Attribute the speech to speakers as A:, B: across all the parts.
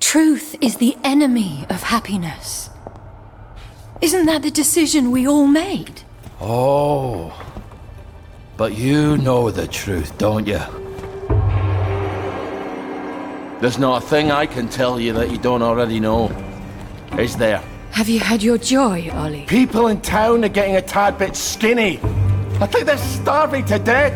A: Truth is the enemy of happiness. Isn't that the decision we all made?
B: Oh. But you know the truth, don't you? There's not a thing I can tell you that you don't already know. Is there?
A: Have you had your joy, Ollie?
B: People in town are getting a tad bit skinny. I think they're starving to death.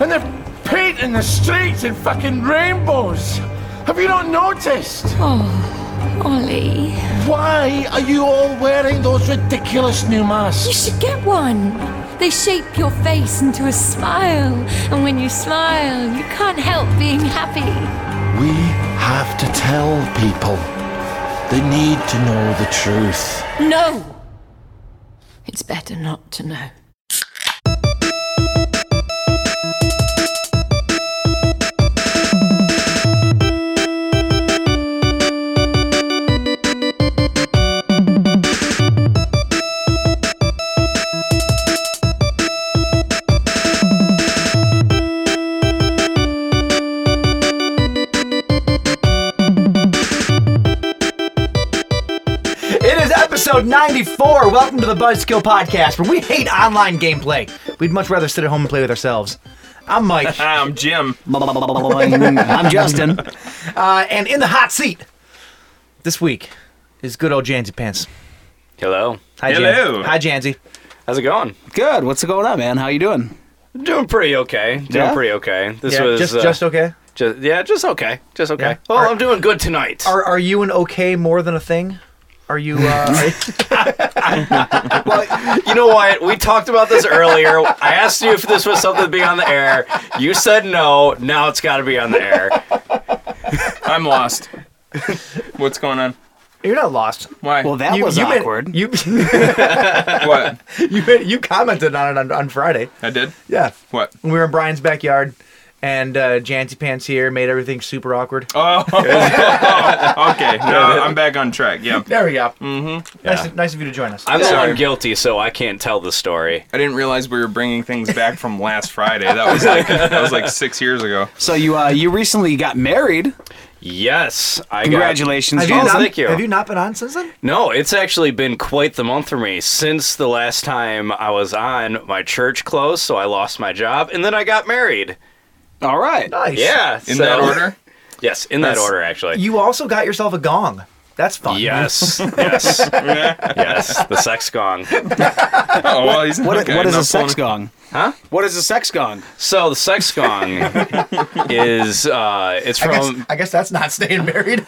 B: And they're painting the streets in fucking rainbows. Have you not noticed?
A: Oh, Ollie.
B: Why are you all wearing those ridiculous new masks?
A: You should get one. They shape your face into a smile, and when you smile, you can't help being happy.
B: We have to tell people. They need to know the truth.
A: No! It's better not to know.
C: It is episode 94. Welcome to the Buzzkill Podcast, where we hate online gameplay. We'd much rather sit at home and play with ourselves. I'm Mike, uh,
D: I'm Jim.
E: I'm Justin.
C: Uh, and in the hot seat this week is good old Jansy Pants.
E: Hello.
C: Hi,
D: Hello.
C: Jan- Hi, Jansy.
D: How's it going?
E: Good. What's going on, man? How you doing?
D: Doing pretty okay. Doing
E: Yeah?
D: pretty okay. This
C: Yeah,
D: was
C: just,
D: uh,
C: just okay.
D: ju- yeah, just okay, just okay.
C: Yeah.
D: Well,
C: Are-
D: I'm doing good tonight.
C: Are, are you an okay more than a thing? Are you? Uh,
D: well, you know what? We talked about this earlier. I asked you if this was something to be on the air. You said no. Now it's got to be on the air.
F: I'm lost. What's going on?
C: you're not lost.
F: Why?
E: Well, that was
C: you made-
E: awkward.
C: you
F: what?
C: you made- you commented on it on, on Friday.
F: I did.
C: Yeah,
F: What?
C: we were in Brian's backyard, and uh, Jansy Pants here made everything super awkward.
F: Oh. okay. No, I'm back on track. Yeah.
C: There we go. Mm-hmm. Nice, nice of you to join us.
D: I'm the
F: Sorry.
D: one guilty, so I can't tell the story.
F: I didn't realize we were bringing things back from last Friday. That was like that was like six years ago.
E: So you uh, you recently got married.
D: Yes, I got-
E: Congratulations.
C: Have you
D: Oh,
C: not-
D: thank you.
C: Have you not been on since then?
D: No, it's actually been quite the month for me since the last time I was on. My church closed, so I lost my job, and then I got married.
E: All right.
C: Nice.
D: Yeah,
F: In
D: so-
F: that order.
D: Yes, in that
F: That's-
D: order, actually.
C: You also got yourself a gong. That's fun.
D: Yes, yes, yes. The sex gong.
F: Oh well, he's
E: What,
F: okay,
E: what is
F: no
E: a sex
F: fun.
E: gong?
D: Huh?
E: What is a sex gong?
D: So the sex gong is uh, it's
C: I guess,
D: from
C: I guess that's not staying married.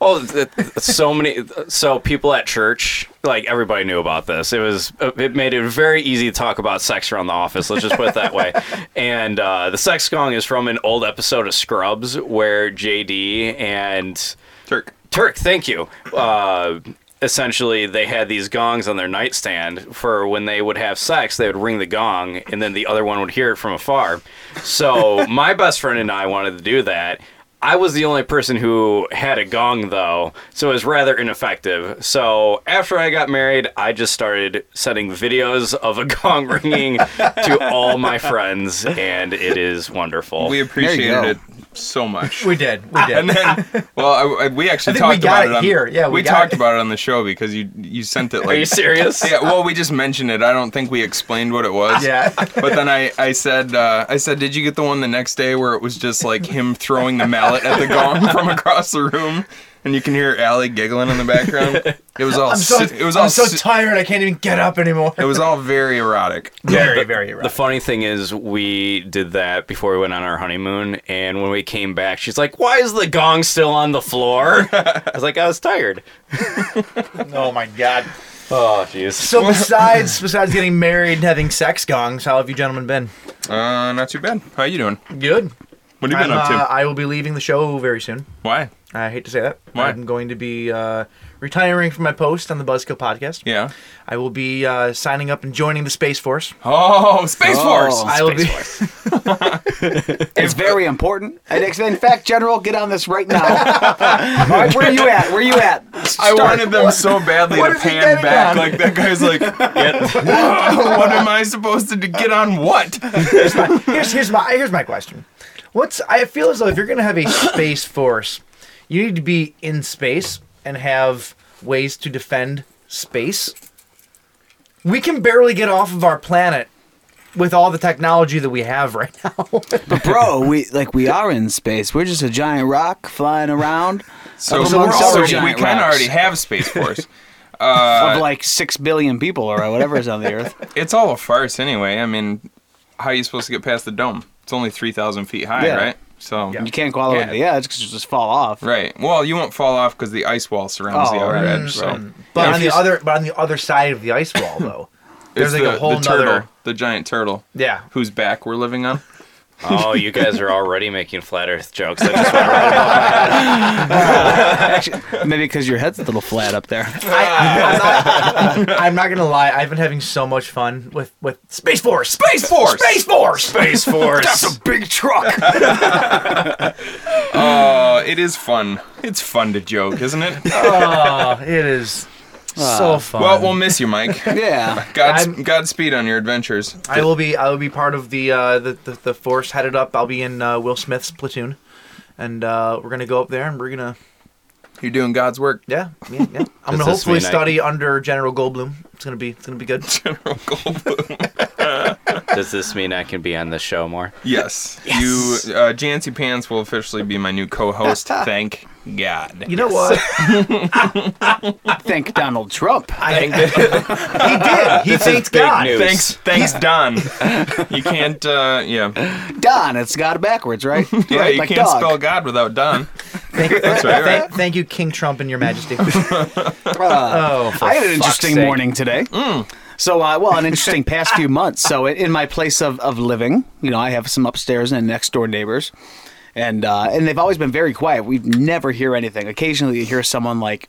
D: oh th- th- so many so people at church like everybody knew about this. It was it made it very easy to talk about sex around the office. Let's just put it that way. And uh, the sex gong is from an old episode of Scrubs where JD and
F: Turk.
D: Turk, thank you. Uh, essentially, they had these gongs on their nightstand for when they would have sex. They would ring the gong, and then the other one would hear it from afar. So my best friend and I wanted to do that. I was the only person who had a gong, though, so it was rather ineffective. So after I got married, I just started sending videos of a gong ringing to all my friends, and it is wonderful.
F: We
E: go.
F: appreciated it so much.
C: we did. We did.
F: and then, well, I, I- we actually
C: I think we
F: talked
C: got
F: about
C: it
F: it on,
C: here. Yeah, we
F: we,
C: got
F: talked
C: it.
F: about it on the show because you you sent it like
D: Are you serious?
F: Yeah, well, we just mentioned it. I don't think we explained what it was.
C: Yeah.
F: But then I, I said, uh, I said, did you get the one the next day where it was just like him throwing the mallet at the gong from across the room, and you can hear Allie giggling in the background? It was all.
C: I'm so,
F: si- it was
C: I'm
F: all.
C: so
F: si-
C: tired. I can't even get up anymore.
F: it was all very erotic.
C: very, very
D: The
C: rough.
D: funny thing is, we did that before we went on our honeymoon, and when we came back, she's like, "Why is the gong still on the floor?" I was like, "I was tired."
C: oh my god.
D: Oh, jeez.
C: So besides besides getting married and having sex gongs, how have you gentlemen been?
F: Uh, not too bad. How you doing?
C: Good.
F: What have you
C: I'm,
F: been up to?
C: uh, I will be leaving the show very soon.
F: Why?
C: I hate to say that.
F: Why?
C: I'm going to be uh, retiring from my post on the Buzzkill podcast.
F: Yeah.
C: I will be uh, signing up and joining the Space Force.
F: Oh, Space
E: Oh.
F: Force.
C: I will be.
E: It's very important. And it's- in fact, General, get on this right now. All right, where are you at? Where are you at?
F: I wanted them so badly
C: What
F: to
C: is he
F: pan
C: getting
F: back.
C: on?
F: Like that guy's like, what am I supposed to do- get on? What?
C: here's, here's my here's my question. What's I feel as though if you're gonna have a space force, You need to be in space and have ways to defend space. We can barely get off of our planet with all the technology that we have right now.
E: But bro, we like we are in space. We're just a giant rock flying around
F: So,
E: Amongst
F: so we're
E: other
F: already, we
E: giant
F: kind of
E: rocks.
F: already have Space Force. Uh,
E: of like six billion people or whatever is on the earth.
F: it's all a farce anyway. I mean, how are you supposed to get past the dome? It's only 3,000 feet high,
E: Yeah.
F: right? So,
E: You can't go all the way to the edge because you just fall off.
F: right. Well, you won't fall off because the ice wall surrounds the
E: Oh,
F: outer
E: right,
F: edge. So,
C: But
F: Yeah,
C: on
F: if
C: the
F: you-
C: other, but on the other side of the ice wall, though, there's
F: it's
C: like
F: the,
C: a whole
F: the
C: nother.
F: turtle, the giant turtle.
C: Yeah.
F: Whose back we're living on.
D: Oh, you guys are already making flat Earth jokes. I just went-
E: Actually, maybe because your head's a little flat up there.
C: I, am not, I'm not gonna lie. I've been having so much fun with with Space Force. Space
F: Force!
C: Space Force.
D: Space Force.
E: Big truck.
F: Uh, it is fun. It's fun to joke, isn't it?
C: Oh, it is
E: Ah.
C: so fun.
F: well, we'll miss you, Mike.
E: yeah.
F: God's,
C: I'm-
F: Godspeed on your adventures.
C: I will be. I will be part of the uh, the, the the force headed up. I'll be in uh, Will Smith's platoon, and uh, we're gonna go up there and we're gonna
F: You're doing God's work.
C: yeah yeah yeah. I'm gonna
D: Does this
C: hopefully
D: mean I-
C: study under General Goldblum. It's gonna be it's gonna be good.
D: Does this mean I can be on this show more?
F: Yes. You, uh, Jancy Pants will officially be my new co-host. Thank God.
C: You know what?
E: Thank Donald Trump.
C: I, he did. He thanks
F: Big
C: God.
D: news.
F: Thanks, thanks, Don. you can't, uh, yeah,
E: Don, it's got backwards, right?
F: yeah.
E: right?
F: You
E: like
F: can't
E: dog.
F: spell God without Don.
C: Thank,
F: right, right.
C: thank- thank you, King Trump and Your Majesty.
E: Uh,
C: Oh, for
E: I had an
C: fuck's
E: interesting
C: sake. Mm.
E: morning today. So, uh, well, an interesting past few months. So, in, in my place of, of living, you know, I have some upstairs and next door neighbors, and uh, and they've always been very quiet. We never hear anything. Occasionally, you hear someone like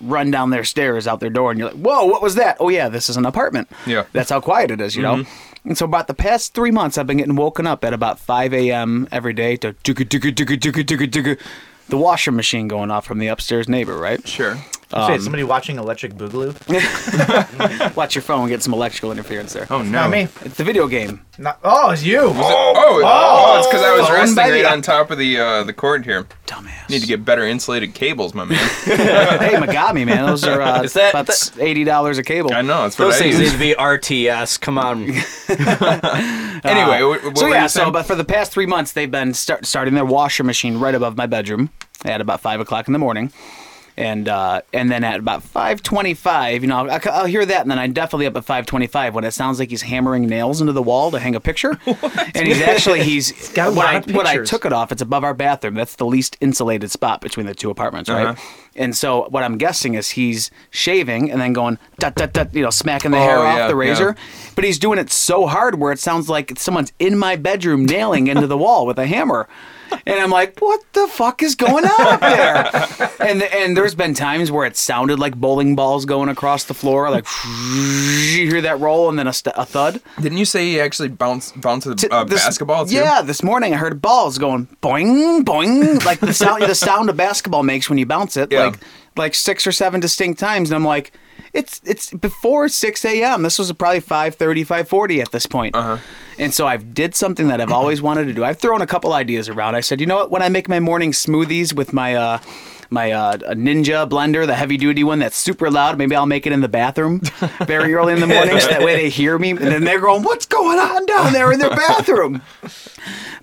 E: run down their stairs out their door, and you're like, "Whoa, what was that?" Oh yeah, this is an apartment.
F: Yeah.
E: that's how quiet it is, you know.
C: Mm-hmm.
E: And so, about the past three months, I've been getting woken up at about 5 a.m. every day to digga, digga, digga, digga, digga, digga, the washer machine going off from the upstairs neighbor, right?
F: Sure.
C: Say,
F: Um,
C: somebody watching Electric Boogaloo?
E: Watch your phone, get some electrical interference there.
F: Oh no.
C: Not me.
E: It's the video game.
C: Not, oh, it's you.
F: Oh, oh, oh, it's because I was
E: Phone
F: resting
E: by the-
F: right on top of the uh, the cord here.
E: Dumbass.
F: Need to get better insulated cables, my man.
E: hey, Megami, man. Those are uh,
D: Is that-
E: about
D: that-
E: eighty dollars a cable.
F: I know it's what
D: Those
F: I
D: things need
F: use.
D: to be RTS. Come on.
F: Anyway, what, what
E: uh, so
F: were
E: yeah,
F: you
E: so
F: saying?
E: but for the past three months, they've been start, starting their washer machine right above my bedroom at about five o'clock in the morning, and uh, and then at about five twenty-five, you know, I, will hear that, and then I'm definitely up at five twenty-five when it sounds like he's hammering nails into the wall to hang a picture, and he's actually he's
C: got a
E: when
C: lot
E: I
C: of
E: when I
C: pictures.
E: took it off, it's above our bathroom. That's the least insulated spot between the two apartments, right?
F: Uh-huh.
E: And so what I'm guessing is he's shaving and then going dut dut dut, you know, smacking the hair
F: Oh,
E: off
F: yeah,
E: the razor. But he's doing it so hard where it sounds like someone's in my bedroom nailing into the wall with a hammer. And I'm like, what the fuck is going on up there? And and there's been times where it sounded like bowling balls going across the floor, like you hear that roll and then a, st- a thud.
F: Didn't you say he actually bounced bounced the
E: T-
F: uh,
E: this-
F: basketball too?
E: Yeah, this morning I heard balls going boing boing, like the sound the sound a basketball makes when you bounce it,
F: Yeah.
E: like like six or seven distinct times, and I'm like, it's it's before six a.m. This was probably 5.30, 5.40 at this point. And so I've did something that I've always wanted to do. I've thrown a couple ideas around. I said, you know what? When I make my morning smoothies with my uh, my uh, Ninja blender, the heavy duty one that's super loud, maybe I'll make it in the bathroom very early in the morning, so that way they hear me, and then they're going, "What's going on down there in their bathroom?"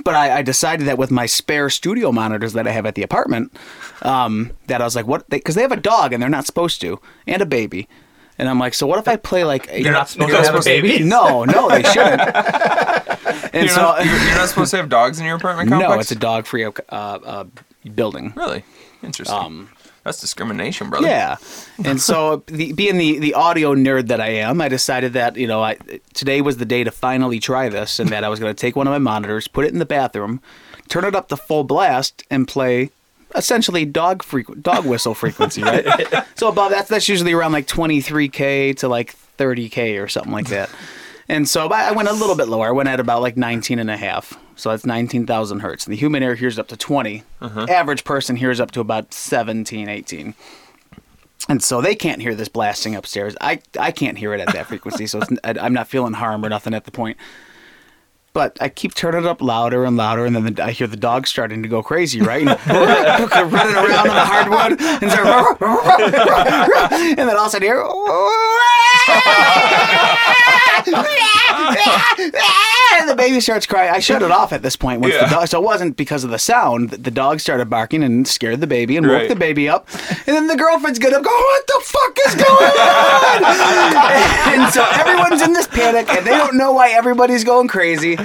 E: But I, I decided that with my spare studio monitors that I have at the apartment, um, that I was like, "What?" Because they, have a dog and they're not supposed to, and a baby. And I'm like, so what if I play like a,
C: You're not supposed to have a baby.
E: No, no, they shouldn't. and
F: You're,
E: so
F: not, you're, you're not supposed to have dogs in your apartment complex.
E: no, it's a dog-free uh, uh, building.
F: Really interesting. That's discrimination, brother.
E: Yeah, and so the, being the, the audio nerd that I am, I decided that you know I today was the day to finally try this, and that I was going to take one of my monitors, put it in the bathroom, turn it up to full blast, and play essentially dog frequ- dog whistle frequency, right? so above that's that's usually around like 23k to like 30k or something like that. And so I I went a little bit lower. I went at about like 19 and a half. So that's 19,000 hertz. The human ear hears up to 20. Average person hears up to about 17, 18. And so they can't hear this blasting upstairs. I, I can't hear it at that frequency, so it's, I, I'm not feeling harm or nothing at the point. But I keep turning it up louder and louder, and then the, I hear the dog starting to go crazy, right? And running around on the hardwood, and, start, and then all of a sudden, here, and the baby starts crying. I shut it off at this point. Once
F: Yeah.
E: the dog, so it wasn't because of the sound. The dog started barking and scared the baby and
F: Right.
E: woke the baby up. And then the girlfriend's good up, going, What the fuck is going on? and so everyone's in this panic and they don't know why everybody's going crazy.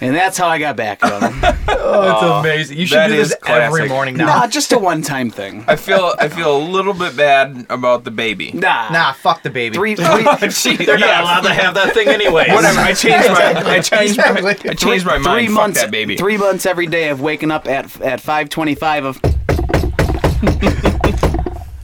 E: And that's how I got back on them.
C: Oh, it's amazing. You should
F: Uh, that
C: do this
F: is classic.
C: every morning now.
E: Nah, just a one time thing.
F: I feel I feel a little bit bad about the baby.
E: Nah.
C: Nah, fuck the baby.
E: Three,
F: Oh,
E: three,
D: They're not allowed to have that thing anyway.
F: Whatever. I changed my I changed my I changed my mind.
E: three
F: Fuck
E: months,
F: that baby.
E: Three months every day of waking up at at five twenty five of.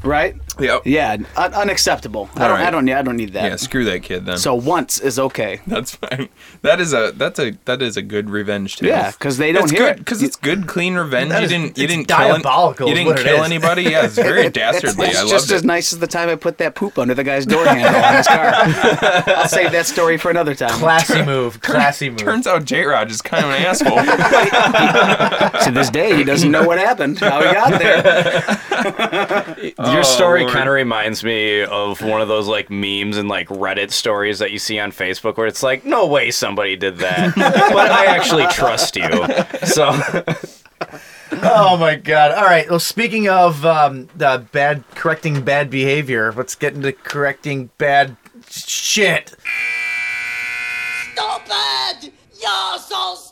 E: right?
F: Yep.
E: Yeah, un- unacceptable. I don't. I
F: Alright.
E: don't. need- I don't need that.
F: Yeah, screw that kid then.
E: So once is okay.
F: that's fine. That is a that's a that is a good revenge tale.
E: Yeah, 'cause they don't
F: it's
E: hear
F: good
E: it.
F: because it's good clean revenge.
C: That
F: You
C: is-
F: didn't you
C: it's
F: didn't kill an-
C: diabolical
F: You
C: is
F: didn't
C: what it
F: kill
C: is.
F: anybody. Yeah, it's very
E: It's,
F: dastardly. I
E: it's
F: loved
E: just as
F: it.
E: nice as the time I put that poop under the guy's door handle on his car. I'll save that story for another time.
C: Classy move. Classy move.
F: Turns out J Rod is kind of an asshole.
E: to this day, he doesn't know what happened, how he got there.
D: Your story
F: Lord.
D: kind of reminds me of one of those like memes and like Reddit stories that you see on Facebook where it's like, no way somebody did that, but I actually trust you. So
C: oh my god. All right. Well, speaking of um, uh, bad correcting bad behavior, let's get into correcting bad shit.
G: stupid! You're so stupid!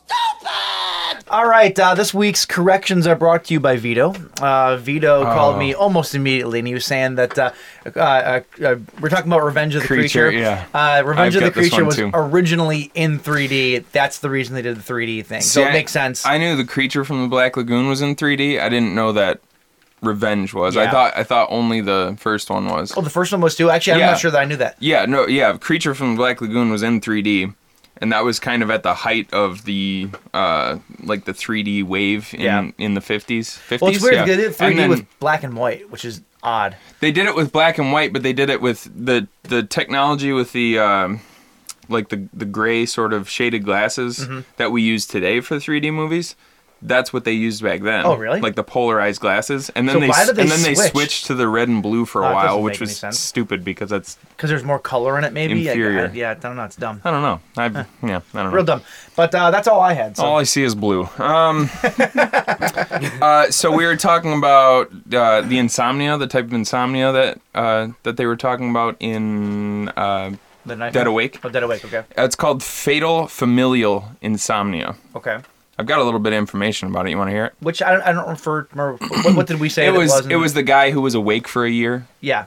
C: All right, uh, this week's corrections are brought to you by Vito. Uh, Vito called
F: Oh.
C: me almost immediately, and he was saying that uh, uh, uh, uh, we're talking about Revenge of the Creature.
F: Creature, yeah.
C: Uh, Revenge
F: I've
C: of the
F: got this
C: Creature
F: one
C: was
F: too.
C: originally in 3D. That's the reason they did the 3D thing. so
F: See,
C: it
F: I-
C: makes sense.
F: I knew the creature from the Black Lagoon was in 3D. I didn't know that Revenge was.
C: Yeah.
F: I thought I thought only the first one was.
C: oh, the first one was too. Actually, I'm
F: Yeah.
C: not sure that I knew that.
F: Yeah, no, yeah, Creature from the Black Lagoon was in 3D, and that was kind of at the height of the uh like the 3D wave in
C: Yeah.
F: in the 50s. 50s.
C: Well, it's weird.
F: yeah.
C: They did 3D
F: And then
C: with black and white, which is odd.
F: They did it with black and white, but they did it with the the technology with the um like the the gray sort of shaded glasses
C: Mm-hmm.
F: that we use today for 3D movies. That's what they used back then.
C: Oh, really?
F: Like the polarized glasses, and then
C: So
F: they,
C: why
F: s-
C: did they
F: and then they
C: switch?
F: switched to the red and blue for a
C: Oh, it doesn't
F: while,
C: make
F: which
C: any
F: was
C: sense.
F: stupid because that's
C: Because there's more color in it, maybe. I-
F: Inferior.
C: I- yeah, I don't know. It's dumb.
F: I don't know. I yeah, I don't know.
C: Real dumb. But uh, that's all I had. So.
F: All I see is blue. Um, uh, so we were talking about uh, the insomnia, the type of insomnia that uh, that they were talking about in. Uh,
C: The knife-
F: Dead Awake.
C: Oh, Dead Awake. Okay.
F: Uh, it's called fatal familial insomnia.
C: Okay.
F: I've got a little bit of information about it. You want to hear it?
C: Which I don't, I don't refer. remember- What, what did we say?
F: It
C: that
F: was
C: wasn't-
F: it was the guy who was awake for a year,
C: Yeah.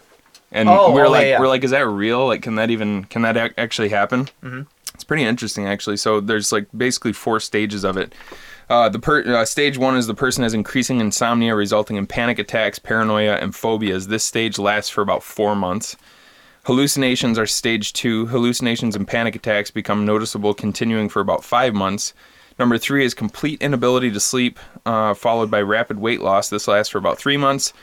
F: and
C: Oh,
F: we're
C: oh, yeah,
F: like
C: yeah.
F: we're like, is that real? Like, can that even can that ac- actually happen? Mm-hmm. It's pretty interesting actually. So there's like basically four stages of it. Uh, the per- uh, stage one is the person has increasing insomnia, resulting in panic attacks, paranoia, and phobias. This stage lasts for about four months. Hallucinations are stage two. Hallucinations and panic attacks become noticeable, continuing for about five months. Number three is complete inability to sleep, uh, followed by rapid weight loss. This lasts for about three months.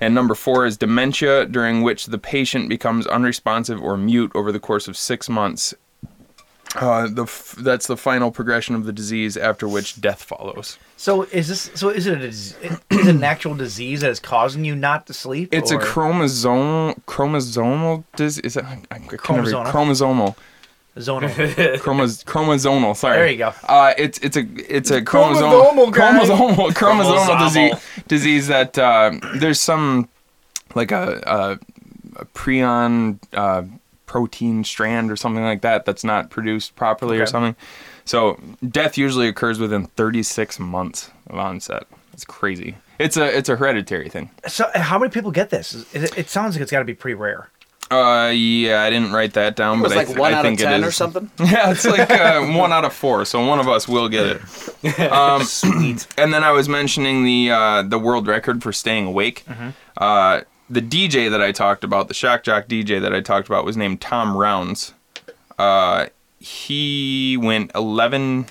F: And number four is dementia, during which the patient becomes unresponsive or mute over the course of six months. Uh, the f- that's the final progression of the disease, after which death follows.
C: So is this? So is it? A, dis- is it an actual disease that is causing you not to sleep?
F: It's
C: or-
F: a chromosomal chromosomal disease. Is it, I, I can't remember.
C: Chromosomal.
F: Chromosomal.
C: zonal.
F: Chromos- chromosomal. Sorry.
C: There you go.
F: Uh, it's it's a it's a
C: Chromosomal,
F: chromosomal
C: guy.
F: chromosomal chromosomal disease
D: Chromosomal.
F: disease that uh, there's some like a, a, a prion uh, protein strand or something like that that's not produced properly or
C: Okay.
F: something. So death usually occurs within 36 months of onset. It's crazy. It's a it's a hereditary thing.
C: so how many people get this? Is it, it sounds like it's got to be pretty rare.
F: Uh, yeah, I didn't write that down,
E: It was
F: but I,
E: like
F: th-
E: one
F: I
E: out of
F: think it
E: ten or
F: is.
E: something.
F: Yeah, it's like uh, one out of four, so one of us will get it. Um, And then I was mentioning the uh, the world record for staying awake. Uh, the DJ that I talked about, the shock jock DJ that I talked about, was named Tom Rounds. Uh, he went 11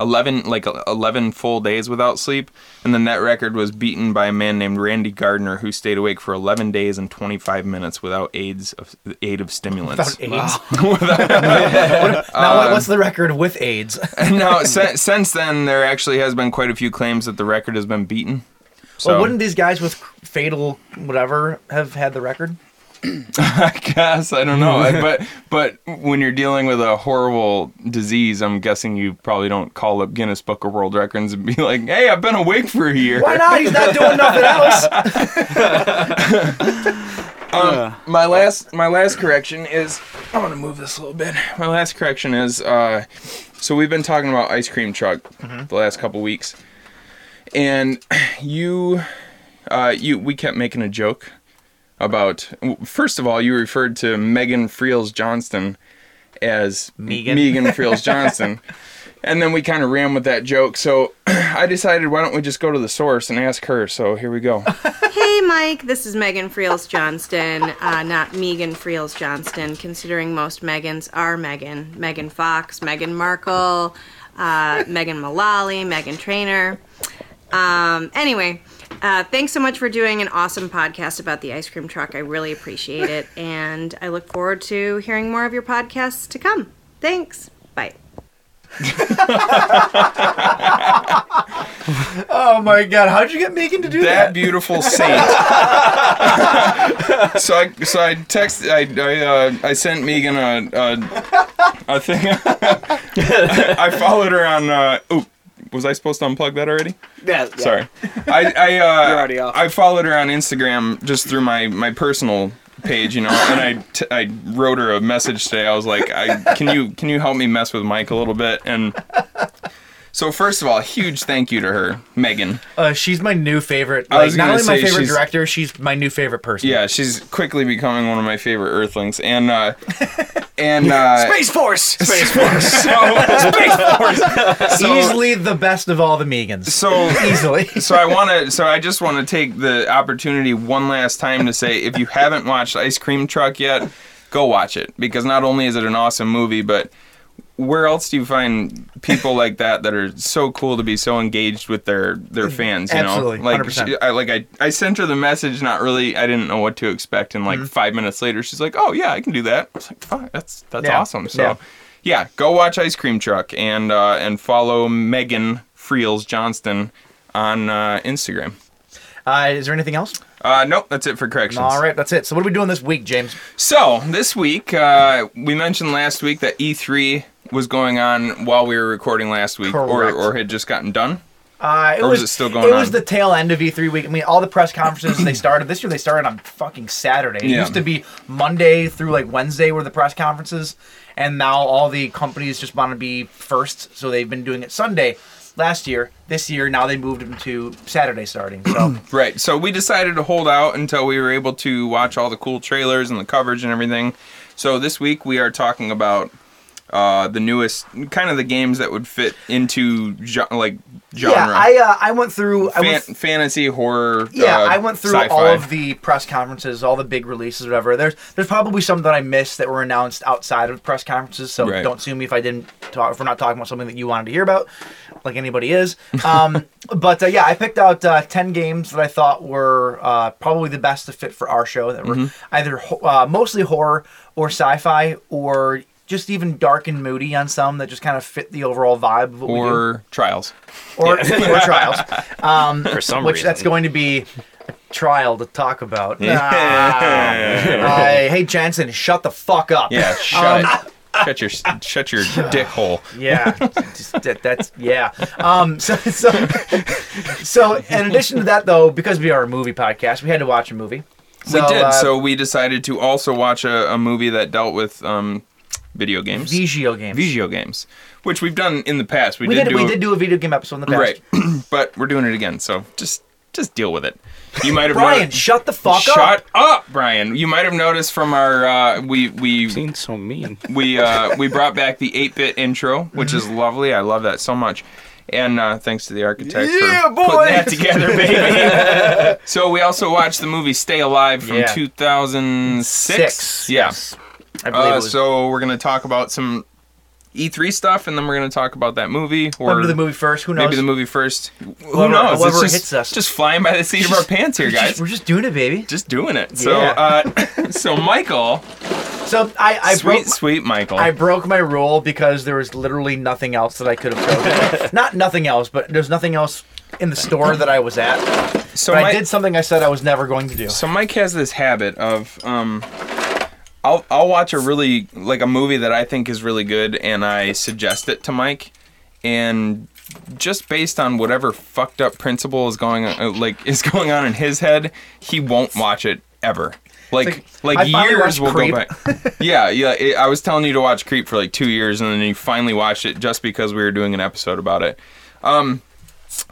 F: 11 like 11 full days without sleep and then that record was beaten by a man named Randy Gardner who stayed awake for 11 days and 25 minutes without aids of aid of stimulants.
C: AIDS. now,
F: Uh,
C: what- what's the record with AIDS?
F: now sin- since then there actually has been quite a few claims that the record has been beaten. So
C: well, wouldn't these guys with fatal whatever have had the record?
F: I guess I don't know. I- but but when you're dealing with a horrible disease, I'm guessing you probably don't call up Guinness Book of World Records and be like, "Hey, I've been awake for a year."
C: Why not? He's not doing nothing else.
F: my last my last correction is I want to move this a little bit. My last correction is uh, so we've been talking about ice cream truck the last couple weeks, and you uh, you we kept making a joke about first of all you referred to Megan Friels Johnston as
C: Megan.
F: Megan Friels Johnston. And then we kind of ran with that joke, so I decided why don't we just go to the source and ask her. So here we go.
H: Hey, Mike, this is Megan Friels Johnston, uh, not Megan Friels Johnston, considering most Megans are Megan. Megan Fox, Megan Markle, uh, Megan Mullally, Megan Trainer. Um, anyway, uh, thanks so much for doing an awesome podcast about the ice cream truck. I really appreciate it, and I look forward to hearing more of your podcasts to come. Thanks. Bye.
C: Oh my god, how'd you get Megan to do
F: that
C: that?
F: beautiful saint. so I so I text I I, uh, I sent Megan a a, a thing. I followed her on. Uh, oop, was I supposed to unplug that already?
E: Yeah, yeah.
F: Sorry. I I uh,
E: already off.
F: I followed her on Instagram just through my my personal page, you know, and I t- I wrote her a message today. I was like, I can you can you help me mess with Mike a little bit and. So first of all, huge thank you to her, Megan.
C: Uh, she's my new favorite.
F: I
C: Like,
F: was
C: not
F: gonna
C: only my
F: say
C: favorite
F: she's-
C: director, she's my new favorite person.
F: Yeah, she's quickly becoming one of my favorite Earthlings, and uh, and uh,
E: Space Force.
F: so, so-
C: Easily the best of all the Megans.
F: so
C: Easily.
F: so I want to. So I just want to take the opportunity one last time to say, if you haven't watched Ice Cream Truck yet, go watch it because not only is it an awesome movie, but where else do you find people like that that are so cool to be so engaged with their their
E: Mm-hmm.
F: fans? You
C: Absolutely,
F: know, like
C: 100%.
F: she- I like I I sent her the message, not really. I didn't know what to expect, and like
C: Mm-hmm.
F: five minutes later, she's like, "Oh yeah, I can do that." I was like, "Fuck, that's that's
C: Yeah,
F: awesome." So.
C: yeah.
F: Yeah, go watch Ice Cream Truck and uh, and follow Megan Friels Johnston on uh, Instagram.
C: Uh, is there anything else?
F: Uh, nope, that's it for corrections.
C: All right, that's it. So what are we doing this week, James?
F: So this week, uh, we mentioned last week that E3 was going on while we were recording last week, or
C: Correct.
F: or had just gotten done.
C: Uh, it
F: Or was it still going
C: It was
F: on?
C: the tail end of E3 week. I mean, all the press conferences they started this year. They started on fucking Saturday. It
F: Yeah.
C: used to be Monday through like Wednesday were the press conferences, and now all the companies just want to be first, so they've been doing it Sunday. Last year, this year, now they moved them to Saturday starting. So
F: Right. So we decided to hold out until we were able to watch all the cool trailers and the coverage and everything. So this week we are talking about uh, the newest, kind of the games that would fit into gen- like genre.
C: yeah, I uh, I went through. I
F: Fan-
C: went
F: fantasy horror.
C: Yeah,
F: uh,
C: I went through
F: sci-fi.
C: all of the press conferences, all the big releases, whatever. There's there's probably some that I missed that were announced outside of press conferences. So
F: Right.
C: don't sue me if I didn't talk if we're not talking about something that you wanted to hear about, like anybody is. Um, but uh, yeah, I picked out uh, ten games that I thought were uh, probably the best to fit for our show. That were
F: Mm-hmm.
C: either ho- uh, mostly horror or sci-fi or just even dark and moody on some that just kind of fit the overall vibe of what we do.
F: or trials.
C: Or, or trials
D: for some
C: which
D: reason.
C: that's going to be a trial to talk about. Ah. I- hey Jensen, shut the fuck up.
F: Yeah, shut
C: Um,
F: it. Shut your shut your dick hole.
C: Yeah, just that, that's yeah. Um, so, so, so in addition to that, though, because we are a movie podcast, we had to watch a movie.
F: we did.
C: uh,
F: so we decided to also watch a, a movie that dealt with um, video games,
C: Vigio games.
F: video games, which we've done in the past. We,
C: We
F: did,
C: did.
F: do
C: We
F: a-
C: did do a video game episode in the past.
F: right, but we're doing it again. So just just deal with it. You might have
C: Brian,
F: noticed-
C: shut the fuck up.
F: Shut up, Brian. You might have noticed from our uh, we we
D: Being so mean.
F: we uh, we brought back the 8-bit intro, which is lovely. I love that so much. And uh, thanks to the architect
C: Yeah,
F: for
C: boy!
F: putting that together, baby. so we also watched the movie Stay Alive from
C: Yeah.
F: 2006.
C: Six.
F: Yeah.
C: I believe it
F: Uh,
C: was.
F: so we're gonna talk about some E3 stuff, and then we're gonna talk about that movie or
C: Maybe the movie first. Who knows?
F: Maybe the movie first. Who
C: Whoever-
F: knows?
C: whoever
F: it's just,
C: hits us.
F: just flying by the seat of our pants here,
C: We're just-
F: guys.
C: We're just doing it, baby.
F: Just doing it. So,
C: Yeah.
F: uh, so Michael,
C: So I, I
F: sweet,
C: broke,
F: sweet Michael.
C: I broke my rule because there was literally nothing else that I could have chosen. Not nothing else, but there's nothing else in the store that I was at.
F: so
C: But I
F: Mi-
C: did something I said I was never going to do.
F: So Mike has this habit of um I'll I'll watch a really like a movie that I think is really good and I suggest it to Mike and just based on whatever fucked up principle is going uh, like is going on in his head, he won't watch it ever. Like
C: like,
F: like,
C: I finally watched
F: years will
C: Creep.
F: go by. yeah, yeah. It, I was telling you to watch Creep for like two years, and then you finally watched it just because we were doing an episode about it.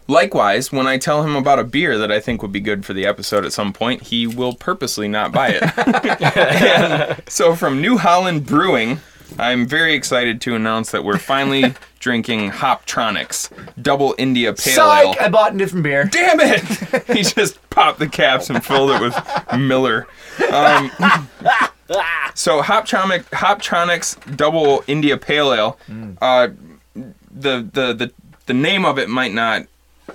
F: Likewise, when I tell him about a beer that I think would be good for the episode at some point, he will purposely not buy it. And so, from New Holland Brewing, I'm very excited to announce that we're finally drinking Hoptronics Double India Pale Ale.
C: Psych! I bought a different beer.
F: Damn it! he just popped the caps and filled it with Miller. Um, so Hoptronic, Hoptronics Double India Pale Ale.
C: Mm.
F: Uh, the, the the the name of it might not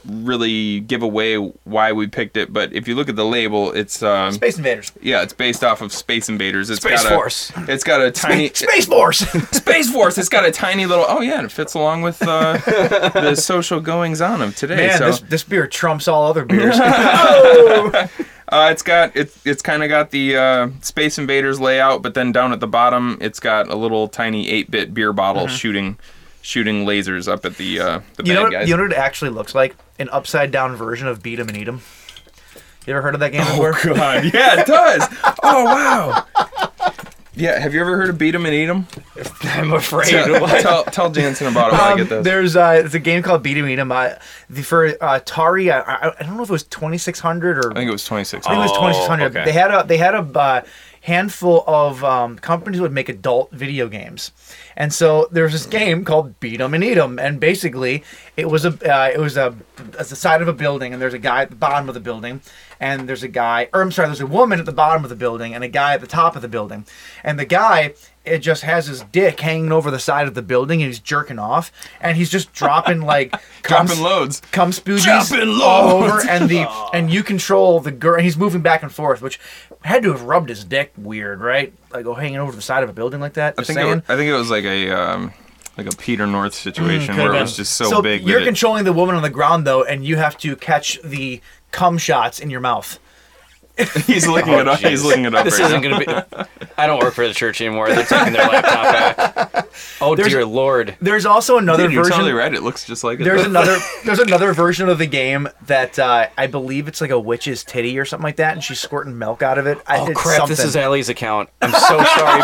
F: really give away why we picked it, but if you look at the label, it's um,
C: Space Invaders.
F: yeah, it's based off of Space Invaders. It's
D: Space
F: got a,
D: Force.
F: It's got a tiny
C: Space Force.
F: Space Force. It's got a tiny little. Oh yeah, and it fits along with uh, the social goings on of today.
C: Man,
F: so.
C: this, this beer trumps all other beers.
F: Uh, it's got it's it's kind of got the uh, Space Invaders layout, but then down at the bottom, it's got a little tiny eight-bit beer bottle shooting shooting lasers up at the uh, the
C: you
F: bad
C: know, what,
F: guys.
C: you know what it actually looks like? An upside down version of Beat 'em and Eat 'em. You ever heard of that game before?
F: Oh, God, yeah, it does. oh wow. Yeah, have you ever heard of beat 'em and eat 'em?
C: I'm afraid.
F: Tell, tell, tell Jansen about it when I
C: Um,
F: get this.
C: there's uh, it's a game called Beat 'em Eat 'em. Uh, the, for uh, Atari, I, I, I don't know if it was 2600 or
F: I think it was 26.
C: I think it was
D: Oh,
C: 2600.
D: okay.
C: They had a they had a uh, handful of um, companies that would make adult video games, and so there was this game called Beat 'em and Eat 'em, and basically it was a uh, it was a it's the side of a building, and there's a guy at the bottom of the building, and there's a guy, or I'm sorry, there's a woman at the bottom of the building, and a guy at the top of the building, and the guy. It just has his dick hanging over the side of the building, and he's jerking off, and he's just dropping like cum-
F: Dropping loads.
C: cum spoogies
F: Jumping
C: all
F: loads.
C: over, and the and you control the girl. He's moving back and forth, which had to have rubbed his dick weird, right? Like, oh, hanging over the side of a building like that.
F: I
C: Just
F: think it,
C: saying.
F: wa- I think it was like a um, like a Peter North
C: Mm,
F: situation where it was just so, big. that
C: You're
F: it-
C: controlling the woman on the ground though, and you have to catch the cum shots in your mouth.
F: he's looking
C: Oh,
F: it up. He's
D: jeez.
F: looking it up.
D: This
F: right
D: isn't going to be. I don't work for the church anymore. They're taking their laptop back. Oh dear lord!
C: There's also another
F: Dude, you're
C: version.
F: totally right. It looks just like it.
C: There's
F: does.
C: another there's another version of the game that uh, I believe it's like a witch's titty or something like that, and she's squirting milk out of it. I,
D: Oh
C: it's
D: crap! This
C: something.
D: is Allie's account. I'm so sorry,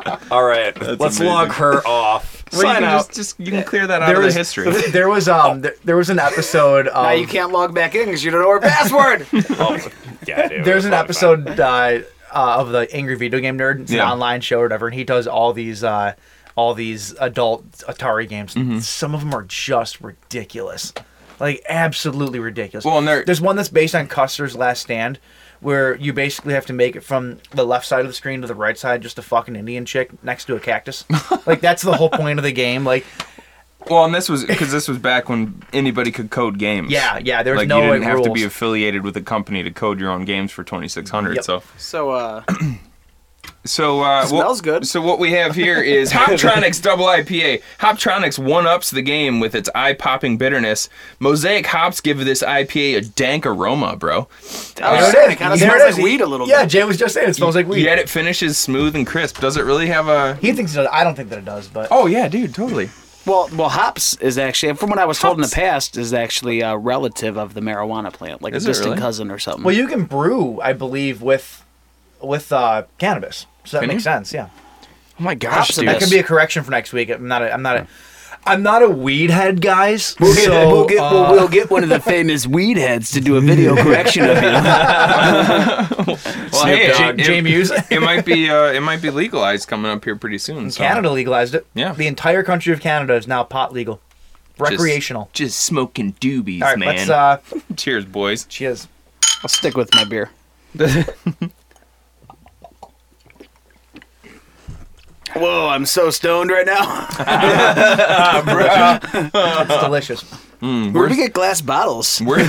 D: babe. All right, let's
F: amazing.
D: log her off.
F: Well, you
D: Sign
F: can
D: out.
F: Just, just you can clear that out
C: there
F: of
C: was
F: the history.
C: There was um there, there was an episode. Um,
E: Now you can't log back in because you don't know her password.
D: Oh, yeah, dude,
C: There's
D: it's
C: an
D: probably
C: episode uh, uh, of the Angry Video Game Nerd. It's an
F: Yeah.
C: online show or whatever, and he does all these uh, all these adult Atari games.
E: Mm-hmm.
C: Some of them are just ridiculous, like absolutely ridiculous.
F: Well, and they're-
C: there's one that's based on Custer's Last Stand. Where you basically have to make it from the left side of the screen to the right side, just a fucking Indian chick next to a cactus. like that's the whole point of the game. Like,
F: well, and this was because this was back when anybody could code games.
C: yeah, yeah, there's
F: like
C: no
F: you didn't
C: like,
F: have
C: rules.
F: to be affiliated with a company to code your own games for 2600.
C: Yep.
F: So,
E: so, uh,
F: so uh, what-
E: Smells good.
F: So what we have here is Hoptronics Double IPA. Hoptronics one ups the game with its eye popping bitterness. Mosaic hops give this IPA a dank aroma, bro.
E: I was
C: There
E: saying, it
C: is.
E: kind of
C: There
E: smells
C: is.
E: like weed a little
C: Yeah,
E: bit.
C: Jay was just saying it smells like weed.
F: Yet it finishes smooth and crisp. Does it really have a?
C: He thinks it does. I don't think that it does, but
F: Oh yeah, dude, totally.
E: Well, well, hops is actually, from what I was told in the past, is actually a relative of the marijuana plant, like
F: Is
E: a
F: it
E: distant
F: really?
E: cousin or something.
C: Well, you can brew, I believe, with with uh, cannabis. So that
F: Can
C: makes
F: you?
C: sense. Yeah,
D: fine. Oh my gosh, dude.
C: that could be a correction for next week. I'm not. A, I'm not a. I'm not a weed head, guys.
E: We'll get,
C: so,
E: we'll, get,
C: uh,
E: we'll, we'll get one of the famous weed heads to do a video correction of you.
F: Well,
D: Snoop
F: hey,
D: Dogg.
F: it-
C: Jay Muse.
F: it might be uh, it might be legalized coming up here pretty soon. So.
C: uh, Canada legalized it.
F: Yeah.
C: The entire country of Canada is now pot legal, recreational.
F: Just, smoking doobies,
C: All right,
F: man.
C: let's. uh
F: Cheers, boys.
C: Cheers.
E: I'll stick with my beer. Whoa, I'm so stoned right now.
C: It's delicious.
E: Where do we get glass bottles?
F: We're,
D: I,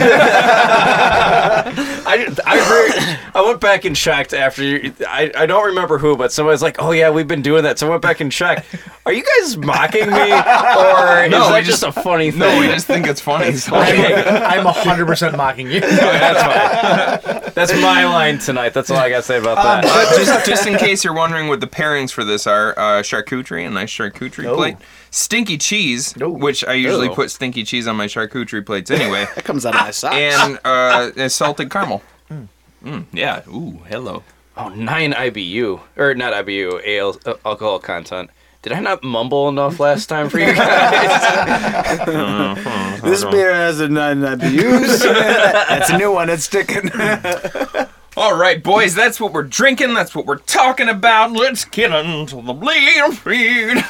D: I heard. I went back and checked after. You, I I don't remember who, but somebody's like, "Oh yeah, we've been doing that." So I went back and checked. Are you guys mocking me, or
F: No,
D: is
F: we
D: that just, a funny thing?
F: no, we just think it's funny. so-
C: I'm 100% mocking you.
D: that's fine. That's my line tonight. That's all I gotta say about that.
F: Uh, just, just in case you're wondering what the pairings for this are, uh, charcuterie, a nice charcuterie
C: Oh.
F: plate, stinky cheese,
C: Oh.
F: which I usually
D: Oh.
F: put stinky cheese on my charcuterie plates anyway,
E: That comes out of my socks.
F: and uh, and salted caramel. Mm, yeah. Ooh, hello.
D: oh, nine IBU or not IBU ale uh, alcohol content. Did I not mumble enough last time for you guys?
E: this beer has a nine abuse. That's a new one. It's sticking.
F: All right, boys, that's what we're drinking. That's what we're talking about. Let's get into the bleeding feed.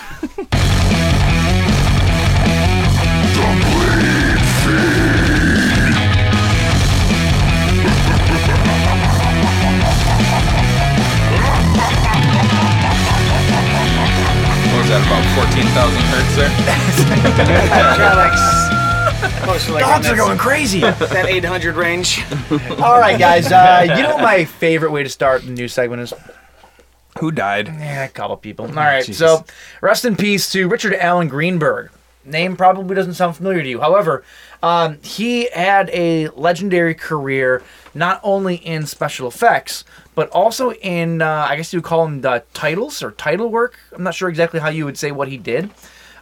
F: What was that, about 14,000 hertz there?
C: Dogs are going crazy.
E: that 800 range.
C: All right, guys. Uh, you know what my favorite way to start the new segment is?
F: Who died?
C: Yeah, Eh, a couple people. All right,
F: Mm-hmm. Jesus.
C: so rest in peace to Richard Allen Greenberg. Name probably doesn't sound familiar to you. However, um, he had a legendary career not only in special effects, but also in, uh, I guess you would call them the titles or title work. I'm not sure exactly how you would say what he did.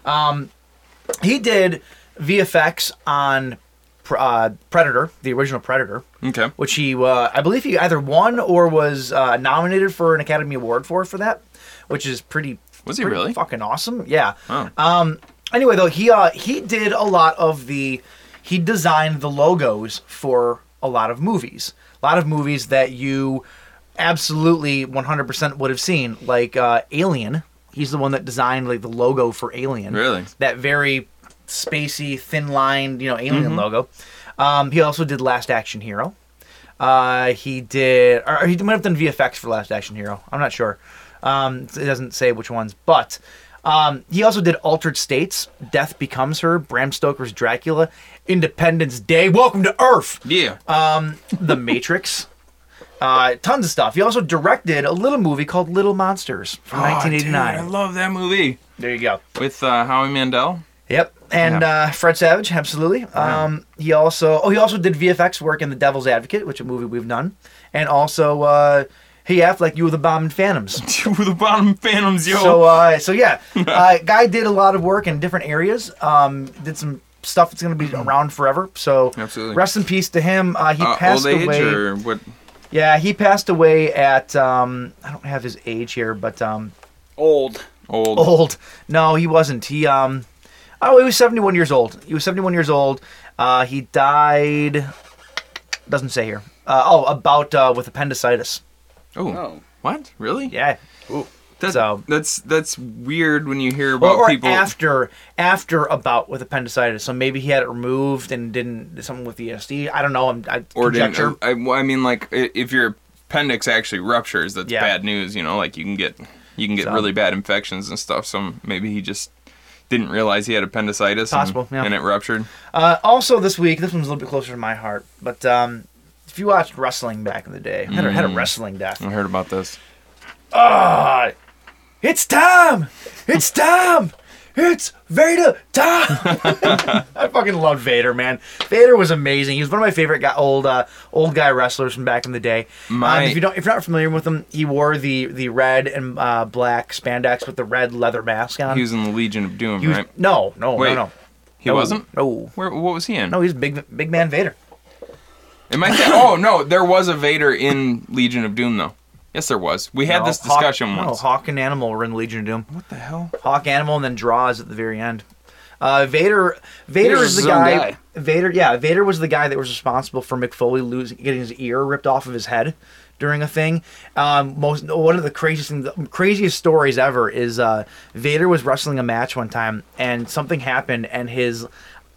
C: Um, he did VFX on Pr- uh, Predator, the original Predator
F: Okay.
C: which he, uh, I believe, he either won or was uh, nominated for an Academy Award for for that, which is pretty.
F: Was he
C: pretty
F: really?
C: fucking awesome? Yeah.
F: Oh.
C: Um. Anyway, though, he uh he did a lot of the, he designed the logos for a lot of movies, a lot of movies that you absolutely 100% would have seen, like uh, Alien. He's the one that designed like the logo for Alien.
F: Really?
C: That very spacey, thin-lined, you know, Alien
F: Mm-hmm.
C: logo. Um, he also did Last Action Hero. Uh, he did, or he might have done VFX for Last Action Hero. I'm not sure. Um, it doesn't say which ones, but um, he also did Altered States, Death Becomes Her, Bram Stoker's Dracula, Independence Day, Welcome to Earth,
F: Yeah.
C: The Matrix. Uh, tons of stuff. He also directed a little movie called Little Monsters from
F: Oh, dude,
C: 1989.
F: I love that movie.
C: there you go.
F: With uh, Howie Mandel.
C: Yep, and uh, Fred Savage, absolutely. Um, he also oh he also did VFX work in The Devil's Advocate, which a movie we've done, and also uh, he act like you were the bomb in Phantoms.
F: Two of the bottom phantoms, yo.
C: So uh, so yeah, uh, guy did a lot of work in different areas. Um, did some stuff that's going to be around forever. So
F: Absolutely.
C: rest in peace to him. Uh, he
F: Uh,
C: passed
F: old age
C: away.
F: or what?
C: Yeah, he passed away at um, I don't have his age here, but um,
E: Old.
F: Old.
C: old. No, he wasn't. He um oh, he was 71 years old. He was 71 years old. Uh, he died doesn't say here. Uh, oh, about uh, with appendicitis.
F: Oh.
E: Oh.
F: What? Really?
C: Yeah.
F: That-
C: so-
F: that's that's weird when you hear
C: Or,
F: about
C: or
F: people.
C: after after about with appendicitis. So maybe he had it removed and didn't something with the ESD. I don't know. I'm I
F: or didn't-
C: conjecture.
F: uh, I, well, I mean, like i- if your appendix actually ruptures, that's
C: Yeah.
F: bad news. You know, like you can get you can get
C: So-
F: really bad infections and stuff. So maybe he just didn't realize he had appendicitis.
C: Possible,
F: And,
C: yeah.
F: and it ruptured.
C: Uh, also this week, this one's a little bit closer to my heart, but um if you watched wrestling back in the day, I had, a, had a
F: Mm.
C: wrestling death.
F: I heard about this.
C: It's time! It's time! It's Vader time! I fucking love Vader, man. Vader was amazing. He was one of my favorite guy, old uh, old guy wrestlers from back in the day. Um,
F: My-
C: if you don't, if you're not familiar with him, he wore the the red and uh, black spandex with the red leather mask on.
F: He was in the Legion of Doom,
C: Um, He was- Oh.
F: right?
C: no, no,
F: Wait,
C: no, no.
F: He
C: No,
F: wasn't.
C: No,
F: Where? What was he in?
C: no, he's big big man Vader.
F: Am I? Th- oh no, there was a Vader in Legion of Doom though. Yes, there was. We had
C: No,
F: this
C: Hawk-
F: discussion
C: No,
F: once.
C: Hawk and Animal were in Legion of Doom.
F: What the hell?
C: Hawk Animal and then draws at the very end. Uh, Vader Vader
E: Vader's
C: is the
E: his own
C: guy,
E: guy.
C: Vader yeah, Vader was the guy that was responsible for McFoley losing getting his ear ripped off of his head during a thing. Um, most one of the craziest things, craziest stories ever is uh, Vader was wrestling a match one time and something happened and his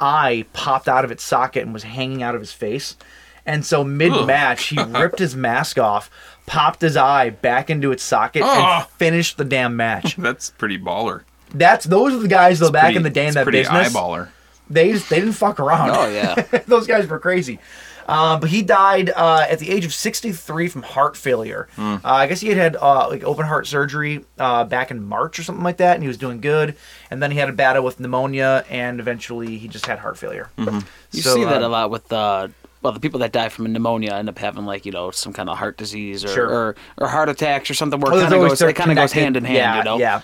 C: eye popped out of its socket and was hanging out of his face. And so mid match, he ripped his mask off, popped his eye back into its socket,
F: Ah.
C: and finished the damn match.
F: That's pretty baller.
C: That's those are the guys though back
F: Pretty-
C: in the day in
F: it's
C: that
F: pretty
C: business.
F: eyeballer.
C: They just, they didn't fuck around.
E: Oh yeah.
C: those guys were crazy. Uh, but he died uh, at the age of 63 from heart failure.
E: Hmm.
C: Uh, I guess he had had uh, like open heart surgery uh, back in March or something like that, and he was doing good. And then he had a battle with pneumonia, and eventually he just had heart failure.
E: Mm-hmm. You
C: So,
E: see that
C: uh,
E: a lot with uh, well, the people that die from pneumonia end up having like you know some kind of heart disease or
C: Sure.
E: or, or heart attacks or something where
C: Well,
E: it
C: Oh, there's
E: kind of
C: always
E: goes
C: they're
E: it kind of goes
C: connected.
E: hand in hand.
C: Yeah,
E: you know.
C: Yeah.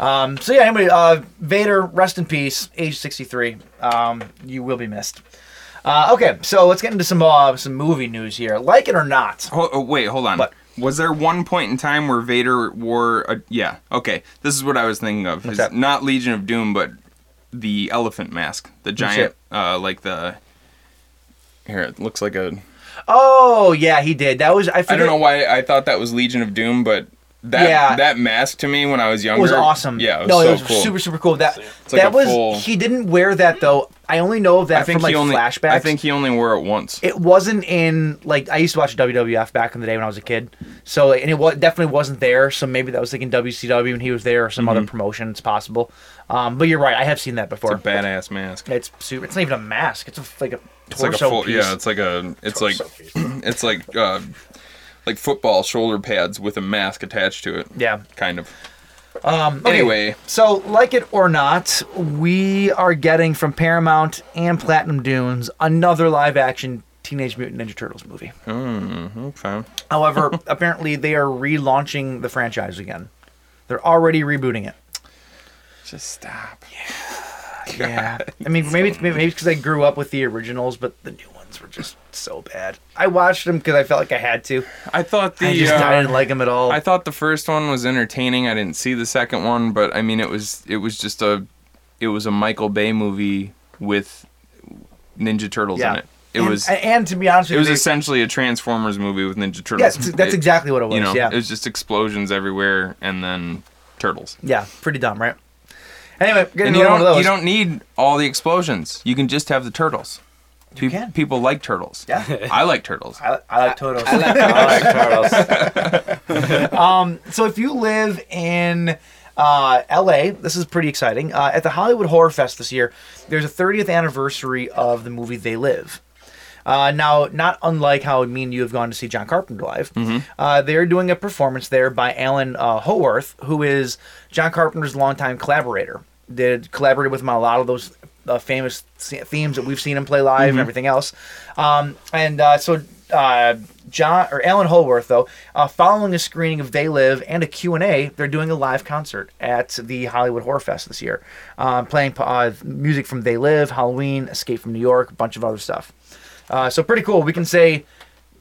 C: Um, so yeah. Anyway, uh, Vader, rest in peace. Age 63. Um, you will be missed. Uh, okay, so let's get into some uh, some movie news here. Like it or not,
F: Ho- oh, wait, hold on.
C: What?
F: Was there one point in time where Vader wore a? Yeah, okay. This is what I was thinking of. His,
C: that?
F: not Legion of Doom, but the elephant mask, the giant, uh, like the. Here it looks like a.
C: Oh yeah, he did. That was I.
F: I
C: Forget,
F: don't know why I thought that was Legion of Doom, but that
C: Yeah.
F: that mask to me when I was
C: It
F: younger
C: was awesome.
F: Yeah, it was
C: no,
F: so
C: it was
F: cool.
C: super super cool. That
F: like
C: that
F: a
C: was
F: full-
C: he didn't wear that though. I only know of that
F: I think
C: from like
F: he only.
C: flashbacks.
F: I think he only wore it once.
C: it wasn't in like I used to watch WWF back in the day when I was a kid. So and it wa- definitely wasn't there. So maybe that was like in WCW when he was there or some other promotion. It's possible. Um, but you're right. I have seen that before.
F: Mm-hmm. It's a badass mask.
C: It's super. It's not even a mask. It's a, like a torso
F: It's like a full,
C: piece.
F: yeah. It's like a. It's like, it's like, uh, like football shoulder pads with a mask attached to it.
C: Yeah. Um,
F: kind of.
C: Okay,
F: Anyway.
C: so like it or not, we are getting from Paramount and Platinum Dunes another live action Teenage Mutant Ninja Turtles movie.
F: Hmm. Okay.
C: However, apparently they are relaunching the franchise again. They're already rebooting it.
F: Just stop.
C: Yeah. I mean, maybe it's, maybe because I grew up with the originals, but the new ones were just so bad. I watched them because I felt like I had to.
F: I thought the.
C: I just I
F: uh,
C: didn't like them at all.
F: I thought the first one was entertaining. I didn't see the second one, but I mean, it was it was just a, it was a Michael Bay movie with Ninja Turtles
C: yeah.
F: in it. It
C: and,
F: was
C: and, to be honest,
F: it was
C: with you,
F: essentially a Transformers movie with Ninja Turtles.
C: yeah, that's, that's
F: It-
C: exactly what it was.
F: You know,
C: yeah.
F: it was just explosions everywhere and then turtles.
C: yeah. Pretty dumb, right? Anyway, get
F: And
C: another one
F: you
C: of
F: don't,
C: those.
F: you don't need all the explosions. You can just have the turtles. Pe-
C: can.
F: People like turtles.
C: Yeah.
F: I like turtles.
C: I, I like Toto's. so if you live in uh, LA, this is pretty exciting. Uh, at the Hollywood Horror Fest this year, there's a 30th anniversary of the movie They Live. Uh, now, not unlike how me and you have gone to see John Carpenter live, uh, they're doing a performance there by Alan uh, Howarth, who is John Carpenter's longtime collaborator. Did collaborated with him on a lot of those uh, famous se- themes that we've seen him play live and everything else. Um, and uh, so uh, John or Alan Holworth, though, uh, following a screening of They Live and a Q&A, they're doing a live concert at the Hollywood Horror Fest this year, um, playing uh, music from They Live, Halloween, Escape from New York, a bunch of other stuff. Uh, so pretty cool. We can say,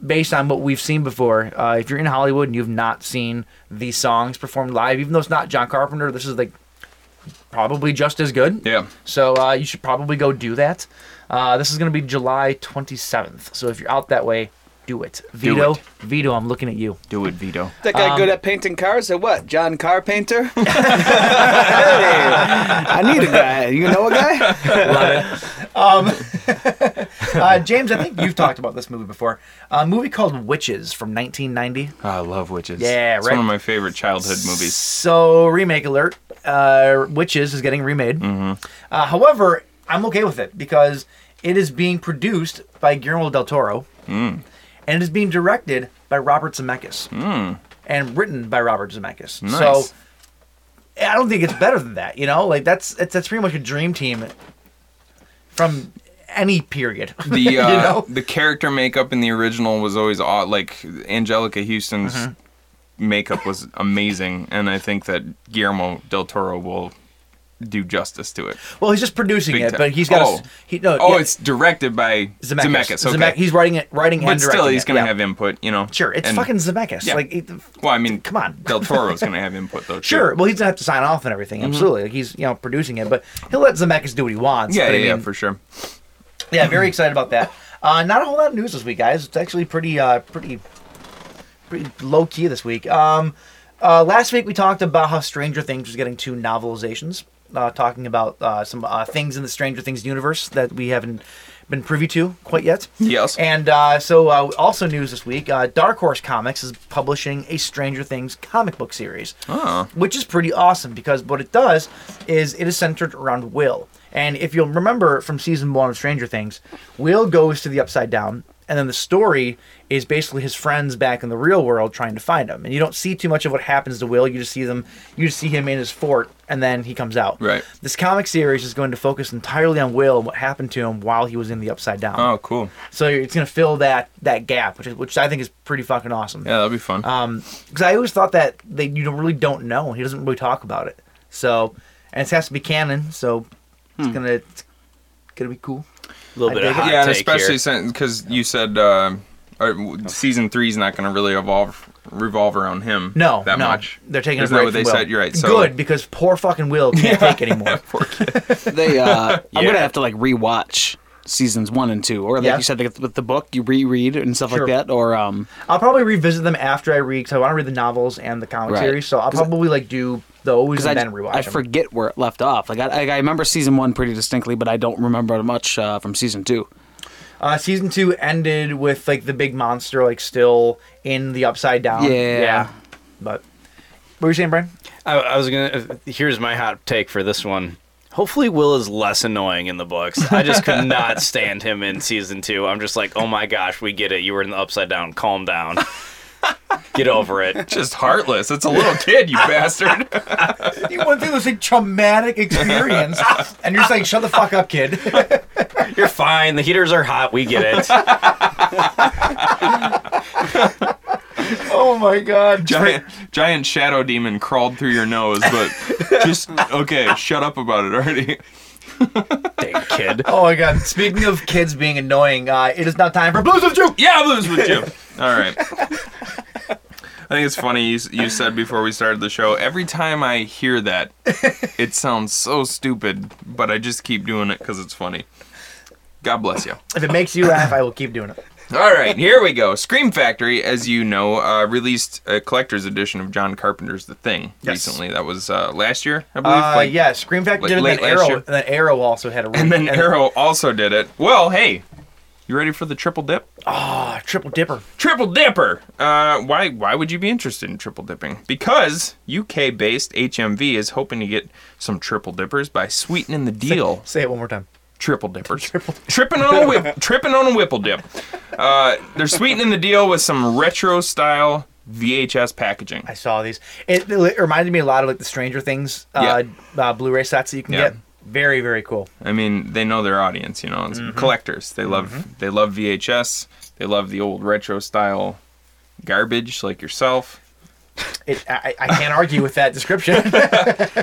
C: based on what we've seen before, uh, if you're in Hollywood and you've not seen these songs performed live, even though it's not John Carpenter, this is like probably just as good.
F: Yeah.
C: So uh, you should probably go do that. Uh, this is going to be July 27th. So if you're out that way, do it. Vito,
F: it.
C: Vito, I'm looking at you.
F: Do it, Vito.
E: That guy good
C: Um,
E: at painting cars or what? John Car Painter? hey, I need a guy. You know a guy?
C: Uh, James, I think you've talked about this movie before. A movie called Witches from 1990.
F: I love witches.
C: Yeah,
F: It's
C: right.
F: one of my favorite childhood movies.
C: So remake alert, uh, Witches is getting remade.
F: Mm-hmm.
C: Uh, however, I'm okay with it because it is being produced by Guillermo del Toro,
F: Mm.
C: and it is being directed by Robert Zemeckis, and written by Robert Zemeckis.
F: Mm. Nice.
C: So I don't think it's better than that. You know, like that's that's, that's pretty much a dream team from any period.
F: the uh,
C: know?
F: the character makeup in the original was always odd. Like Angelica Houston's
C: Mm-hmm.
F: makeup was amazing, and I think that Guillermo del Toro will do justice to it.
C: well, he's just producing
F: Big
C: it,
F: time.
C: but he's got. a s-
F: Oh.
C: he, no,
F: Oh,
C: yeah,
F: it's directed by Zemeckis.
C: Zemeckis.
F: okay.
C: Zemeck- he's writing it, writing
F: but
C: and
F: still,
C: directing
F: he's
C: it,
F: gonna
C: yeah.
F: have input. You know.
C: Sure, it's
F: and-
C: fucking Zemeckis.
F: Yeah.
C: Like, it-
F: Well, I mean,
C: Come on.
F: del Toro's gonna have input though. too.
C: sure. Well, he's gonna have to sign off and everything.
F: Mm-hmm.
C: Absolutely, like he's you know producing it, but he'll let Zemeckis do what he wants.
F: Yeah,
C: but
F: yeah,
C: I
F: yeah,
C: mean,
F: for sure.
C: yeah. Very excited about that. Uh, not a whole lot of news this week, guys. It's actually pretty, uh, pretty, pretty low key this week. Um, uh, last week we talked about how Stranger Things was getting two novelizations. Uh, talking about uh, some uh, things in the Stranger Things universe that we haven't been privy to quite yet.
F: Yes.
C: And uh, so, uh, also news this week uh, Dark Horse Comics is publishing a Stranger Things comic book series.
F: Oh.
C: Which is pretty awesome because what it does is it is centered around Will. And if you'll remember from season one of Stranger Things, Will goes to the Upside Down, and then the story is basically his friends back in the real world trying to find him. And you don't see too much of what happens to Will. You just see them, you just see him in his fort, and then he comes out.
F: Right.
C: This comic series is going to focus entirely on Will and what happened to him while he was in the Upside Down.
F: Oh, cool.
C: So it's gonna fill that that gap, which is, which I think is pretty fucking awesome.
F: Yeah, that'd be fun.
C: Because I always thought that they you don't- really don't know. He doesn't really talk about it. So and it has to be canon. So
F: Hmm.
C: it's gonna it's gonna be cool.
D: A little
C: I
D: bit of
C: dig it.
D: hot
F: yeah, and
D: take
F: especially
D: here.
F: since because you said uh, or, w- season three is not going to really evolve revolve around him.
C: No,
F: that
C: no,
F: much.
C: They're taking
F: Isn't
C: it
F: that
C: away
F: what
C: from
F: they
C: Will.
F: said? You're right. So
C: Good because poor fucking Will can't take anymore.
E: They, uh, I'm
D: Yeah.
E: gonna have to like rewatch seasons one and two, or like
C: Yeah.
E: you said, like, with the book you reread and stuff
C: Sure.
E: like that, or um,
C: I'll probably revisit them after I read because I want to read the novels and the comic
E: Right.
C: series. So I'll probably like do those
E: because I,
C: and then
E: j-
C: rewatch.
E: I
C: them.
E: forget where it left off. Like I, I, I remember season one pretty distinctly, but I don't remember much uh, from season two.
C: Uh, season two ended with like the big monster like still in the upside down.
E: Yeah.
C: But what were you saying, Brian?
D: I, I was gonna. uh, Here's my hot take for this one. Hopefully, Will is less annoying in the books. I just could not stand him in season two. I'm just like, oh my gosh, we get it. You were in the upside down. Calm down. Get over it.
F: just heartless. It's a little kid, you bastard.
C: You went through this like, traumatic experience, and you're just like, "Shut the fuck up, kid."
D: You're fine. The heaters are hot. We get it.
C: oh my god.
F: giant giant shadow demon crawled through your nose, but just okay. Shut up about it already.
D: Dang kid.
C: Oh my god. Speaking of kids being annoying, uh, it is now time for blues of June.
F: Yeah, blues with you. All right. I think it's funny you, you said before we started the show. Every time I hear that, it sounds so stupid, but I just keep doing it because it's funny. God bless you.
C: If it makes you laugh, I will keep doing it.
F: All right, here we go. Scream Factory, as you know, uh, released a collector's edition of John Carpenter's The Thing
C: Yes.
F: recently. That was uh, last year, I believe.
C: Uh,
F: like-
C: yeah, Scream Factory
F: like
C: did it.
F: late
C: Then
F: last
C: Arrow,
F: year.
C: and then Arrow also had a
F: And then Arrow also did it. Well, hey, you ready for the triple dip?
C: a uh, triple dipper.
F: Triple Dipper. Uh, why why would you be interested in triple dipping? Because UK based HMV is hoping to get some triple dippers by sweetening the deal.
C: Say it one more time.
F: Triple dippers. tripping on a whip. tripping on a whipple dip. Uh, they're sweetening the deal with some retro style VHS packaging.
C: I saw these. It, it reminded me a lot of like the Stranger Things uh, uh, Blu-ray sets that you can
F: Yeah.
C: get. Very very cool.
F: I mean, they know their audience, you know, it's collectors. They love they love VHS. They love the old retro style garbage like yourself.
C: It, I, I can't argue with that description.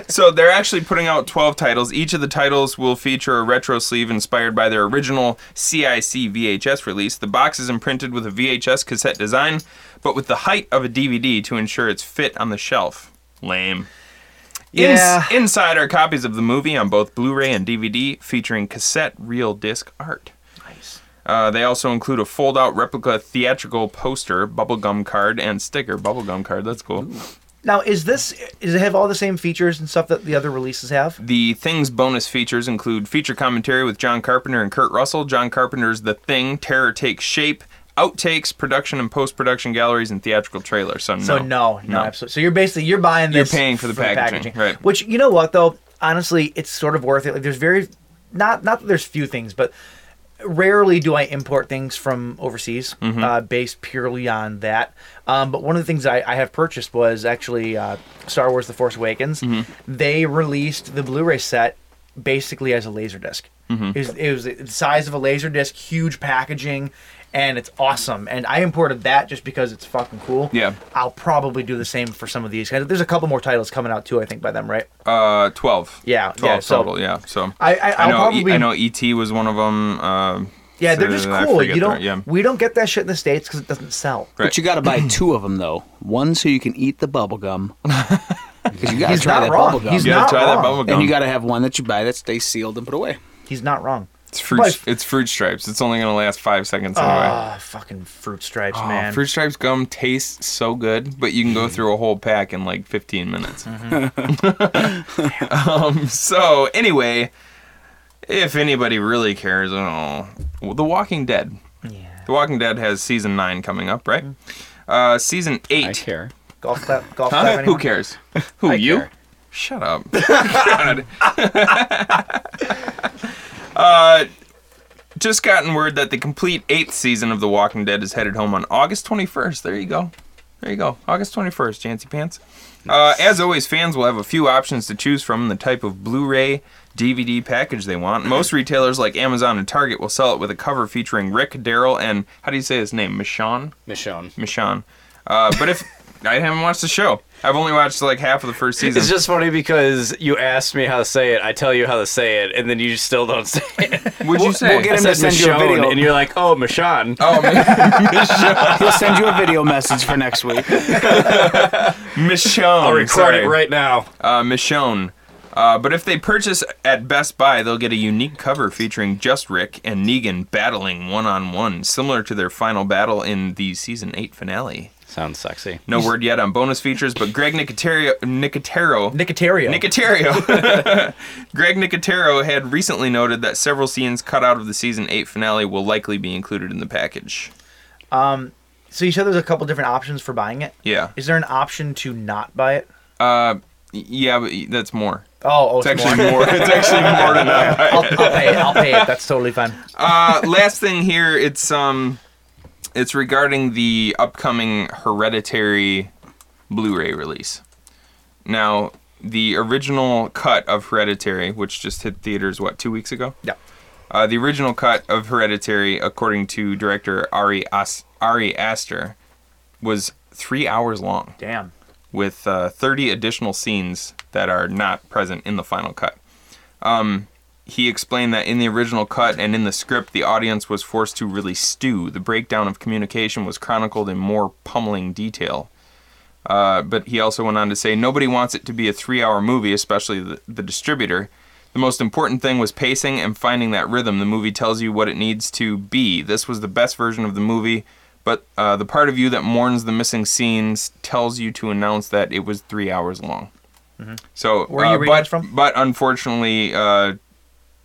F: So they're actually putting out 12 titles. Each of the titles will feature a retro sleeve inspired by their original CIC VHS release. The box is imprinted with a VHS cassette design, but with the height of a DVD to ensure its fit on the shelf. Lame. Ins-
C: Yeah.
F: inside are copies of the movie on both Blu-ray and DVD, featuring cassette reel disc art. Uh, they also include a fold-out replica theatrical poster, bubblegum card, and sticker. Bubblegum card, that's cool.
C: now, is this is it have all the same features and stuff that the other releases have?
F: The Thing's bonus features include feature commentary with John Carpenter and Kurt Russell, John Carpenter's The Thing, Terror Takes Shape, outtakes, production and post-production galleries, and theatrical trailer. So no,
C: So no, no, absolutely. So you're basically you're buying
F: You're
C: this.
F: paying for the packaging, right.
C: Which you know what though, honestly, it's sort of worth it. Like there's very not not that there's few things, but rarely do I import things from overseas
F: Mm-hmm.
C: uh, based purely on that. Um, but one of the things I, I have purchased was actually uh, Star Wars: The Force Awakens.
F: Mm-hmm.
C: They released the Blu-ray set basically as a laser disc.
F: Mm-hmm.
C: It, was, it was the size of a laser disc, huge packaging, and it's awesome. And I imported that just because it's fucking cool.
F: Yeah.
C: I'll probably do the same for some of these. There's a couple more titles coming out too, I think, by them, right?
F: Uh, twelve.
C: Yeah,
F: twelve
C: yeah, so-
F: total. yeah, so
C: I- I- I'll
F: know. E-
C: probably-
F: I know. E.T. was one of them. Uh,
C: Yeah, they're
F: so
C: just
F: I
C: cool.
F: forget
C: You
F: the-
C: don't.
F: yeah.
C: We don't get that shit in the states because it doesn't sell.
F: Right.
E: But you got to buy two of them though. One so you can eat the bubble gum. Because you got to
C: He's
E: try
C: not
E: that
C: wrong.
E: bubble gum.
C: He's
F: You gotta
C: not
F: try that
C: wrong.
F: bubblegum.
E: and you got to have one that you buy that stays sealed and put away.
C: He's not wrong.
F: it's fruit.
C: But-
F: It's fruit stripes. It's only gonna last five seconds anyway.
C: Ah, fucking fruit stripes,
F: Oh,
C: man.
F: Fruit Stripes gum tastes so good, but you can
D: Mm-hmm.
F: go through a whole pack in like
D: Mm-hmm.
F: 15 minutes. um, so, anyway, if anybody really cares, oh, well, The Walking Dead. Yeah. The Walking Dead has season nine coming up, right? Uh, season eight.
D: Mm-hmm. I care.
C: Golf clap, golf
F: Huh?
C: clap.
F: Who
C: anyone?
F: cares? Who you?
D: care.
F: Shut up. God. uh, just gotten word that the complete eighth season of The Walking Dead is headed home on August 21st. There you go. There you go. August 21st, Jancy Pants. Uh, as always, fans will have a few options to choose from in the type of Blu ray DVD package they
D: Mm-hmm.
F: want. Most retailers like Amazon and Target will sell it with a cover featuring Rick, Daryl, and how do you say his name? Michonne?
D: Michonne.
F: Michonne. Uh, but if I haven't watched the show, I've only watched like half of the first season.
D: It's just funny because you asked me how to say it, I tell you how to say it, and then you still don't say it.
F: Would you say?
E: we'll get
D: I
E: him to
D: said
E: send you a video.
D: Michonne, and you're like, oh, Michonne.
F: oh, Michonne.
E: He'll send you a video message for next week.
F: Michonne.
D: I'll record it right now.
F: Uh, Michonne. Uh, but if they purchase at Best Buy, they'll get a unique cover featuring just Rick and Negan battling one on one, similar to their final battle in the season eight finale.
D: Sounds sexy.
F: No word yet on bonus features, but Greg Nicotero, Nicotero
C: Nicotario.
F: Nicotero. Greg Nicotero had recently noted that several scenes cut out of the season 8 finale will likely be included in the package.
C: so you said there's a couple different options for buying it.
F: Yeah.
C: Is there an option to not buy it?
F: Uh, y- yeah, but y- that's more.
C: Oh, oh,
F: It's
C: it's,
F: actually
C: more.
F: more. It's actually more than that.
C: I'll, I'll pay it. I'll pay it. That's totally fine.
F: Uh, last thing here, it's um, it's regarding the upcoming Hereditary Blu-ray release. Now, the original cut of Hereditary, which just hit theaters what two weeks ago.
C: Yeah.
F: Uh, the original cut of Hereditary, according to director Ari As- Ari Aster, was three hours long,
C: Damn.
F: with uh, 30 additional scenes that are not present in the final cut. Um, he explained that in the original cut and in the script, the audience was forced to really stew. The breakdown of communication was chronicled in more pummeling detail. Uh, but he also went on to say nobody wants it to be a three hour movie, especially the, the distributor. The most important thing was pacing and finding that rhythm. The movie tells you what it needs to be. This was the best version of the movie, but uh, the part of you that mourns the missing scenes tells you to announce that it was three hours long. So,
C: Mm-hmm. Where are you
F: uh,
C: reading
F: but,
C: this from?
F: but unfortunately, uh,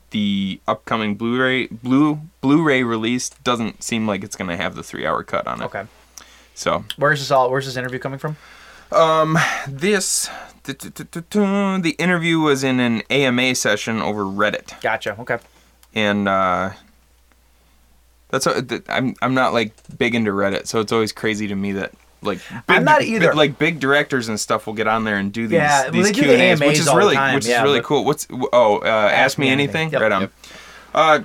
F: the upcoming Blu-ray blue Blu-ray release doesn't seem like it's going to have the three-hour cut on it.
C: Okay.
F: So
C: Where's this all? Where's this interview coming from?
F: this the interview was in an AMA session over Reddit,
C: Gotcha. Okay.
F: and uh, that's what, th- I'm I'm not like big into Reddit, so it's always crazy to me that like
C: I'm not
F: big-
C: either.
F: like big directors and stuff will get on there and do these
C: Yeah, well,
F: these
C: they do
F: Q
C: the
F: and A's, which
C: AMAs
F: is
C: all the
F: really
C: time,
F: which is
C: yeah,
F: really
C: but-
F: cool. What's oh uh, ask, me anything?
C: Yep.
F: Right on. Uh,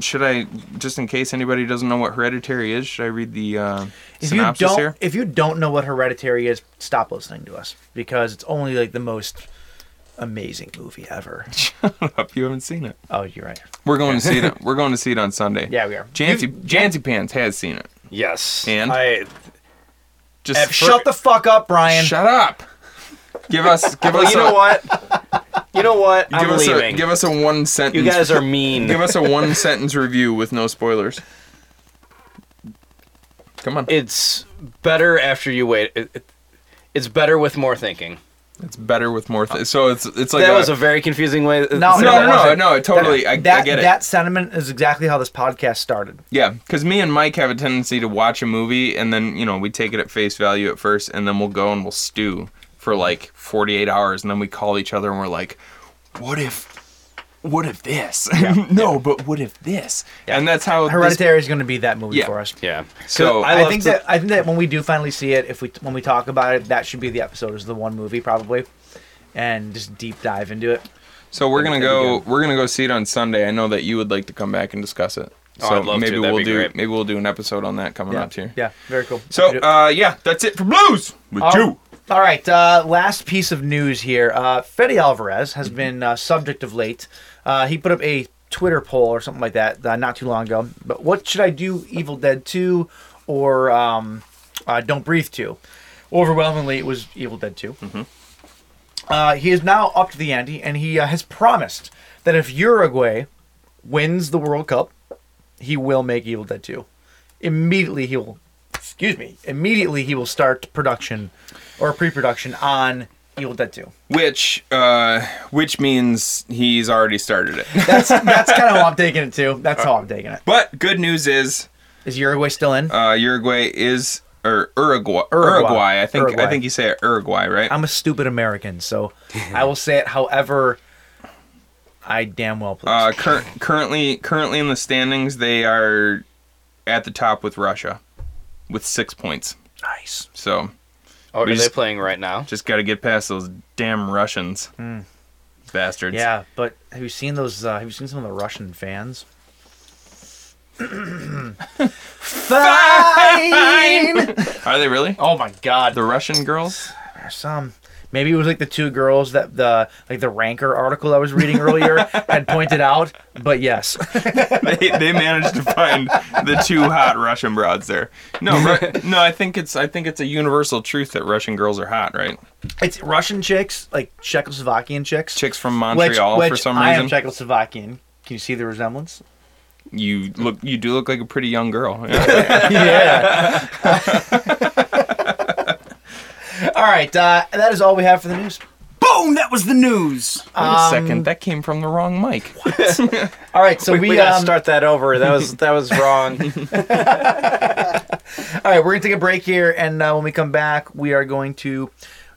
F: should I just in case anybody doesn't know what Hereditary is? Should I read the uh,
C: If you
F: synopsis
C: don't,
F: here?
C: if you don't know what Hereditary is, stop listening to us because it's only like the most amazing movie ever.
F: If you haven't seen it.
C: oh, you're right.
F: We're going to see it. We're going to see it on Sunday.
C: Yeah, we are.
F: Jancy Jancy Pants has seen it.
D: Yes.
F: And?
D: I,
F: Just
C: F- shut the fuck up, Brian.
F: shut up. Give us give
D: well,
F: us
D: you
F: a,
D: know what? You know what?
F: Give
D: I'm
F: us
D: leaving.
F: a give us a one sentence.
D: you guys are mean.
F: give us a one sentence review with no spoilers. Come on.
D: it's better after you wait. It, it, it's better with more thinking.
F: it's better with more. Th- so it's it's like uh,
D: That
F: a,
D: was a very confusing way.
C: No,
F: no, no, no,
C: wasn't.
F: no, it totally- I- I
C: that,
F: get it.
C: That sentiment is exactly how this podcast started.
F: yeah. Because me and Mike have a tendency to watch a movie and then you know we take it at face value at first and then we'll go and we'll stew for like 48 hours and then we call each other and we're like, what if. What if this? no, but what if this? And that's how this-
C: Hereditary is going to be that movie
F: Yeah.
C: for us.
D: Yeah.
F: So
C: I,
F: love
C: think
F: to-
C: that I think that when we do finally see it, if we when we talk about it, that should be the episode. Is the one movie probably, and just deep dive into it.
F: So we're gonna
C: That'd be
F: go.
C: good.
F: We're gonna go see it on Sunday. I know that you would like to come back and discuss it.
D: Oh,
F: so
D: I'd love to.
F: maybe
D: That'd
F: we'll
D: be
F: do.
D: great.
F: Maybe we'll do an episode on that coming
C: Yeah,
F: up here.
C: yeah, Oh. very cool.
F: So uh, yeah, that's it for blues with
C: All-
F: you.
C: All right, uh, last piece of news here. Uh, Fede Alvarez has been uh, subject of late. Uh, he put up a Twitter poll or something like that uh, not too long ago. But what should I do? Evil Dead 2 or um, uh, Don't Breathe 2? Overwhelmingly, it was Evil Dead 2. Uh, he is now up to the ante, and he uh, has promised that if Uruguay wins the World Cup, he will make Evil Dead 2. Immediately, he will. Excuse me. Immediately, he will start production or pre-production on Evil Dead Two.
F: which uh, which means he's already started it.
C: That's that's kind of how I'm taking it too. That's how I'm taking it.
F: But good news is
C: Is Uruguay still in?
F: uh, Uruguay is or Uruguay,
C: Uruguay.
F: Uruguay. I think
C: Uruguay.
F: I think you say it Uruguay, right?
C: I'm a stupid American, so I will say it. However, I damn well please.
F: Uh, cur- currently, currently in the standings, they are at the top with Russia, with six points.
C: nice.
F: So
D: Oh, are
F: We
D: they
F: just-
D: playing right now?
F: just got to get past those damn Russians, bastards.
C: Hmm. Yeah, but have you seen those? Uh, have you seen some of the Russian fans? Fine.
F: Are they really?
C: oh my God,
F: The Russian girls?
C: there's some. Maybe it was like the two girls that the like the Ranker article I was reading earlier had pointed out. But yes,
F: they, they managed to find the two hot Russian broads there. No, Ru- no, I think it's I think it's a universal truth that Russian girls are hot, right?
C: it's Russian chicks, like Czechoslovakian chicks.
F: Chicks from Montreal
C: which,
F: for
C: which
F: some
C: I
F: reason.
C: am Czechoslovakian. Can you see the resemblance?
F: you look, you do look like a pretty young girl. Yeah.
C: yeah. all right, uh, that is all we have for the news.
E: Boom! That was the news.
F: Wait a
C: Um,
F: second, that came from the wrong mic.
C: All right, so we,
D: We, gotta
C: um,
D: start that over. That was that was wrong.
C: All right, we're gonna take a break here, and uh, when we come back, we are going to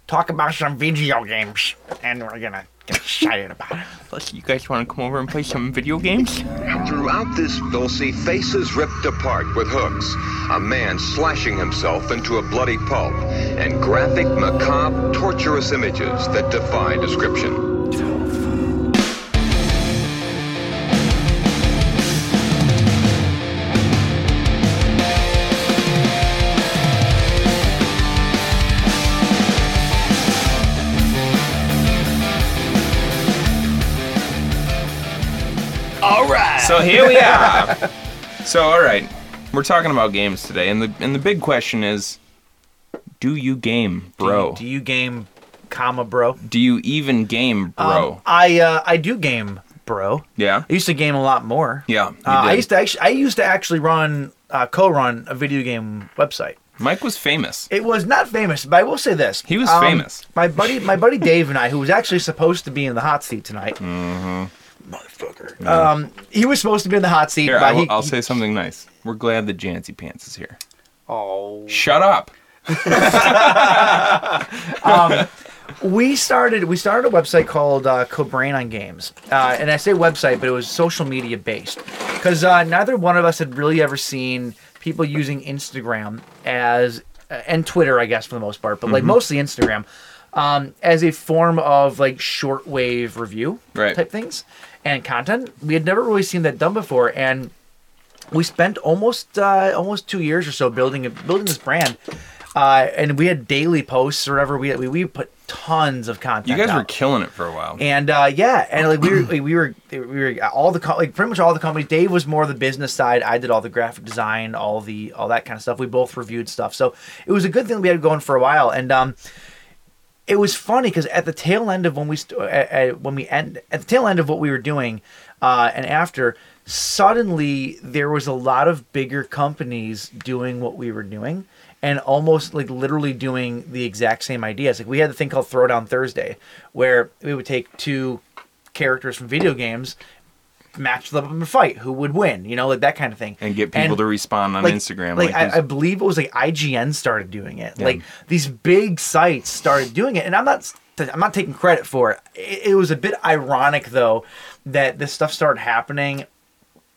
C: talk about some video games, and we're gonna get excited about it.
F: Plus, you guys want to come over and play some video games?
I: Throughout this, they'll see faces ripped apart with hooks, a man slashing himself into a bloody pulp, and graphic, macabre, torturous images that defy description.
F: So here we are. so all right, we're talking about games today, and the and the big question is, do you game, bro?
C: do you game, comma, bro?
F: Do you even game, bro?
C: Um, I uh, I do game, bro.
F: yeah.
C: I used to game a lot more.
F: Yeah, you
C: uh, I
F: did.
C: used to actually I used to actually run uh, co-run a video game website.
F: Mike was famous.
C: It was not famous, but I will say this: Um,
F: He was famous.
C: My buddy, my buddy Dave and I, who was actually supposed to be in the hot seat tonight, motherfucker. Um, he was supposed to be in the hot seat,
F: Mm-hmm. Here,
C: but
F: I will,
C: he,
F: I'll say something nice. We're glad that Jancy Pants is here.
D: oh,
F: Shut up.
C: we started we started a website called uh, Cobrain on Games, uh, and I say website, but it was social media based because uh, neither one of us had really ever seen people using Instagram as uh, and Twitter, I guess, for the most part, but like mostly Instagram um, as a form of like shortwave review
F: Right.
C: type things and content. We had never really seen that done before, and we spent almost uh, almost two years or so building building this brand, uh, and we had daily posts wherever we we, we put tons of content.
F: You guys were
C: out.
F: killing it for a while.
C: And uh, yeah, and like we were, like, we were, we were uh, all the co- like pretty much all the companies. Dave was more the business side. I did all the graphic design, all the all that kind of stuff. We both reviewed stuff, so it was a good thing we had going for a while. And um, it was funny because at the tail end of when we st- at, at, when we end at the tail end of what we were doing, uh, and after suddenly there was a lot of bigger companies doing what we were doing. And almost like literally doing the exact same ideas. Like we had the thing called Throwdown Thursday, where we would take two characters from video games, match them up in a fight, who would win, you know, like that kind of thing.
F: And get people to respond on
C: like-
F: Instagram.
C: Like,
F: who's-
C: I, I believe it was like IGN started doing it. Like these big sites started doing it, and I'm not I'm not taking credit for it. It, it was a bit ironic though that this stuff started happening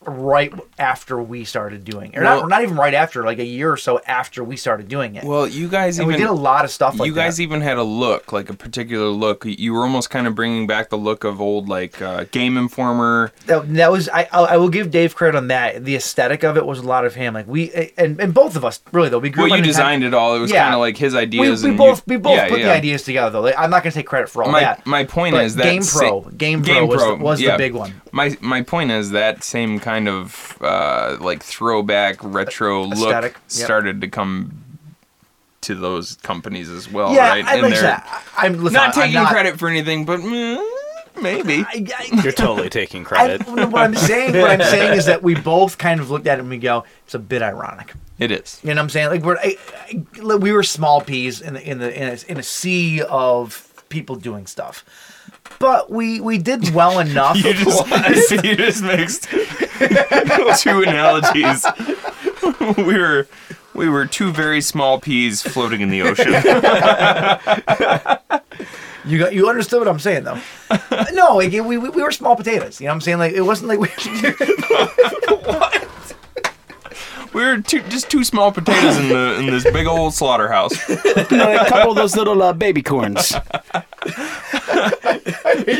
C: right after we started doing it. Or
F: Well-
C: not, not even right after, like a year or so after we started doing it.
F: well, you guys
C: and we
F: even
C: did a lot of stuff like
F: you guys e-
C: that.
F: even had a look, like a particular look. You were almost kind of bringing back the look of old, like uh, Game Informer.
C: that, that was I, I I will give Dave credit on that. The aesthetic of it was a lot of him. Like we and, and both of us really though we grew.
F: Well,
C: up in
F: you
C: a time-
F: designed it all. It was
C: Yeah.
F: kind of like his
C: We,
F: ideas.
C: we
F: and
C: both
F: you,
C: we both
F: yeah,
C: put
F: yeah.
C: the ideas together though. Like, I'm not gonna take credit for all
F: my,
C: that.
F: my point
C: But
F: is that
C: Game Pro-
F: sa-
C: Game Pro was the- was the big one.
F: My my point is that same kind of uh, like throwback retro
C: aesthetic,
F: look
C: yep.
F: started to come to those companies as well,
C: yeah,
F: right?
C: I,
F: And
C: like
F: they're
C: that. I- I'm listen,
F: not
C: I'm
F: taking
C: not-
F: credit for anything, but mm, maybe.
C: I, I,
D: you're totally taking
C: I,
D: credit.
C: what I'm saying, what I'm saying is that we both kind of looked at it and we go, it's a bit ironic.
F: It is.
C: You know what I'm saying? Like we're I, I- we were small peas in the in the in a, in a sea of people doing stuff. But we we did well enough.
F: You just, you just mixed two analogies. we were we were two very small peas floating in the ocean.
C: You got you understood what I'm saying though. no, like, we, we we were small potatoes. You know what I'm saying? Like it wasn't like we
F: We were two, just two small potatoes in the in this big old slaughterhouse.
E: a couple of those little uh, baby corns.
C: hate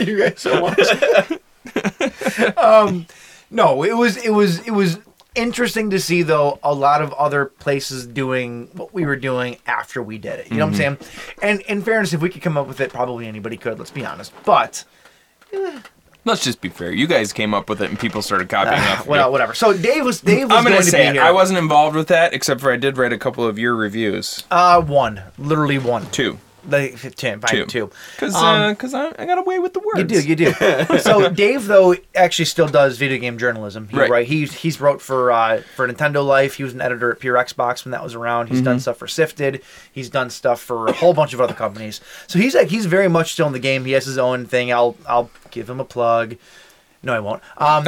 C: you guys so much. um, no, it was it was it was interesting to see though a lot of other places doing what we were doing after we did it. You know what I'm saying?
F: Mm-hmm.
C: And in fairness, if we could come up with it, probably anybody could. Let's be honest. But
F: Let's just be fair. You guys came up with it, and people started copying off. of
C: Ah,
F: you.
C: well, whatever. So Dave was Dave was
F: I'm gonna
C: going
F: say
C: to
F: it.
C: be here.
F: I wasn't involved with that, except for I did write a couple of your reviews.
C: uh one literally one
F: Two,
C: like fifteen
F: two,
C: by two.
F: Because
C: Um,
F: uh, I, I got away with the words.
C: You do, you do. so Dave though actually still does video game journalism. He,
F: Right.
C: right. He's he's wrote for uh, for Nintendo Life. He was an editor at Pure Xbox when that was around. He's
F: Mhm.
C: done stuff for Sifted. He's done stuff for a whole bunch of other companies. So he's like he's very much still in the game. He has his own thing. I'll I'll give him a plug. No, I won't. Um,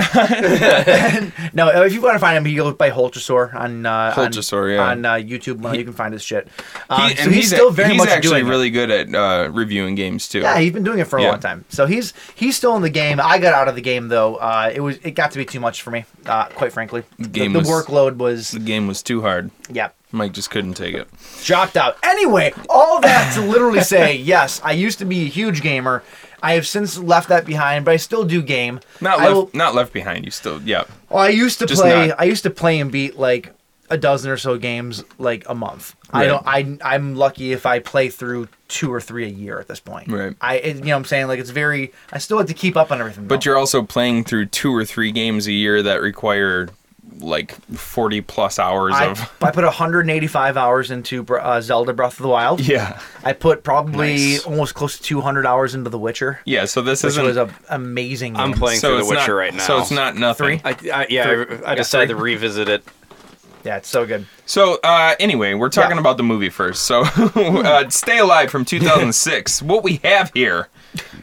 C: no, if you want to find him, he goes by Holtrosaur on uh, on-
F: Holtrosaur, yeah.
C: on uh, YouTube. Well, you can find his shit. Uh,
F: He-
C: so
F: and
C: he's, still very
F: he's
C: much
F: actually
C: doing it.
F: really good at uh, reviewing games too.
C: Yeah, he's been doing it for a
F: Yeah.
C: long time. So he's he's still in the game. I got out of the game though. Uh, it was it got to be too much for me, uh, quite frankly. The,
F: game
C: the
F: was-
C: workload was
F: the game was too hard.
C: yeah
F: Mike just couldn't take it.
C: dropped out. Anyway, all that to literally say yes, I used to be a huge gamer. I have since left that behind, but I still do game.
F: Not
C: I
F: left,
C: will-
F: not left behind. You still, yeah.
C: Well, I used to
F: Just
C: play.
F: not-
C: I used to play and beat like a dozen or so games like a month. I don't. I I'm lucky if I play through two or three a year at this point.
F: Right.
C: I it, you know what I'm saying like it's very. I still have to keep up on everything.
F: But
C: though.
F: you're also playing through two or three games a year that require like 40 plus hours
C: I,
F: of.
C: I put 185 hours into Br- uh, Zelda Breath of the Wild.
F: Yeah.
C: I put probably
F: Nice.
C: almost close to 200 hours into The Witcher,
F: Yeah, so this
C: which
F: isn't.
C: was an amazing game.
D: I'm playing
F: so
D: through The
F: it's
D: Witcher
F: not-
D: right now.
F: So it's not nothing.
D: I, I, yeah, I, I decided to revisit it.
C: Yeah, it's so good.
F: So uh, anyway, we're talking
C: Yeah.
F: about the movie first. So uh, Stay Alive from 2006. what we have here.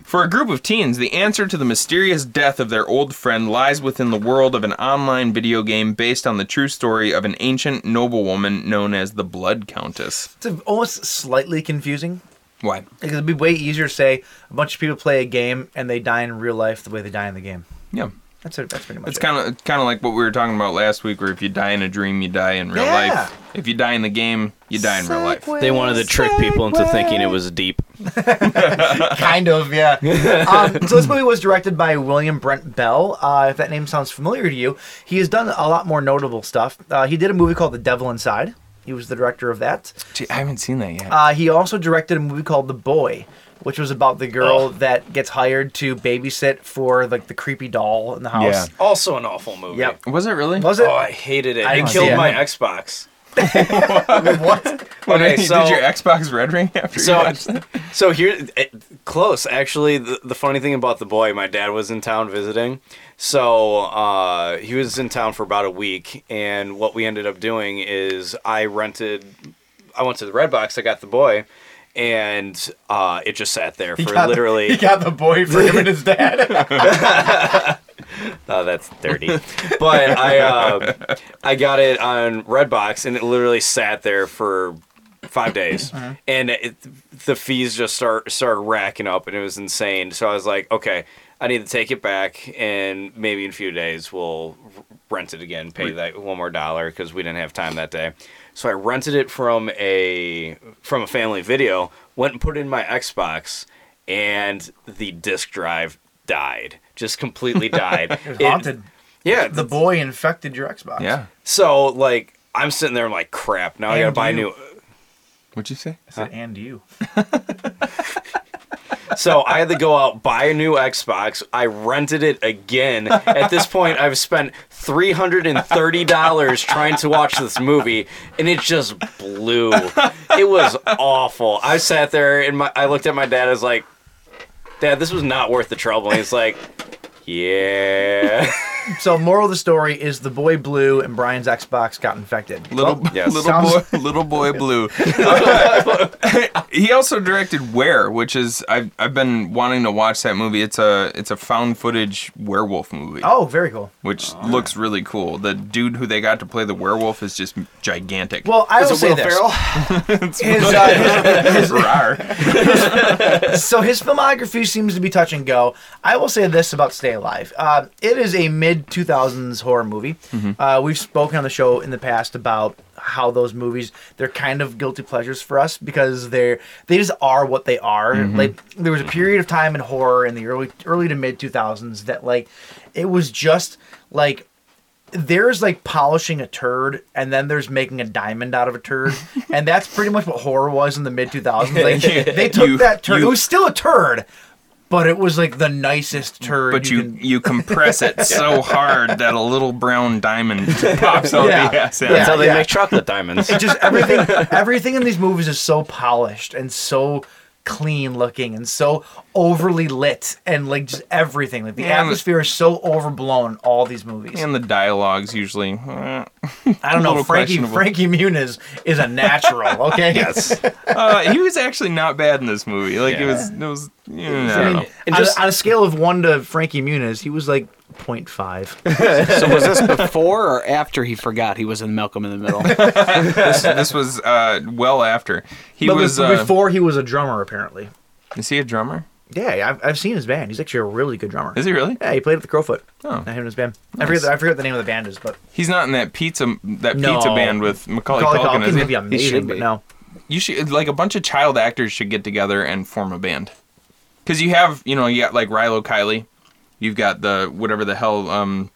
F: For a group of teens, the answer to the mysterious death of their old friend lies within the world of an online video game based on the true story of an ancient noblewoman known as the Blood Countess.
C: It's a- almost slightly confusing.
F: Why?
C: Like, it'd be way easier to say a bunch of people play a game and they die in real life the way they die in the game.
F: Yeah.
C: That's it. That's pretty much
F: It's
C: it.
F: kind of kind of like what we were talking about last week, where if you die in a dream, you die in real
C: Yeah.
F: life. If you die in the game, you die in real life.
D: They wanted to trick people into thinking it was deep.
C: kind of, yeah. um, so this movie was directed by William Brent Bell. Uh, if that name sounds familiar to you, he has done a lot more notable stuff. Uh, he did a movie called The Devil Inside. He was the director of that.
F: Gee, I haven't seen that yet.
C: Uh, he also directed a movie called The Boy, which was about the girl that gets hired to babysit for like the creepy doll in the house.
J: Also an awful movie.
C: Yep.
F: Was it really?
C: Was it?
J: Oh, I hated it.
C: I
J: I
C: don't
J: it
C: see
J: killed
C: it.
J: my Xbox.
C: what?
J: Okay,
F: Did
J: so-
F: your Xbox red ring after you
D: So,
F: watched that?
D: so here, it, close. Actually, the, the funny thing about the boy, my dad was in town visiting, so uh, he was in town for about a week. And what we ended up doing is I rented. I went to the Red Box. I got the boy, and uh, it just sat there for literally.
C: he got the boy for him and his dad.
D: Oh, that's dirty. but I uh, I got it on Redbox, and it literally sat there for five days, and it, the fees just start started racking up, and it was insane. So I was like, okay, I need to take it back, and maybe in a few days we'll r- rent it again, pay that one more dollar because we didn't have time that day. So I rented it from a from a Family Video, went and put it in my Xbox, and the disc drive died, just completely died. It-
C: Haunted.
D: yeah.
C: The boy infected your Xbox.
F: Yeah.
D: so like I'm sitting there I'm like crap, now I
C: And
D: gotta buy
C: you.
D: new
F: What'd you say?
C: I said, and you.
D: So I had to go out, buy a new Xbox. I rented it again. At this point I've spent three hundred and thirty dollars trying to watch this movie and it just blew. It was awful. I sat there and my I looked at my dad, I was like, Dad, this was not worth the trouble. And he's like, Yeah.
C: so moral of the story is the boy blue and Brian's Xbox got infected.
F: Little,
C: Well,
F: little
C: sounds-
F: boy, little boy blue. he also directed Where, which is I've I've been wanting to watch that movie. It's a it's a found footage werewolf movie,
C: Oh, very cool.
F: which looks really cool. The dude who they got to play the werewolf is just gigantic.
C: Well, I
E: Is
C: will
E: it
C: say
E: Will
C: this.
E: Ferrell?
C: His, uh,
F: Rawr.
C: his- so his filmography seems to be touch and go. I will say this about Stay Alive. Uh, it is a mid 2000s horror movie. Uh, we've spoken on the show in the past about how those movies they're kind of guilty pleasures for us because they're they just are what they are. Like there was a period of time in horror in the early early to mid 2000s that like it was just like there's like polishing a turd and then there's making a diamond out of a turd and that's pretty much what horror was in the mid 2000s like they took
F: You-
C: that turd
F: you-
C: it was still a turd but it was like the nicest turd
F: But you
C: can-
F: you compress it so hard that a little brown diamond pops out
C: Yeah.
F: the ass.
C: Yeah.
D: That's how they
C: yeah.
D: make chocolate diamonds.
C: It just everything everything in these movies is so polished and so clean looking and so overly lit and like just everything like the
F: Yeah, and-
C: atmosphere is so overblown in all these movies
F: And the dialogue's usually. eh.
C: i don't know
F: little
C: frankie
F: questionable.
C: frankie muniz is a natural okay
D: yes.
F: Uh, he was actually not bad in this movie. Like it
D: Yeah.
F: was, it was. You know, I
C: I
F: don't
C: mean,
F: know.
C: on a- on, a scale of one to Frankie Muniz, he was like 0.5.
E: So was this before or after he forgot he was in Malcolm in the Middle?
F: this, this was uh, well after he
C: but
F: was.
C: be-
F: Uh,
C: before he was a drummer, apparently.
F: is he a drummer?
C: Yeah, I've, I've seen his band. He's actually a really good drummer.
F: Is he really?
C: Yeah, he played with the Crowfoot.
F: Oh.
C: Him and his band. I forget. The, I forget what the name of the band is, but
F: He's not in that pizza that
C: No.
F: pizza band with Macaulay,
C: Macaulay
F: Culkin. is
C: Culkin
F: he?
C: would be amazing.
E: should
C: But
E: be.
C: no,
F: You should like a bunch of child actors should get together and form a band. Because you have you know you got like Rilo Kiley, you've got the whatever the hell um,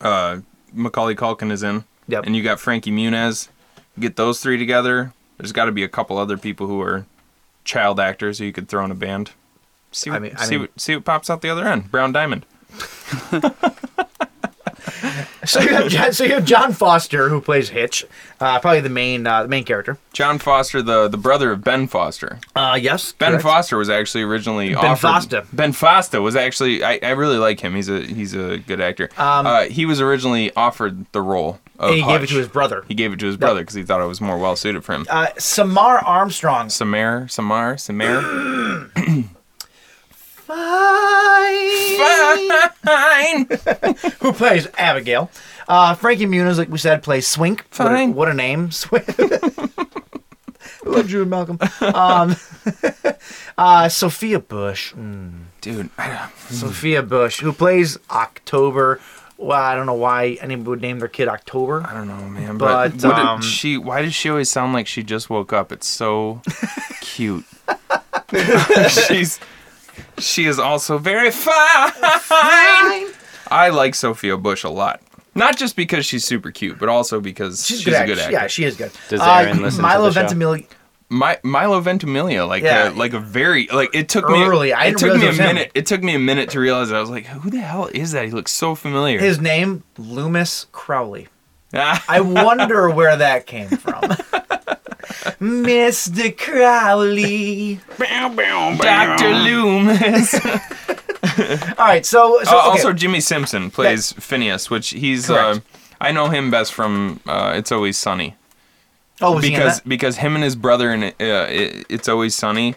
F: uh, Macaulay Culkin is in,
C: Yep.
F: and you got Frankie Muniz. Get those three together. There's got to be a couple other people who are child actors who you could throw in a band. See
C: I
F: what,
C: mean- I
F: see,
C: mean-
F: what see what pops out the other end. Brown Diamond.
C: so you have John, so you have John Foster who plays Hitch, uh, probably the main uh, the main character.
F: John Foster, the the brother of Ben Foster.
C: Uh, yes,
F: Ben
C: correct.
F: Foster was actually originally ben offered.
C: Foster.
F: Ben Foster was actually. I, I really like him. He's a he's a good actor. uh, he was originally offered the role. Of
C: Um, And he gave it
F: Hutch.
C: to his brother.
F: He gave it to his brother because he thought it was more well suited for him.
C: Uh, Samar Armstrong.
F: Samar, Samar, Samar.
C: Bye.
F: Fine.
C: who plays Abigail. Uh, Frankie Muniz, like we said, plays Swink. What a-
F: Fine.
C: What a, name, Swink. Love you, Malcolm. Um, uh, Sophia Bush. Mm,
F: Dude, I,
C: Sophia Bush, who plays October. Well, I don't know why anybody would name their kid October.
F: I don't know, man.
C: But,
F: But, what did
C: um,
F: she? Why does she always sound like she just woke up? It's so cute. She's she is also very fine. I like Sophia Bush a lot. Not just because she's super cute, but also because she's, a good actor.
C: Yeah, she is good. Uh,
D: Does Aaron listen to
C: Milo
D: the show?
C: Ventimiglia.
F: Mi- Milo Ventimiglia, like
C: Yeah.
F: a, like a very like it took
C: Early,
F: me
C: I
F: it
C: didn't
F: took
C: realize
F: me
C: it
F: a
C: was him.
F: minute. It took me a minute to realize it. I was like, who the hell is that? He looks so familiar.
C: His name, Loomis Crowley.
F: Ah,
C: I wonder where that came from. Mr. Crowley.
F: Dr. Loomis.
C: All right, so, so
F: Uh,
C: okay.
F: Also, Jimmy Simpson plays Phineas, which he's. Uh,
C: Correct.
F: I know him best from uh, It's Always Sunny
C: oh, was he in
F: because
C: that?
F: because him and his brother in uh, it, It's Always Sunny,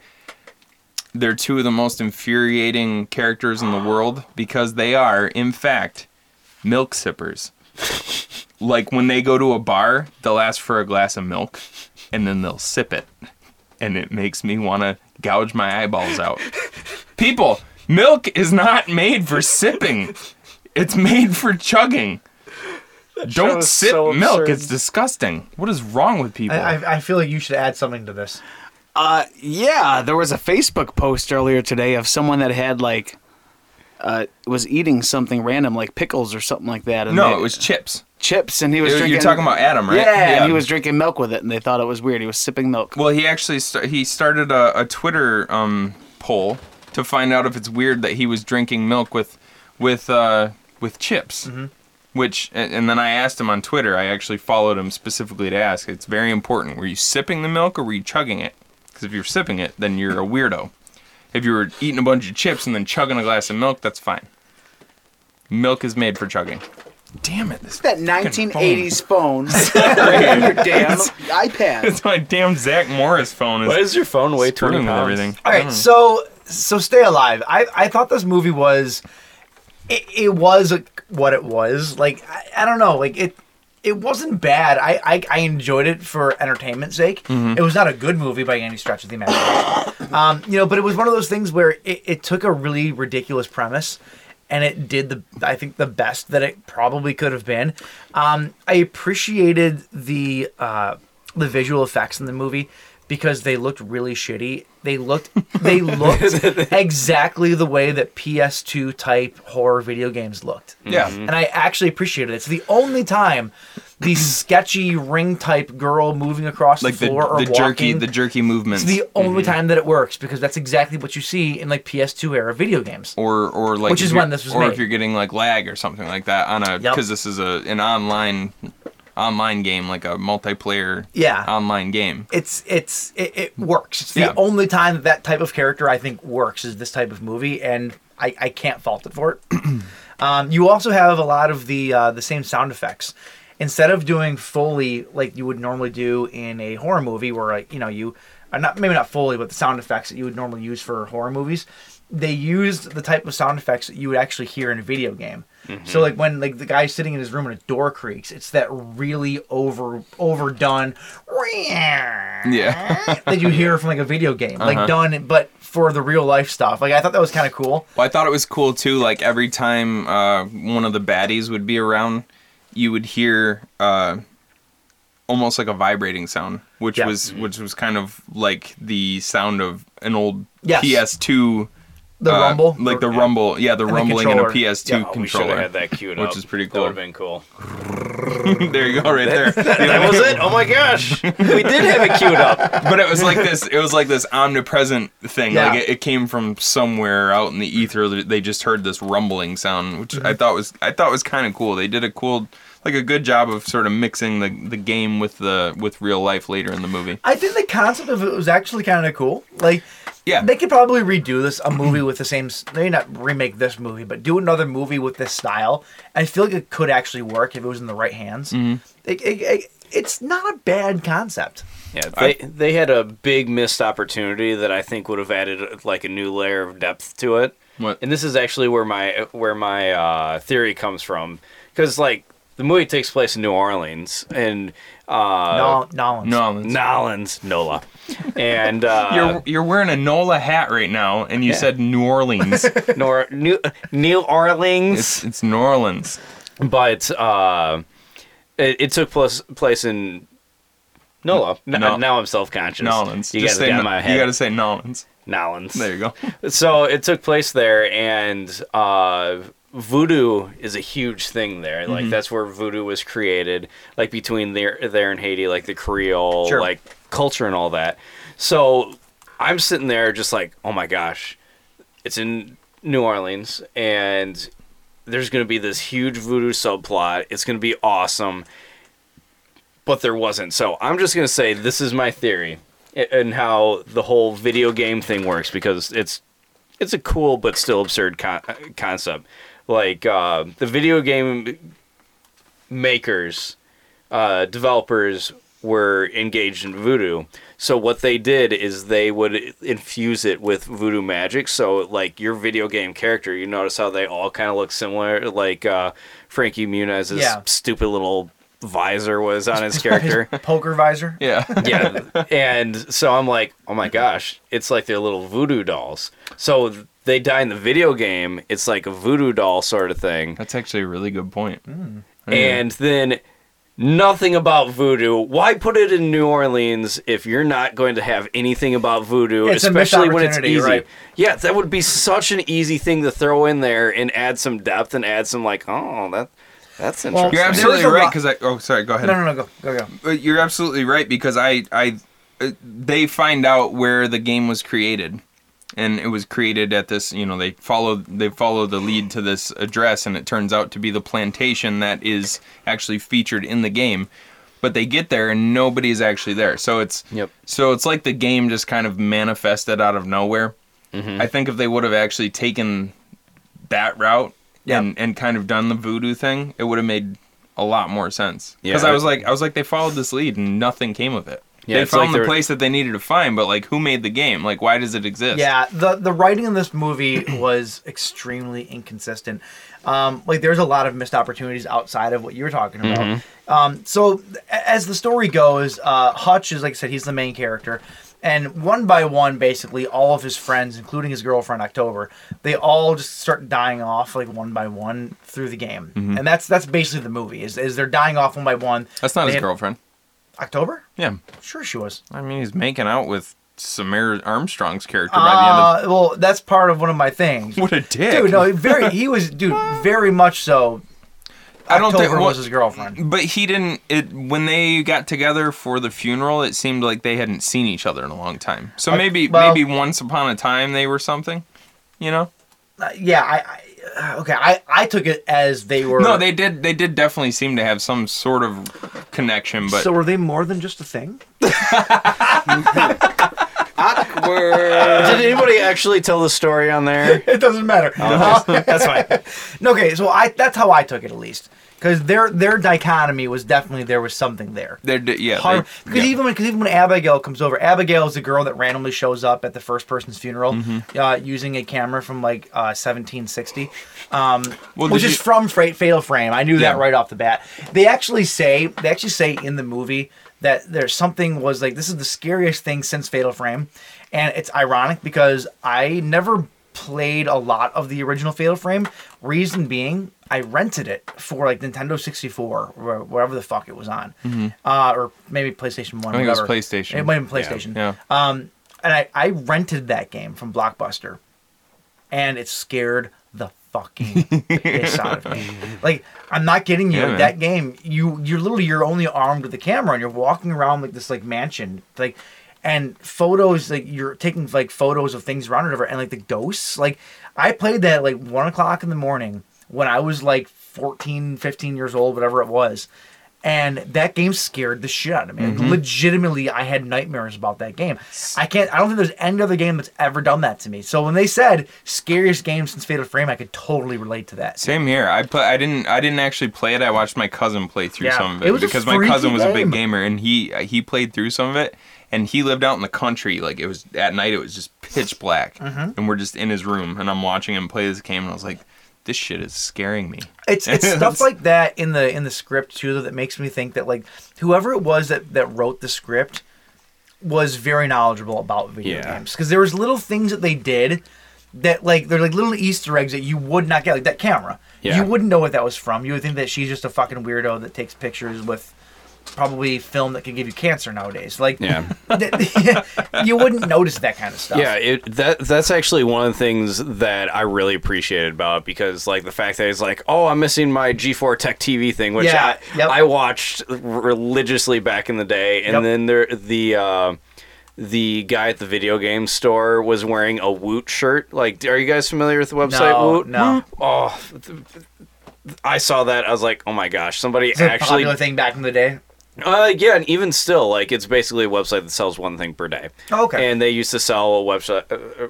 F: they're two of the most infuriating characters in the world because they are, in fact, milk sippers. like when they go to a bar, they'll ask for a glass of milk, and then they'll sip it, and it makes me want to gouge my eyeballs out. People, milk is not made for sipping. It's made for chugging. Don't
E: is
F: sip
E: so
F: milk.
E: absurd.
F: It's disgusting. What is wrong with people?
C: I, I- I feel like you should add something to this.
E: Uh, yeah, there was a Facebook post earlier today of someone that had like uh, was eating something random, like pickles or something like that. And
F: no,
E: they-
F: it was chips.
E: chips, and he was
F: You're-
E: drinking.
F: you're talking about Adam, right?
E: Yeah,
F: Yeah.
E: and he was drinking milk with it, and they thought it was weird. He was sipping milk.
F: Well, he actually st- he started a, a Twitter um, poll to find out if it's weird that he was drinking milk with with uh, with chips.
D: Mm-hmm.
F: Which and, and then I asked him on Twitter. I actually followed him specifically to ask. It's very important. Were you sipping the milk or were you chugging it? Because if you're sipping it, then you're a weirdo. If you were eating a bunch of chips and then chugging a glass of milk, that's fine. Milk is made for chugging. Damn it! This
E: That 1980s phone. on your damn iPad.
F: It's my damn Zach Morris phone. Is
D: Why is your phone weigh
F: screwing
D: 20
F: with
D: pounds?
F: everything.
C: All right, so so stay alive. I I thought this movie was, it, it was like, what it was. Like I, I don't know. Like it it wasn't bad. I I, I enjoyed it for entertainment's sake.
F: Mm-hmm.
C: It was not a good movie by any stretch of the imagination. um, you know, but it was one of those things where it, it took a really ridiculous premise. And it did the, I think, the best that it probably could have been. Um, I appreciated the uh, the visual effects in the movie because they looked really shitty. They looked they looked exactly the way that PS2 type horror video games looked.
F: Yeah.
C: And I actually appreciated it. It's the only time the sketchy ring type girl moving across
F: Like
C: the
F: the,
C: floor or
F: the
C: walking
F: jerky, the jerky movements,
C: it's the only time that it works because that's exactly what you see in like PS2 era video games.
F: or or like
C: Which
F: if
C: is
F: you're-
C: when this was
F: or
C: made.
F: if you're getting like lag or something like that on a
C: Yep.
F: because this is a an online online game like a multiplayer
C: Yeah.
F: online game.
C: it's it's it, it works. It's the
F: Yeah.
C: only time that, that type of character I think works is this type of movie, and I, I can't fault it for it. um, you also have a lot of the uh, the same sound effects. Instead of doing fully like you would normally do in a horror movie, where like you know you uh, not maybe not fully, but the sound effects that you would normally use for horror movies, they used the type of sound effects that you would actually hear in a video game.
F: Mm-hmm.
C: So like when like the guy's sitting in his room and a door creaks, it's that really over overdone
F: Yeah. Uh-huh.
C: that you hear from like a video game, like done, but for the real life stuff. Like I thought that was kind of cool.
F: Well, I thought it was cool too. Like every time uh, one of the baddies would be around, you would hear uh, almost like a vibrating sound, which
C: Yeah.
F: was which was kind of like the sound of an old
C: Yes.
F: PS2.
C: The
F: uh,
C: rumble,
F: like the
C: Yeah.
F: rumble, yeah, the
C: the
F: rumbling in a
C: controller.
F: PS2
D: Oh, we should
F: controller.
D: have had that queued
F: which
D: up.
F: is pretty
D: That
F: cool.
D: would have been cool.
F: there you go, right there.
D: That was it. Oh my gosh, we did have it queued up.
F: but it was like this it was like this omnipresent thing
C: Yeah.
F: like it, it came from somewhere out in the ether that they just heard this rumbling sound which i thought was i thought was kind of cool they did a cool like a good job of sort of mixing the, the game with the with real life later in the movie
C: I think the concept of it was actually kind of cool. Like
F: Yeah.
C: they could probably redo this a movie with the same. s- Maybe not remake this movie, but do another movie with this style. I feel like it could actually work if it was in the right hands.
F: Mm-hmm.
C: It- it- it- it's not a bad concept.
D: Yeah, they they had a big missed opportunity that I think would have added like a new layer of depth to it.
F: What?
D: And this is actually where my where my uh, theory comes from, because like the movie takes place in New Orleans and uh,
C: no, no, it's-
F: no it's-
D: Nolans, Nola, and uh,
F: you're you're wearing a nola hat right now and you said new orleans
D: Nor- New New Orleans.
F: it's it's new orleans
D: but uh, it, it took place place in Nola. N-
F: No.
D: Now I'm self conscious.
F: nolans
D: You
F: Just
D: guys
F: say
D: got
F: no-
D: my
F: you
D: head.
F: gotta say nolans
D: Nolans.
F: there you go
D: So it took place there, and uh, voodoo is a huge thing there. Like that's where voodoo was created. Like between there, there and Haiti, like the Creole,
C: Sure.
D: like culture and all that. So I'm sitting there, just like, oh my gosh, it's in New Orleans, and there's gonna be this huge voodoo subplot. It's gonna be awesome. But there wasn't. So I'm just gonna say this is my theory a- and how the whole video game thing works because it's it's a cool but still absurd con- uh, concept. Like uh, the video game makers, uh, developers were engaged in voodoo. So what they did is they would infuse it with voodoo magic. So like your video game character, you notice how they all kind of look similar. Like uh, Frankie Muniz's
C: Yeah.
D: stupid little visor was on his character
C: Poker visor.
F: yeah
D: yeah. And so I'm like, oh my gosh, it's like they're little voodoo dolls. So they die in the video game. It's like a voodoo doll sort of thing.
F: that's actually a really good point
C: Mm-hmm.
D: And then nothing about voodoo. Why put it in New Orleans if you're not going to have anything about voodoo,
C: It's a missed
D: especially when it's
C: opportunity,
D: easy?
C: right.
D: Yeah, that would be such an easy thing to throw in there and add some depth and add some like, oh, that that's interesting.
F: you're
C: There was
F: absolutely
C: a
F: right
C: lot-
F: because i oh sorry go ahead
C: No, no, no, go, go, go.
F: But you're absolutely right because I, I, uh, they find out where the game was created, and it was created at this. You know, they follow they follow the lead to this address, and it turns out to be the plantation that is actually featured in the game. But they get there and nobody's actually there, so it's
D: Yep.
F: so it's like the game just kind of
D: Mm-hmm.
F: manifested out of nowhere. I think if they would have actually taken that route
C: Yeah.
F: and and kind of done the voodoo thing, it would have made a lot more sense.
D: Yeah.
F: Because I was like, I was like, they followed this lead and nothing came of it.
D: Yeah,
F: they
D: it's like
F: found the
D: they're-
F: place that they needed to find, but like, who made the game? Like, why does it exist?
C: Yeah, the the writing in this movie was extremely inconsistent. Um, like there's a lot of missed opportunities outside of what you were talking about.
F: Mm-hmm.
C: Um, so a- as the story goes, uh, Hutch is like I said, he's the main character, and one by one, basically all of his friends, including his girlfriend October, they all just start dying off like one by one through the game, and that's that's basically the movie is is they're dying off one by one.
F: Mm-hmm. that's not
C: They
F: his
C: had-
F: girlfriend.
C: October?
F: Yeah,
C: Sure, she was.
F: I mean, he's making out with Samir Armstrong's character by the end of.
C: Uh, well, that's part of one of my things.
F: What a dick!
C: Dude, no, very. He was, dude, very much so.
F: I don't
C: October
F: think Mm.
C: was his girlfriend.
F: But he didn't. It when they got together for the funeral, it seemed like they hadn't seen each other in a long time. So maybe
C: well-
F: maybe once upon a time they were something, you know?
C: Uh, yeah, I, I uh, okay. I, I took it as they were.
F: No, they did. They did definitely seem to have some sort of connection. But
C: So were they more than just a thing?
D: Did anybody actually tell the story on there?
C: It doesn't matter.
D: That's fine.
C: No, okay, so I that's how I took it at least because their their dichotomy was definitely there was something there.
F: they're di- yeah,
C: Har-
F: they-
C: because
F: yeah.
C: even when because even when Abigail comes over, Abigail is the girl that randomly shows up at the first person's funeral,
F: Mm-hmm.
C: uh, using a camera from like uh, 1760, um,
F: Well,
C: which
F: did
C: is
F: you-
C: from Fra- Fatal Frame. I knew that
F: Yeah.
C: right off the bat. They actually say they actually say in the movie that there's something was like this is the scariest thing since Fatal Frame, and it's ironic because I never played a lot of the original Fatal Frame. Reason being. I rented it for like Nintendo 64 or wherever the fuck it was on, uh, or maybe PlayStation One.
F: Mm-hmm. I think it was
C: whatever.
F: PlayStation.
C: It might have been PlayStation.
F: yeah.
C: Um, and I, I rented that game from Blockbuster, and it scared the fucking piss out of me. Like I'm not kidding you.
F: Yeah,
C: like,
F: man.
C: that game, you you're literally you're only armed with a camera, and you're walking around like this like mansion, like. And photos, like you're taking like photos of things around or whatever, and like the ghosts. Like I played that at, like one o'clock in the morning when I was like 14, 15 years old, whatever it was and that game scared the shit out of me. Like, Legitimately, I had nightmares about that game. I can't. I don't think there's any other game that's ever done that to me. So when they said scariest game since Fatal Frame, I could totally relate to that.
F: Same here. I play. I didn't. I didn't actually play it. I watched my cousin play through
C: Yeah.
F: some of
C: It
F: it,
C: was a
F: because my
C: freaky
F: cousin was a
C: game.
F: big gamer and he uh, he played through some of it. And he lived out in the country. Like it was at night. It was just pitch black,
C: Mm-hmm.
F: and we're just in his room, and I'm watching him play this game, and I was like, "This shit is scaring me."
C: It's it's stuff like that in the in the script too that makes me think that like whoever it was that that wrote the script was very knowledgeable about video
D: Yeah.
C: games because there was little things that they did that like they're like little Easter eggs that you would not get like that camera.
D: Yeah.
C: You wouldn't know what that was from. You would think that she's just a fucking weirdo that takes pictures with probably film that could give you cancer nowadays. Like
D: Yeah.
C: that- you wouldn't notice that kind of stuff.
D: Yeah, it, that that's actually one of the things that I really appreciated about it because like the fact that it's like, oh, I'm missing my G4 Tech TV thing, which
C: Yeah,
D: I,
C: yep.
D: I watched religiously back in the day, and
C: Yep.
D: then there the. Uh, the guy at the video game store was wearing a Woot shirt. Like, are you guys familiar with the website
C: No,
D: Woot?
C: no.
D: Oh, th- I saw that. I was like, oh my gosh, somebody
C: It's a
D: actually
C: popular thing back in the day.
D: uh, yeah, and even still, like it's basically a website that sells one thing per day.
C: Oh, okay.
D: And they used to sell a website, uh, uh,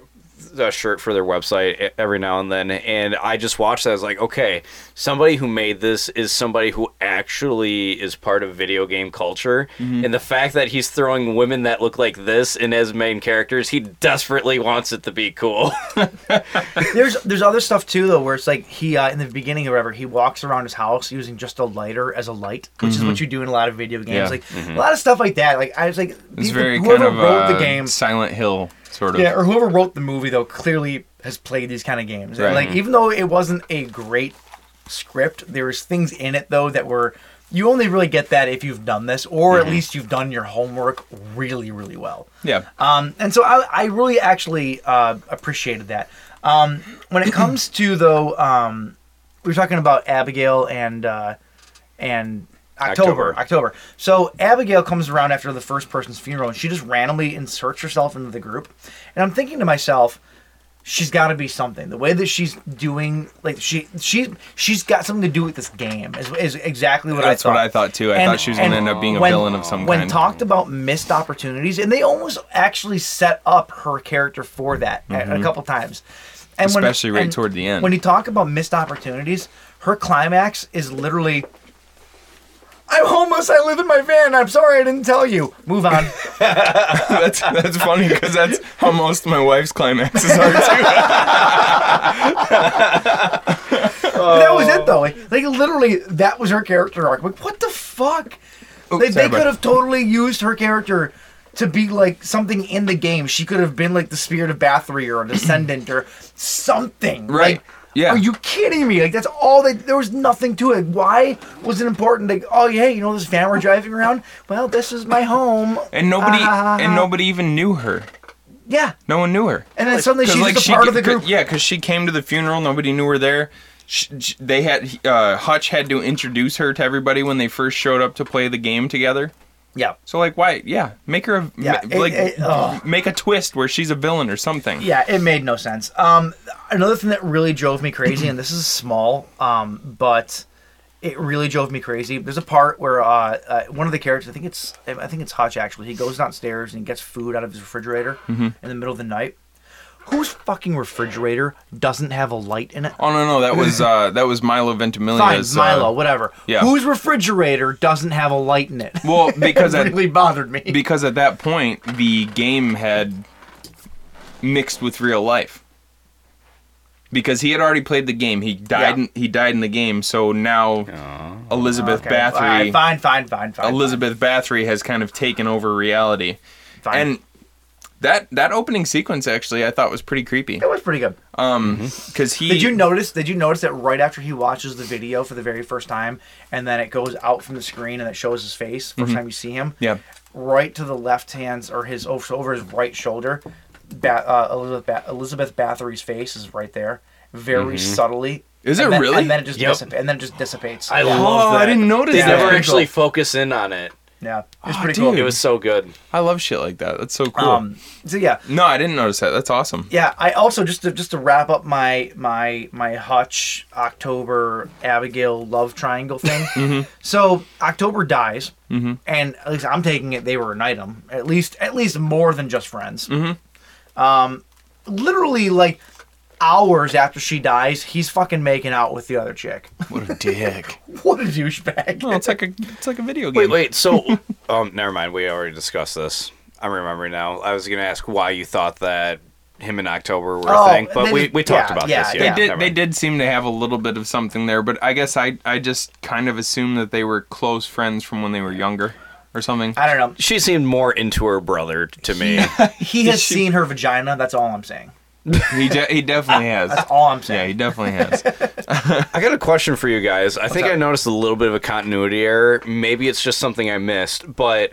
D: a shirt for their website e- every now and then. And I just watched that. I was like, okay, somebody who made this is somebody who actually is part of video game culture. And the fact that he's throwing women that look like this in as main characters, he desperately wants it to be cool.
C: There's there's other stuff too though where it's like he uh, in the beginning or whatever he walks around his house using just a lighter as a light, which is what you do in a lot of video games.
F: Mm-hmm. Yeah. Mm-hmm.
C: Like a lot of stuff like that. Like I was like
F: It's
C: people-
F: very
C: whoever
F: kind of
C: wrote
F: uh,
C: the game,
F: Silent Hill sort of.
C: yeah, or whoever wrote the movie though clearly has played these kind of games. And,
F: Right. Mm-hmm.
C: like even though it wasn't a great script, there was things in it though that were you only really get that if you've done this, or at least you've done your homework really, really well.
F: Mm-hmm. yeah.
C: Um, and so I, I really actually uh, appreciated that. Um, when it comes to though, um, we were talking about Abigail and uh, and October,
D: October.
C: October. So Abigail comes around after the first person's funeral, and she just randomly inserts herself into the group. And I'm thinking to myself, she's got to be something. The way that she's doing, like she she she's got something to do with this game. Is, is exactly what I
F: That's
C: thought.
F: what I thought too. I
C: And-
F: thought she was going to
C: and
F: end up being a
C: when-
F: villain of some
C: when
F: kind.
C: talked about missed opportunities, and they almost actually set up her character for that a- a, couple times. And when-
F: Mm-hmm. especially right
C: and
F: toward the end.
C: When you talk about missed opportunities, her climax is literally. I'm homeless. I live in my van. I'm sorry I didn't tell you. Move on.
F: that's that's funny because that's how most of my wife's climaxes are too.
C: But that was
F: Oh.
C: it though. Like, like literally, that was her character arc. Like, what the fuck? Like,
F: sorry,
C: they
F: bud.
C: could have totally used her character to be like something in the game. She could have been like the spirit of Bathory or a descendant or something.
F: Right.
C: Like,
F: Yeah.
C: Are you kidding me? Like that's all they. There was nothing to it. Why was it important? Like, oh yeah, you know this van we're driving around. Well, this is my home.
F: and nobody
C: Ah.
F: and nobody even knew her.
C: Yeah.
F: No one knew her.
C: And then suddenly she's just a part of the group.
F: Yeah, because she came to the funeral. Nobody knew her there. Sh sh they had uh, Hutch had to introduce her to everybody when they first showed up to play the game together.
C: Yeah.
F: So like, why? Yeah, make her a
C: Yeah,
F: ma-
C: it-
F: like
C: it- ugh.
F: make a twist where she's a villain or something.
C: Yeah, it made no sense. Um, another thing that really drove me crazy, and this is small, um, but it really drove me crazy. There's a part where uh, uh, one of the characters, I think it's, I think it's Hutch actually. He goes downstairs and gets food out of his refrigerator
F: Mm-hmm.
C: in the middle of the night. Whose fucking refrigerator doesn't have a light in it?
F: Oh no no, that was uh, that was Milo
C: Fine,
F: Ventimiglia's. uh,
C: Milo, whatever.
F: yeah.
C: Whose refrigerator doesn't have a light in it?
F: well, because
C: that
F: at,
C: really bothered me.
F: because at that point the game had mixed with real life. Because he had already played the game, he died.
C: Yeah.
F: In, he died in the game, so now Elizabeth
C: Okay, all right,
F: Bathory,
C: fine, fine, fine, fine.
F: Elizabeth Bathory has kind of taken over reality,
C: fine.
F: and that that opening sequence actually I thought was pretty creepy.
C: it was pretty good.
D: Mm-hmm.
F: Because he
C: Did you notice? Did you notice that right after he watches the video for the very first time, and then it goes out from the screen and it shows his face 1st time you see him?
F: Mm-hmm. Yeah.
C: Right to the left hands or his over, over his right shoulder, ba- uh, Elizabeth ba- Elizabeth Bathory's face is right there, very subtly.
F: Mm-hmm. Is
C: and
F: it
C: then,
F: really?
C: And then it just
D: Yep.
C: dissipates. And then it just dissipates.
D: I
F: Oh,
D: love that.
F: I didn't notice
D: They
F: that.
D: never
C: Yeah.
D: actually focus in on it.
C: yeah, it's
F: Oh,
C: pretty
F: dude.
D: It
C: cool.
D: was so good.
F: I love shit like that. That's so cool.
C: Um, so yeah,
F: no, I didn't notice that. That's awesome.
C: yeah. I also just to just to wrap up my my my Hutch October Abigail love triangle thing. So October dies, and at least I'm taking it they were an item. At least at least more than just friends. Um, literally like hours after she dies, he's fucking making out with the other chick.
J: What a dick.
C: what a douchebag!
F: No, it's like a it's like a video game.
D: Wait, wait. So, um, never mind. We already discussed this. I'm remembering now. I was going to ask why you thought that him and October were
C: Oh,
D: a thing, but
C: they
D: we,
C: did-
D: we talked
C: yeah,
D: about
C: yeah,
D: this.
C: they
D: Yeah,
F: They
D: never
F: did, they
D: mind.
F: did seem to have a little bit of something there, but I guess I I just kind of assumed that they were close friends from when they were younger or something.
C: I don't know.
D: She seemed more into her brother to me.
C: He has seen her vagina. That's all I'm saying.
F: He de- he definitely has.
C: That's all I'm
F: Yeah, he
C: saying.
F: definitely has.
D: I got a question for you guys. I think I noticed a little bit of a continuity error. Maybe it's just something I missed, but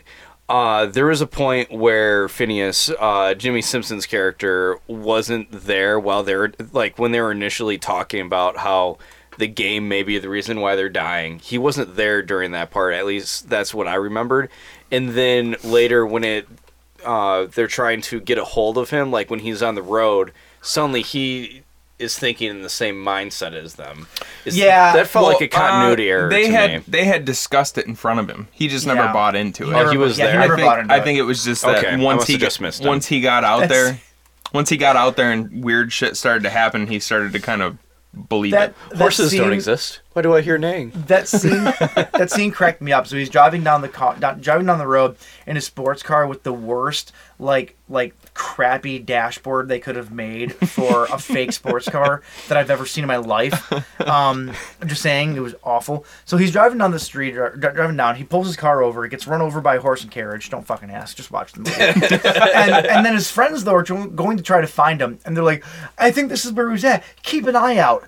D: uh, there was a point where Phineas, uh, Jimmy Simpson's character, wasn't there while they were like when they were initially talking about how the game may be the reason why they're dying. He wasn't there during that part. At least that's what I remembered. And then later when it uh, they're trying to get a hold of him, like when he's on the road, suddenly he is thinking in the same mindset as them. Is-
C: Yeah,
D: that felt
F: Well,
D: like a continuity
F: uh,
D: error.
F: They
D: to
F: had
D: me.
F: they had discussed it in front of him. Oh, He just never
C: Yeah.
F: bought into it.
C: never-
D: Oh, he was
C: yeah,
D: there.
C: He never
F: I
C: bought
F: think,
C: into
F: I
C: it.
F: think it was just that
D: Okay, I
F: once
D: must
F: he
D: have
F: got-
D: just missed it.
F: once he got out
C: That's-
F: there, once he got out there and weird shit started to happen, he started to kind of believe
C: That,
F: it.
C: that
D: Horses don't
C: scene-
D: exist. Why do I hear neighing?
C: that scene that scene cracked me up. So he's driving down the car, down, driving down the road in his sports car with the worst like like crappy dashboard they could have made for a fake sports car that I've ever seen in my life. Um, I'm just saying it was awful. So he's driving down the street, dri- dri- driving down. He pulls his car over. He gets run over by a horse and carriage. Don't fucking ask. Just watch the movie. and, and then his friends though are tr- going to try to find him, and they're like, "I think this is where he was at. Keep an eye out."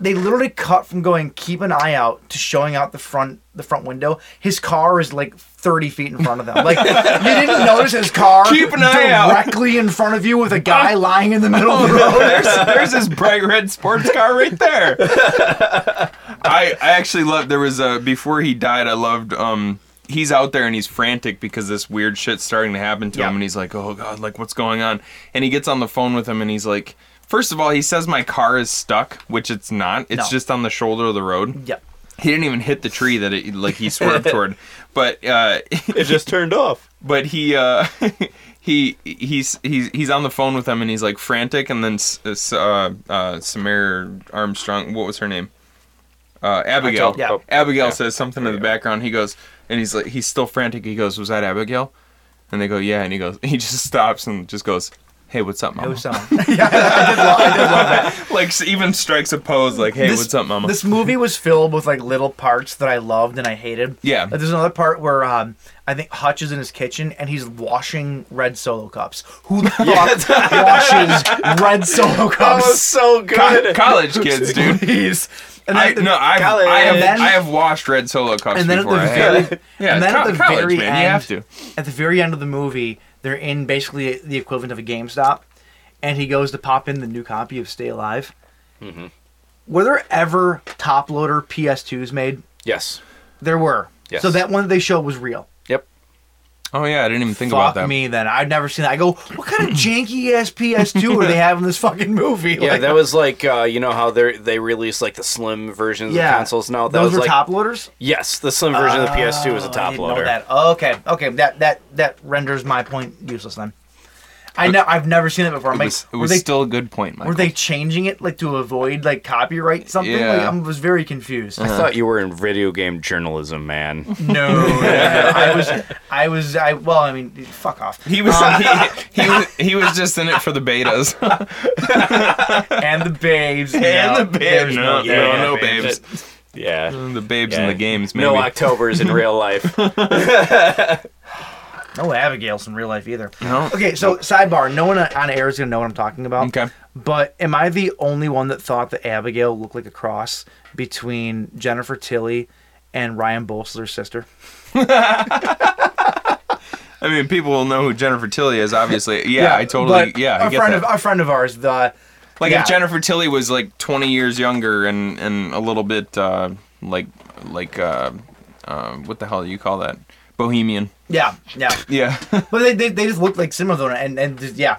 C: they literally cut from going keep an eye out to showing out the front the front window. His car is like thirty feet in front of them. Like you didn't notice his car
F: Keep an eye out.
C: directly in front of you with a guy lying in the middle of the road.
F: there's, there's his bright red sports car right there. I I actually loved there was a before he died. I loved um he's out there and he's frantic because this weird shit's starting to happen to
C: Yeah.
F: him and he's like oh god like what's going on and he gets on the phone with him and he's like first of all he says my car is stuck which it's not it's
C: No.
F: just on the shoulder of the road
C: Yep.
F: he didn't even hit the tree that it like he swerved toward but uh
D: It just turned off.
F: but he uh he he's he's he's on the phone with them and he's like frantic and then S- S- uh, uh, Samara Armstrong what was her name uh, Abigail
C: Yeah.
F: Abigail says something in the background he goes and he's like he's still frantic he goes was that Abigail and they go yeah and he goes he just stops and just goes hey what's up mama
C: It was someone.
F: like s- even strikes a pose like hey
C: this,
F: what's up mama
C: This movie was filled with like little parts that I loved and I hated.
F: Yeah.
C: Like, there's another part where um, I think Hutch is in his kitchen and he's washing red solo cups. Who the fuck washes red solo cups?
D: so
F: Co- college kids dude
C: Please. And
F: I,
C: then at the-
F: no, I've,
C: College.
F: I have
C: And then-
F: I have washed red solo cups
C: and then at the
F: before. I
C: very,
F: yeah,
C: and
F: it's
C: then at
F: co-
C: the
F: college,
C: very
F: man,
C: end,
F: you have to.
C: At the very end of the movie, they're in basically the equivalent of a GameStop, and he goes to pop in the new copy of Stay Alive.
F: Mm-hmm.
C: Were there ever top loader PS2s made?
D: Yes.
C: There were.
D: Yes.
C: So that one that they showed was real.
D: Yep.
F: Oh yeah, I didn't even think
C: Fuck
F: about that.
C: me then. I've never seen that. I go, what kind of janky ass PS2 are they having in this fucking movie?
D: Yeah,
C: Like,
D: that was like uh, you know how they they released like the slim versions
C: yeah.
D: of consoles. No, that
C: Those
D: was
C: were
D: like
C: top loaders?
D: yes, the slim version of the PS2 was a
C: Oh, I
D: top
C: didn't
D: loader.
C: Know that. Okay, okay, that that that renders my point useless then. I know I've never seen it before. I'm
F: It
C: like,
F: was, it
C: were
F: was
C: they
F: still a good point, Michael.
C: were they changing it like to avoid like copyright something? Like,
F: Yeah.
C: I was very confused.
D: I thought you were in video game journalism, man.
C: no, no, no, I was I was I well, I mean, fuck off.
F: He was he, he was he was just in it for the betas.
C: And the babes
F: And the
C: babes.
F: babes. No,
C: yeah,
F: no,
C: yeah,
F: no
C: babes.
F: babes.
D: yeah.
F: The babes
D: Yeah.
F: in the games, maybe.
D: No Octobers in real life.
C: No Abigail's in real life either.
F: No.
C: Okay, so sidebar. No one on air is gonna know what I'm talking about.
F: Okay.
C: But am I the only one that thought that Abigail looked like a cross between Jennifer Tilly and Ryan Bolsler's sister?
F: I mean, people will know who Jennifer Tilly is, obviously. Yeah, I totally.
C: but
F: Yeah, I
C: a
F: get
C: friend
F: that.
C: of a friend of ours, the
F: like
C: yeah.
F: if Jennifer Tilly was like 20 years younger and and a little bit uh, like like uh, uh, what the hell do you call that? Bohemian.
C: yeah, yeah.
F: Yeah.
C: But they, they, they just looked like similar though, and and just, yeah,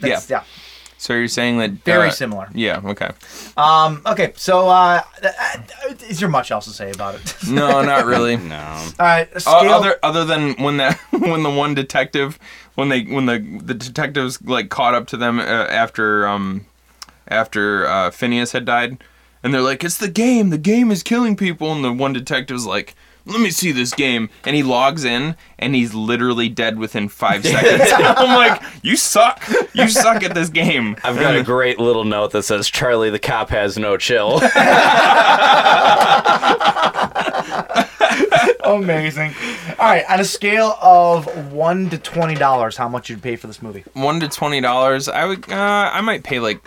C: that's, yeah,
F: so you're saying that
C: very
F: uh,
C: similar.
F: Yeah. Okay.
C: Um, okay, so uh, uh, uh, is there much else to say about it?
F: No, not really.
D: no.
C: All right,
F: O-
C: scale.
F: Uh, other other than when that when the one detective when they when the the detectives like caught up to them uh, after um after uh, Phineas had died, and they're like, "It's the game. The game is killing people." And the one detective's like. Let me see this game, and he logs in, and he's literally dead within five seconds. I'm like, you suck, you suck at this game.
D: I've
C: Mm.
D: got a great little note that says Charlie the cop has no chill.
C: Amazing. All right, on a scale of one to twenty dollars, how much you'd pay for this movie?
F: One to twenty dollars, I would, uh, I might pay like,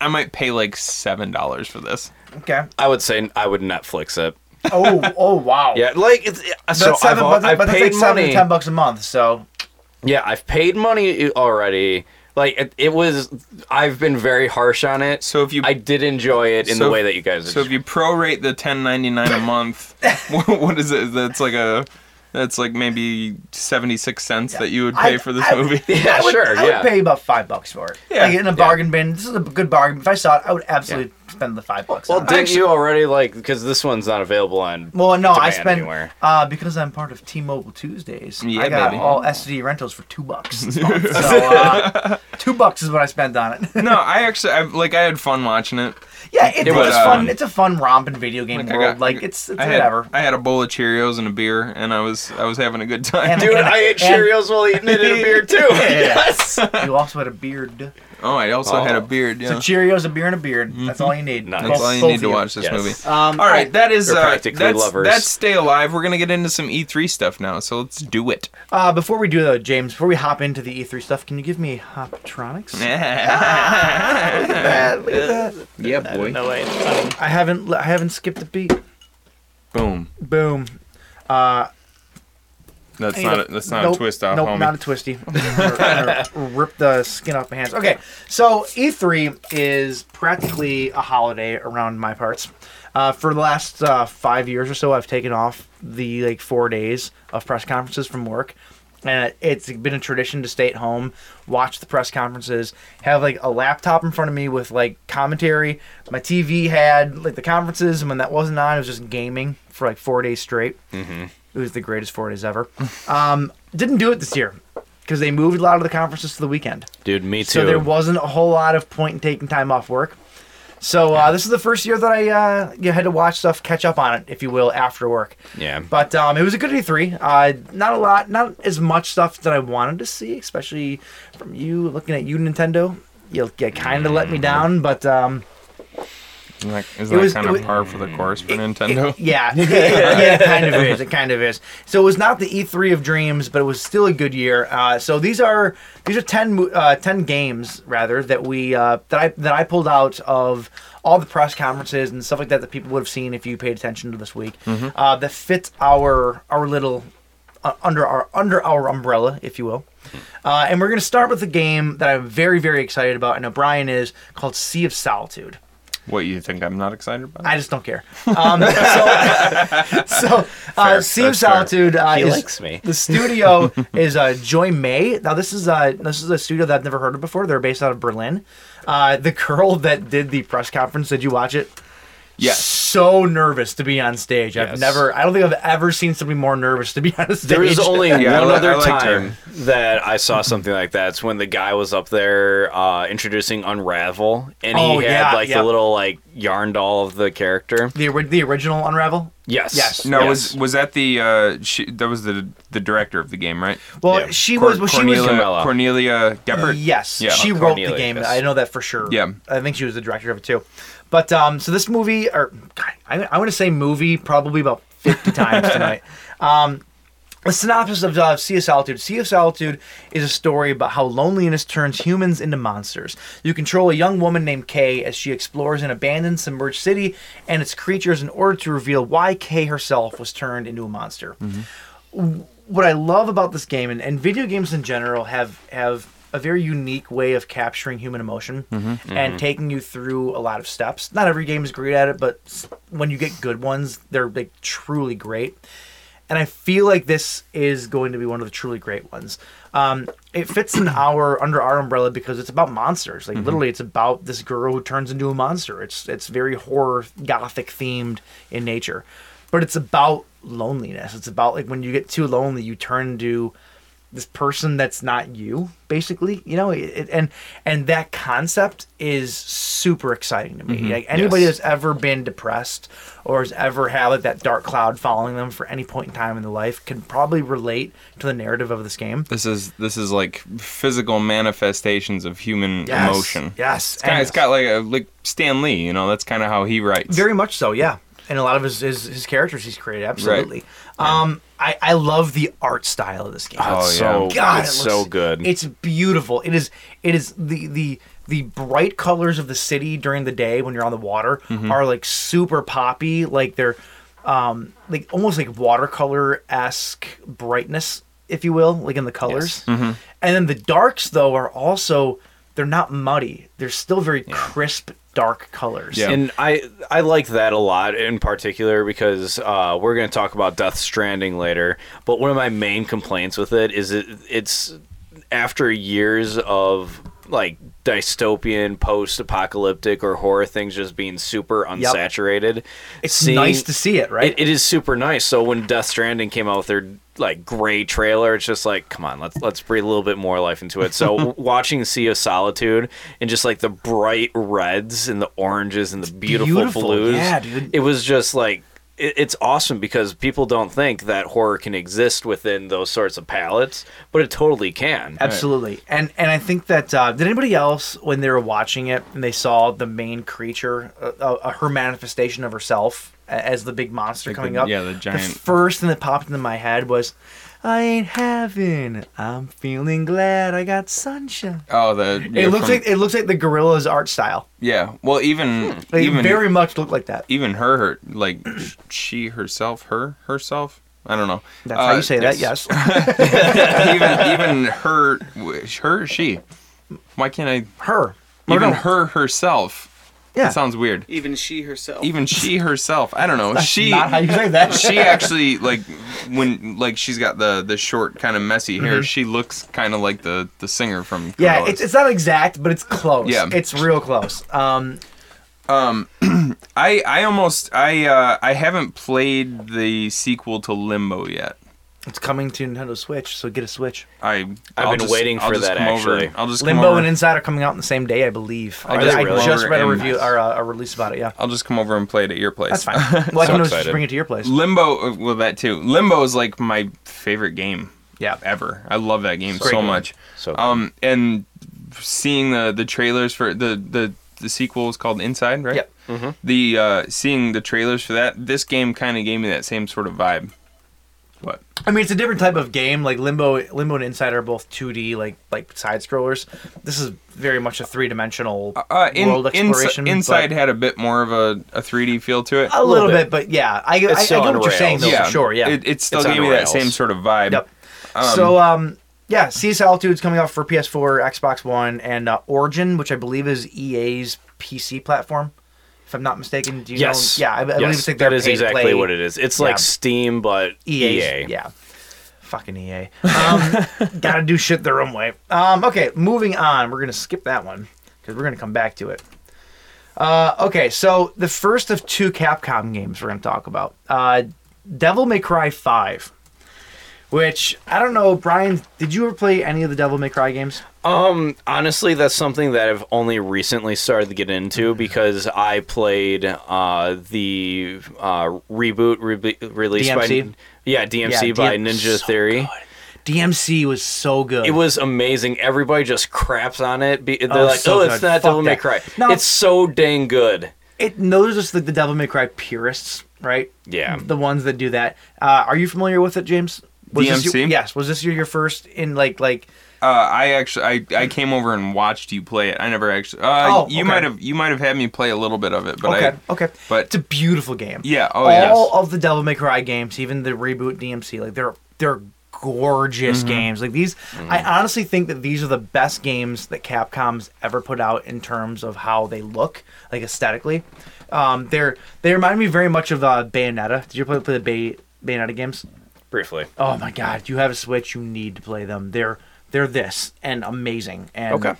F: I might pay like seven dollars for this.
C: Okay.
D: I would say I would Netflix it.
C: Oh, oh wow.
D: Yeah, like it's so
C: That's seven,
D: I've,
C: but,
D: al- I've
C: but that's
D: paid
C: like seven
D: money.
C: to ten bucks a month. So
D: Yeah, I've paid money already. Like it, it was, I've been very harsh on it.
F: So if you-
D: I did enjoy it in
F: So
D: the
F: if-
D: way that you guys.
F: So if you prorate the ten ninety nine a month, what, what is it? That's like a, that's like maybe seventy six cents that you would pay
C: I-
F: for this
C: I-
F: movie.
D: yeah,
C: I would,
D: sure,
C: I would
D: yeah.
C: pay about five bucks for it.
F: Yeah,
C: like in a bargain bin. This is a good bargain. If I saw it, I would absolutely spend the five bucks.
D: well,
C: on it.
D: didn't you already like because this one's not available on?
C: Well, no, I
D: demand
C: spend
D: anywhere.
C: uh, because I'm part of T-Mobile Tuesdays. I
F: Yeah,
C: got
F: baby.
C: all STD rentals for two bucks. this month. so uh, two bucks is what I spent on it.
F: no, I actually, I, like, I had fun watching it.
C: yeah, it,
F: was
C: was fun.
D: um,
F: fun.
C: It's a fun romp in video game
F: Like, I
C: world.
F: got-
C: like it's, it's
F: I had,
C: whatever.
F: I had a bowl of Cheerios and a beer, and I was, I was having a good time.
C: And-
D: Dude, I ate
C: and-
D: Cheerios while eating it in a beer too. yes.
C: you also had a beard.
F: oh, I also had a
D: Oh.
F: beard. Yeah, Mm-hmm.
C: So Cheerios, a beer, and a beard. That's all you need.
D: Nice.
F: that's
C: Both-
F: all you
C: both
F: need
C: of
F: to watch this
D: Yes.
F: movie.
E: Um,
F: all right, that is
D: They're
F: uh,
D: practically
F: that's,
D: lovers.
F: that's Stay Alive. We're gonna get into some E three stuff now, so let's do it.
C: Uh, before we do though, James, before we hop into the E3 stuff, can you give me Hoptronics?
E: yeah, boy.
J: No way. it's funny.
C: I haven't I haven't skipped a beat.
F: Boom.
C: Boom.
F: That's
C: need
F: not a, that's not
C: nope,
F: a twist off,
C: Nope,
F: homie.
C: not a twisty. I'm gonna rip the skin off my hands. Okay, so E3 is practically a holiday around my parts. Uh, for the last uh, five years or so, I've taken off the like four days of press conferences from work, and it's been a tradition to stay at home, watch the press conferences, have like a laptop in front of me with like commentary. My TV had like the conferences, and when that wasn't on, it was just gaming for
F: Mm-hmm.
C: like four days straight. It was the greatest four days ever. Um, didn't do it this year. because they moved a lot of the conferences to the weekend.
D: Dude, me too.
C: So there wasn't a whole lot of point in taking time off work. So uh, this is the first year that I uh, you know, had to watch stuff, catch up on it, if you will, after work.
D: Yeah.
C: But um, it was a good E3. Uh, not a lot, not as much stuff that I wanted to see, especially from you. Looking at you, Nintendo, you, you kind of let
D: Mm.
C: me down. But um,
F: Isn't that,
C: It
F: isn't
C: was-
F: that kind
C: it
F: of
C: was-
F: par for
C: Mm.
F: the course for Nintendo?
C: yeah, yeah, it kind of is. It kind of is. So it was not the E3 of dreams, but it was still a good year. Uh, so these are these are 10, mo- uh, 10 games rather that we uh, that I that I pulled out of all the press conferences and stuff like that that people would have seen if you paid attention to this week. Uh, that fit our our little uh, under our under our umbrella, if you will. Uh, and we're going to start with a game that I'm very very excited about. I know Brian is called Sea of Solitude.
F: What you think I'm not excited about?
C: I just don't care. Um, so, so uh,
D: Fair,
C: Sea of
D: that's fair.
C: Solitude. Uh,
D: He
C: is-
D: likes me.
C: The studio is uh, Joy May. Now this is uh, this is a studio that I've never heard of before. They're based out of Berlin. Uh, the girl that did the press conference. Did you watch it?
F: yes.
C: So nervous to be on stage. I've
D: Yes.
C: never. I don't think I've ever seen somebody more nervous to be on stage.
D: There was only
F: I
D: one
F: li-
D: other
F: I liked her.
D: time that I saw something like that. It's when the guy was up there uh, introducing Unravel, and he
C: Oh,
D: had
C: yeah,
D: like
C: yeah.
D: the little like yarn doll of the character.
C: the ori- the original Unravel.
D: Yes.
C: Yes.
F: No,
D: Yes.
F: was was that the uh, she, that was the the director of the game, right?
C: Well,
D: Yeah.
C: she
F: Cor-
C: was. Well, she was.
F: Cornelia,
D: Camilla.
F: Cornelia Geppert.
C: Yes,
F: Yeah.
C: she
D: Oh,
C: wrote the
D: Cornelius.
C: game. I know that for sure.
F: Yeah.
C: I think she was the director of it too. But um, so this movie, or God, I, I want to say movie, probably about fifty times tonight. Um, the synopsis of uh, Sea of Solitude. Sea of Solitude is a story about how loneliness turns humans into monsters. You control a young woman named Kay as she explores an abandoned, submerged city and its creatures in order to reveal why Kay herself was turned into a monster what I love about this game and, and video games in general have have a very unique way of capturing human emotion and taking you through a lot of steps. Not every game is great at it, but s- when you get good ones, they're like truly great. And I feel like this is going to be one of the truly great ones. Um, it fits in our under our umbrella because it's about monsters. Like literally, it's about this girl who turns into a monster. It's it's very horror gothic themed in nature, but it's about loneliness. It's about like when you get too lonely, you turn into this person that's not you, basically. You know, it, it- and and that concept is super exciting to me.
F: Mm-hmm.
C: Like anybody
D: Yes.
C: that's ever been depressed or has ever had like that dark cloud following them for any point in time in their life can probably relate to the narrative of this game.
F: This is this is like physical manifestations of human
C: Yes.
F: emotion.
C: Yes.
F: It's kinda-
C: And-
F: it's got like a, like Stan Lee, you know. That's kind of how he writes.
C: Very much so, yeah. And a lot of his his, his characters he's created, absolutely. Um, I I love the art style of this game.
F: Oh, yeah.
D: so
C: God,
D: it's
C: it looks-
D: so good.
C: It's beautiful. It is. It is the the the bright colors of the city during the day when you're on the water
F: Mm-hmm.
C: are like super poppy. Like they're um like almost like watercolor esque brightness, if you will, like in the colors.
F: Mm-hmm.
C: And then the darks though are also they're not muddy. They're still very crisp dark colors.
F: Yeah.
D: And I I like that a lot in particular because uh, we're going to talk about Death Stranding later. But one of my main complaints with it is it it's after years of like dystopian, post-apocalyptic, or horror things just being super unsaturated.
C: It's nice to see it, right?
D: It, it is super nice. So when Death Stranding came out with their like gray trailer, it's just like, come on, let's let's breathe a little bit more life into it. So watching Sea of Solitude and just like the bright reds and the oranges and the beautiful,
C: beautiful.
D: blues,
C: Yeah, dude.
D: it was just like. it- It's awesome because people don't think that horror can exist within those sorts of palettes, but it totally can.
C: Absolutely, and and I think that uh, did anybody else when they were watching it and they saw the main creature, uh, uh, her manifestation of herself a- as the big monster coming
F: the-
C: up?
F: yeah, the giant-
C: first thing that popped into my head was, "I ain't having. I'm feeling glad I got sunshine."
F: Oh, the
C: it looks like it looks like the gorilla's art style.
F: yeah. Well, even
C: They
F: even
C: very much look like that.
F: even her, her like she herself, her herself. I don't know.
C: That's how
F: Uh,
C: you say that. Yes.
F: even even her her she why can't i
C: her.
F: even her herself
C: Yeah.
F: that sounds weird
E: Even she herself.
F: even she herself i don't know she
C: Not how you say that.
F: she actually like when like she's got the the short kind of messy hair she looks kind of like the the singer from
C: Mm-hmm. yeah,
F: Gorillaz.
C: it's, it's not exact, but it's close.
F: Yeah.
C: It's real close. Um,
F: i i almost i uh i haven't played the sequel to limbo yet
C: It's coming to Nintendo Switch, so get a Switch.
F: I I'll
D: been
F: just-
D: waiting
F: I'll
D: for
F: just
D: that,
F: come over-
D: actually.
F: I'll just come
C: Limbo
F: over-
C: and Inside are coming out on the same day, I believe. I,
F: they
C: just,
F: really?
C: I just read a
F: Over
C: review
F: in-
C: or uh, a release about it. Yeah,
F: I'll just come over and play it at your place.
C: that's fine. Well, I can
D: So
C: always just
D: excited.
C: bring it to your place.
F: Limbo, uh, well, that too. Limbo is like my favorite game.
C: Yeah.
F: ever. I love that game so
D: great game.
F: much.
D: So good.
F: um, and seeing the the trailers for the the the sequel is called Inside, right?
C: Yep.
F: The uh, seeing the trailers for that, this game kind of gave me that same sort of vibe. What?
C: I mean, it's a different type of game. Like Limbo, Limbo and Inside are both 2D, like like side scrollers. This is very much a three dimensional
F: Uh, in,
C: world
F: insi-
C: exploration. but-
F: Inside had a bit more of a, a 3D feel to it.
C: a little bit, but yeah, I, I, I get
D: still
C: what
D: on
C: you're saying
D: rails.
C: though. for sure, yeah.
F: It, it still
D: It's on
F: gave me that
D: rails.
F: same sort of vibe.
C: Yep. so um yeah, Sea of Solitude's coming out for PS4, Xbox One, and uh, Origin, which I believe is E EA's PC platform, if I'm not mistaken. Do you
D: Yes.
C: know? Yeah, I, I believe
D: Yes,
C: it's like
D: that is exactly what it is. It's like
C: Yeah.
D: Steam, but E EA.
C: EA. E Yeah. Fucking EA. Um, gotta do shit their own way. Um, okay, moving on. We're gonna skip that one because we're gonna come back to it. Uh, okay, so the first of two Capcom games we're gonna talk about, uh, Devil May Cry Five. Which I don't know, Brian. Did you ever play any of the Devil May Cry games?
D: Um, honestly, that's something that I've only recently started to get into
C: Mm-hmm.
D: because I played uh, the uh, reboot rebe released
C: DMC?
D: by yeah DMC
C: Yeah,
D: by
C: DM
D: Ninja Theory.
C: DMC was so good.
D: It was amazing. Everybody just craps on it. Be- They're
C: Oh,
D: like,
C: so
D: "Oh,
C: good.
D: it's not
C: Fuck
D: Devil May
C: that."
D: Cry."
C: No.
D: It's so dang good.
C: It knows us like the Devil May Cry purists, right?
D: Yeah.
C: the ones that do that. Uh, are you familiar with it, James? Was This
F: DMC?
C: your, yes. Was this your, your first in like like?
F: Uh, I actually, I, I came over and watched you play it. I never actually. Uh,
C: Mm. Oh,
F: you
C: okay.
F: might have, you might have had me play a little bit of it, but
C: Okay,
F: I,
C: okay.
F: but-
C: it's a beautiful game.
F: Yeah, oh,
C: All
F: yes.
C: of the Devil May Cry games, even the reboot DMC, like they're they're gorgeous
F: Mm-hmm.
C: games. Like these, I honestly think that these are the best games that Capcom's ever put out in terms of how they look, like aesthetically. Um, they're they remind me very much of uh, Bayonetta. Did you play play the Bay, Bayonetta games?
D: Briefly.
C: Oh my god, you have a Switch, you need to play them. They're they're this and amazing and
F: Okay.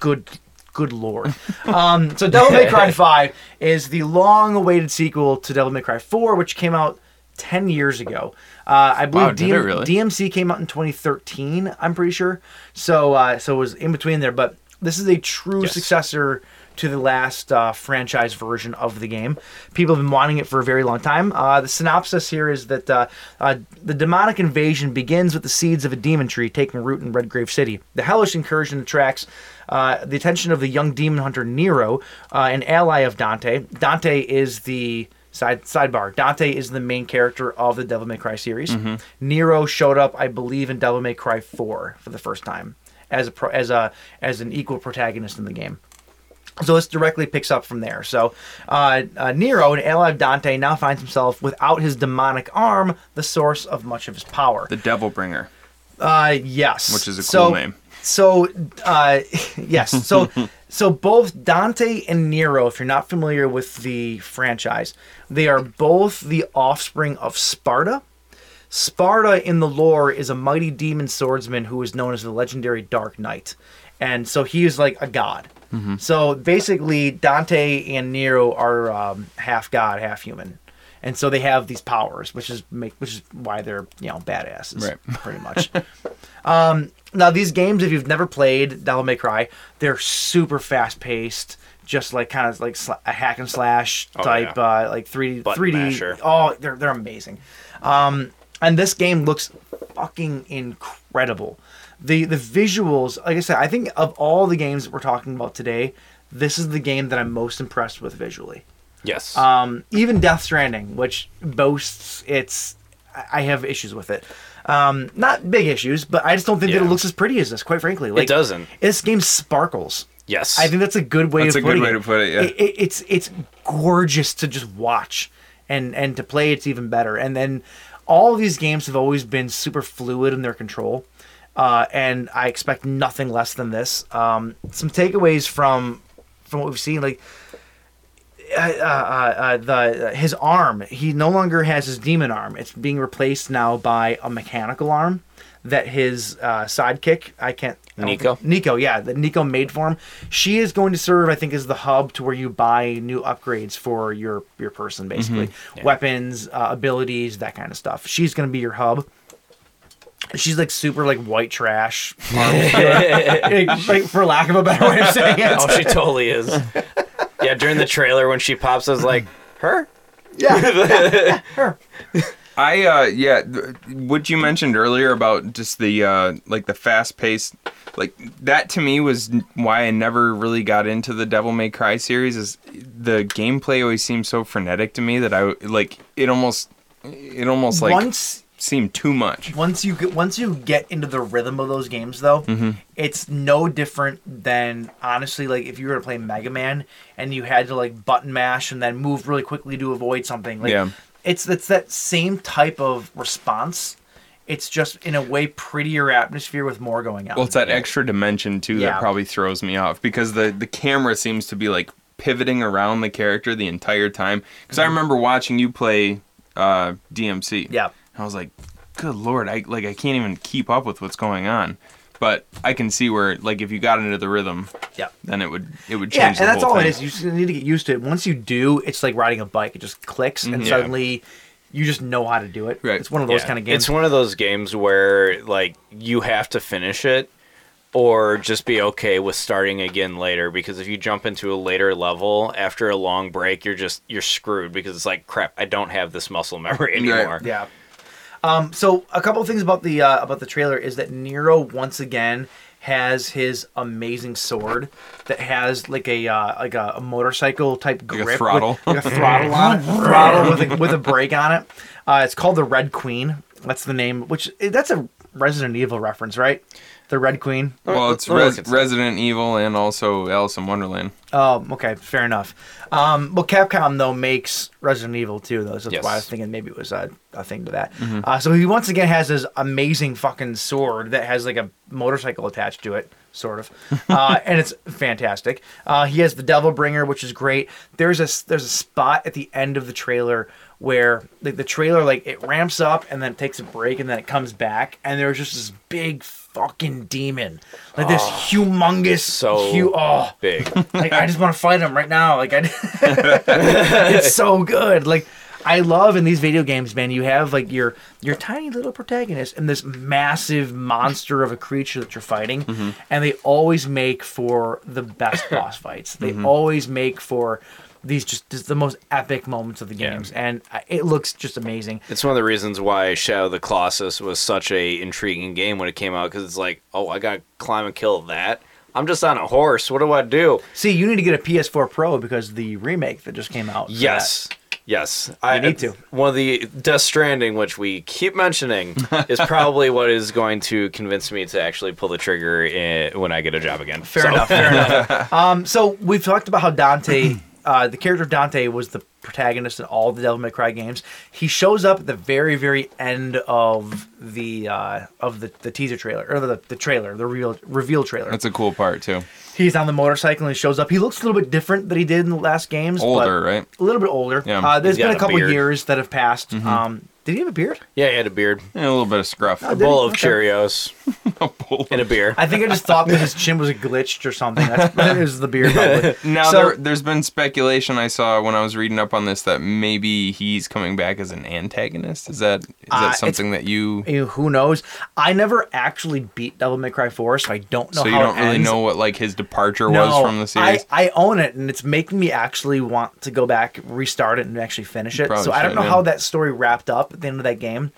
C: good good lord. um so Devil May Cry 5 is the long awaited sequel to Devil May Cry 4 which came out 10 years ago. Uh, I believe
F: Wow, did
C: DM
F: it really?
C: DMC came out in 2013, I'm pretty sure. So uh, so it was in between there, but this is a true successor to the last uh, franchise version of the game. People have been wanting it for a very long time. Uh, the synopsis here is that uh, uh, the demonic invasion begins with the seeds of a demon tree taking root in Redgrave City. The hellish incursion attracts uh, the attention of the young demon hunter Nero, uh, an ally of Dante. Dante is the Side, sidebar Dante is the main character of the Devil May Cry series. Nero showed up, I believe, in Devil May Cry 4 for the first time as a pro, as a as an equal protagonist in the game. So this directly picks up from there. So uh, uh, Nero, an ally of Dante, now finds himself without his demonic arm, the source of much of his power.
F: the Devil Bringer.
C: Uh, yes,
F: Which is a cool
C: so,
F: name.
C: So, uh, yes, so so both Dante and Nero, if you're not familiar with the franchise, they are both the offspring of Sparta. Sparta in the lore is a mighty demon swordsman who is known as the legendary Dark Knight. And so he is like a god.
F: Mm-hmm.
C: So basically, Dante and Nero are um, half god, half human. And so they have these powers, which is make, which is why they're you know badasses,
F: Right.
C: pretty much. Now these games, if you've never played Devil May Cry, they're super fast paced, just like kind of like sl- a hack and slash type, uh, like three
D: Oh, Button
C: three D.
D: masher.
C: Oh, they're they're amazing. Um, and this game looks fucking incredible. The the visuals, like I said, I think of all the games that we're talking about today, this is the game that I'm most impressed with visually.
D: Yes.
C: Um, even Death Stranding, which boasts its, I- I have issues with it. Um, not big issues, but I just don't think that it
D: Yeah.
C: looks as pretty as this. Quite frankly, like,
D: doesn't.
C: This game sparkles.
D: yes.
C: I think that's a good way.
F: That's
C: of
F: a good
C: putting
F: way
C: it.
F: to put it, yeah.
C: it, it's it's gorgeous to just watch, and and to play, it's even better. And then all of these games have always been super fluid in their control, uh, and I expect nothing less than this. Um, some takeaways from from what we've seen, like uh, the his arm. He no longer has his demon arm. It's being replaced now by a mechanical arm that his uh, sidekick. I can't. I don't
D: Nico?
C: think- Nico, yeah, that Nico made for him. She is going to serve, I think, as the hub to where you buy new upgrades for your
D: Mm-hmm.
C: your person, basically weapons, uh, abilities, that kind of stuff. She's going to be your hub She's like super like white trash, like, for lack of a better way of saying it.
D: Oh, she totally is. Yeah, during the trailer when she pops, I was like, her?
F: I uh yeah, th- what you mentioned earlier about just the uh like the fast paced like that to me was n- why I never really got into the Devil May Cry series is the gameplay always seemed so frenetic to me that I w- like it almost it almost like
C: Once-
F: seemed too much.
C: once you get once you get into the rhythm of those games though
F: Mm-hmm.
C: it's no different than honestly like if you were to play mega man and you had to like button mash and then move really quickly to avoid something like
F: Yeah.
C: it's it's that same type of response it's just in a way prettier atmosphere with more going on
F: Well, it's that extra dimension too
C: Yeah.
F: that probably throws me off because the the camera seems to be like pivoting around the character the entire time. Because I remember watching you play uh, DMC.
C: Mm-hmm. Yeah.
F: and I was like, "Good lord, I like I can't even keep up with what's going on." But I can see where like if you got into the rhythm,
C: Yeah.
F: then it would it would
C: yeah
F: change.
C: and
F: the
C: that's
F: whole
C: all it
F: thing.
C: is you just need to get used to it once you do it's like riding a bike it just clicks and
F: Mm-hmm. Yeah.
C: suddenly you just know how to do it
F: Right.
C: it's one of those
D: Yeah.
C: kind of games
D: It's one of those games where like you have to finish it or just be okay with starting again later because if you jump into a later level after a long break you're just you're screwed because it's like crap I don't have this muscle memory anymore.
C: Yeah. Um, so a couple things about the uh, about the trailer is that Nero once again has his amazing sword that has like a uh, like a, a motorcycle type
F: a
C: grip,
F: throttle.
C: with, like a throttle on it, throttle with a, with a brake on it. Uh, it's called the Red Queen. That's the name. Which that's a Resident Evil reference, right? The Red Queen.
F: Well, it's Res- Resident Evil and also Alice in Wonderland.
C: Oh, okay, fair enough. Um, well, Capcom though makes Resident Evil too, though, so that's why I was
D: Yes. Mm-hmm.
C: thinking maybe it was a, a thing to that. Uh, so he once again has this amazing fucking sword that has like a motorcycle attached to it, sort of, uh, and it's fantastic. Uh, he has the Devil Bringer, which is great. There's a s- there's a spot at the end of the trailer where like the trailer like it ramps up and then it takes a break and then it comes back and there's just this big fucking demon like this humongous
D: Ah, so
C: hu- oh
D: Big.
C: like I just want to fight him right now. Like I, it's so good. Like I love in these video games, man. You have like your your tiny little protagonist and this massive monster of a creature that you're fighting, and they always make for the best boss fights. They always make for these just, just the most epic moments of the games, and I- it looks just amazing.
D: It's one of the reasons why Shadow of the Colossus was such a intriguing game when it came out because it's like, oh, I gotta climb and kill that. I'm just on a horse. What do I do?
C: See, you need to get a PS4 Pro because the remake that just came out. for that-
D: Yes. Yes, I
C: need to.
D: One of the Death Stranding, which we keep mentioning, is probably what is going to convince me to actually pull the trigger eh, when I get a job again.
C: Fair enough. Fair enough. Um, so we've talked about how Dante, uh, the character of Dante, was the protagonist in all the Devil May Cry games. He shows up at the very, very end of the uh, of the, the teaser trailer or the, the trailer, the real reveal trailer.
F: That's a cool part too.
C: He's on the motorcycle and he shows up. He looks a little bit different than he did in the last games. but-
F: Older, right?
C: A little bit older.
F: Yeah. Mm-hmm.
C: Uh, there's
D: He's
C: been
D: got
C: a
D: a
C: couple
D: beard.
C: years that have passed. Um, did he have a beard?
D: Yeah, he had a beard,
F: And a little bit of scruff.
D: a bowl of
C: Oh, Okay.
D: Cheerios, and a beer.
C: I think I just thought that his chin was glitched or something. That's, it was the beard. Probably.
F: Now
C: So-
F: there, there's been speculation I saw when I was reading up on this that maybe he's coming back as an antagonist. Is that is
C: Uh,
F: that
C: it's-
F: something that you
C: You know, Eh, who knows? I never actually beat Devil May Cry 4, so I don't know
F: so you
C: how
F: don't
C: it
F: really
C: ends.
F: know what like his departure was
C: No,
F: from the series?
C: I, I own it, and it's making me actually want to go back, restart it, and actually finish it.
F: probably
C: So I don't
F: should,
C: know
F: yeah.
C: how that story wrapped up at the end of that game.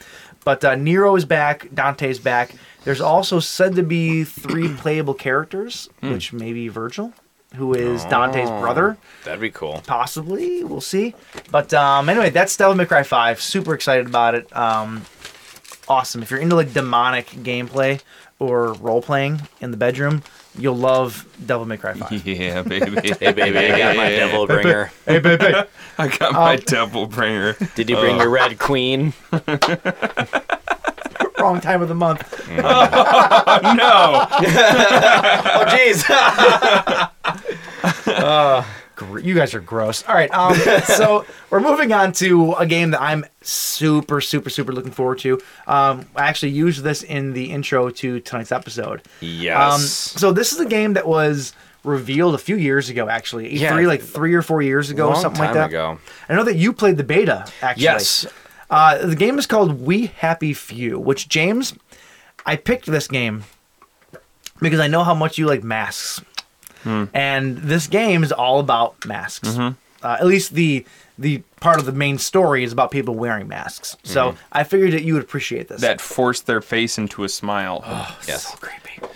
C: But uh, Nero is back, Dante's back. There's also said to be three playable characters,
F: Hmm.
C: which may be Virgil, who is Dante's
F: Oh.
C: brother
D: That'd be cool.
C: possibly we'll see but um anyway that's devil may cry 5 super excited about it um awesome if you're into like demonic gameplay or role playing in the bedroom you'll love devil may cry 5
F: yeah, baby.
D: Hey, baby, I got my devil bringer.
F: I got my
C: Um,
F: devil bringer.
D: Did you bring your red queen?
C: wrong time of the month
F: no.
D: Oh, jeez.
C: Gr- you guys are gross all right um so we're moving on to a game that i'm super super super looking forward to um i actually used this in the intro to tonight's episode Um,
D: yes.
C: so this is a game that was revealed a few years ago, actually. E
D: Yeah.
C: three, like three or four years ago,
D: Long
C: something like
D: time
C: that.
D: ago.
C: I know that you played the beta, actually.
D: Yes.
C: Uh, the game is called We Happy Few, which James, I picked this game because I know how much you like masks,
D: Hmm.
C: and this game is all about masks.
D: Mm-hmm.
C: Uh, at least the the part of the main story is about people wearing masks.
D: Mm-hmm.
C: So I figured that you would appreciate this.
F: that forced their face into a smile.
D: yes.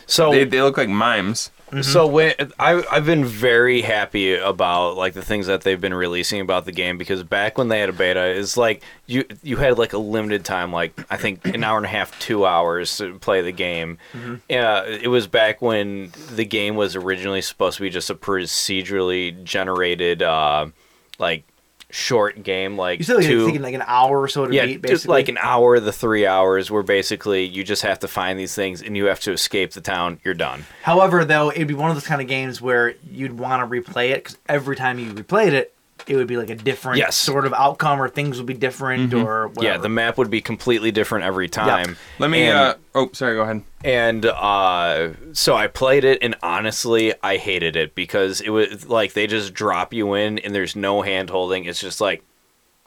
D: So
F: They, they look like mimes.
C: Mm-hmm.
D: So when I I've been very happy about like the things that they've been releasing about the game because back when they had a beta, it's like you you had like a limited time, like I think an hour and a half, two hours to play the game.
C: Mm-hmm.
D: Yeah, it was back when the game was originally supposed to be just a procedurally generated, uh, like short game, like
C: you said like,
D: two-
C: thinking like an hour or so to
D: yeah,
C: beat, basically.
D: just like an hour, the three hours, where basically you just have to find these things and you have to escape the town. You're done.
C: However, though, it'd be one of those kind of games where you'd want to replay it because every time you replayed it, it would be like a different
D: Yes. Mm-hmm.
C: sort of outcome or things would be different or whatever.
D: Yeah, the map would be completely different every time.
F: Let me.
D: And,
F: uh, oh, sorry. Go ahead.
D: and uh, so I played it, and honestly, I hated it because it was like they just drop you in, and there's no hand holding. It's just like,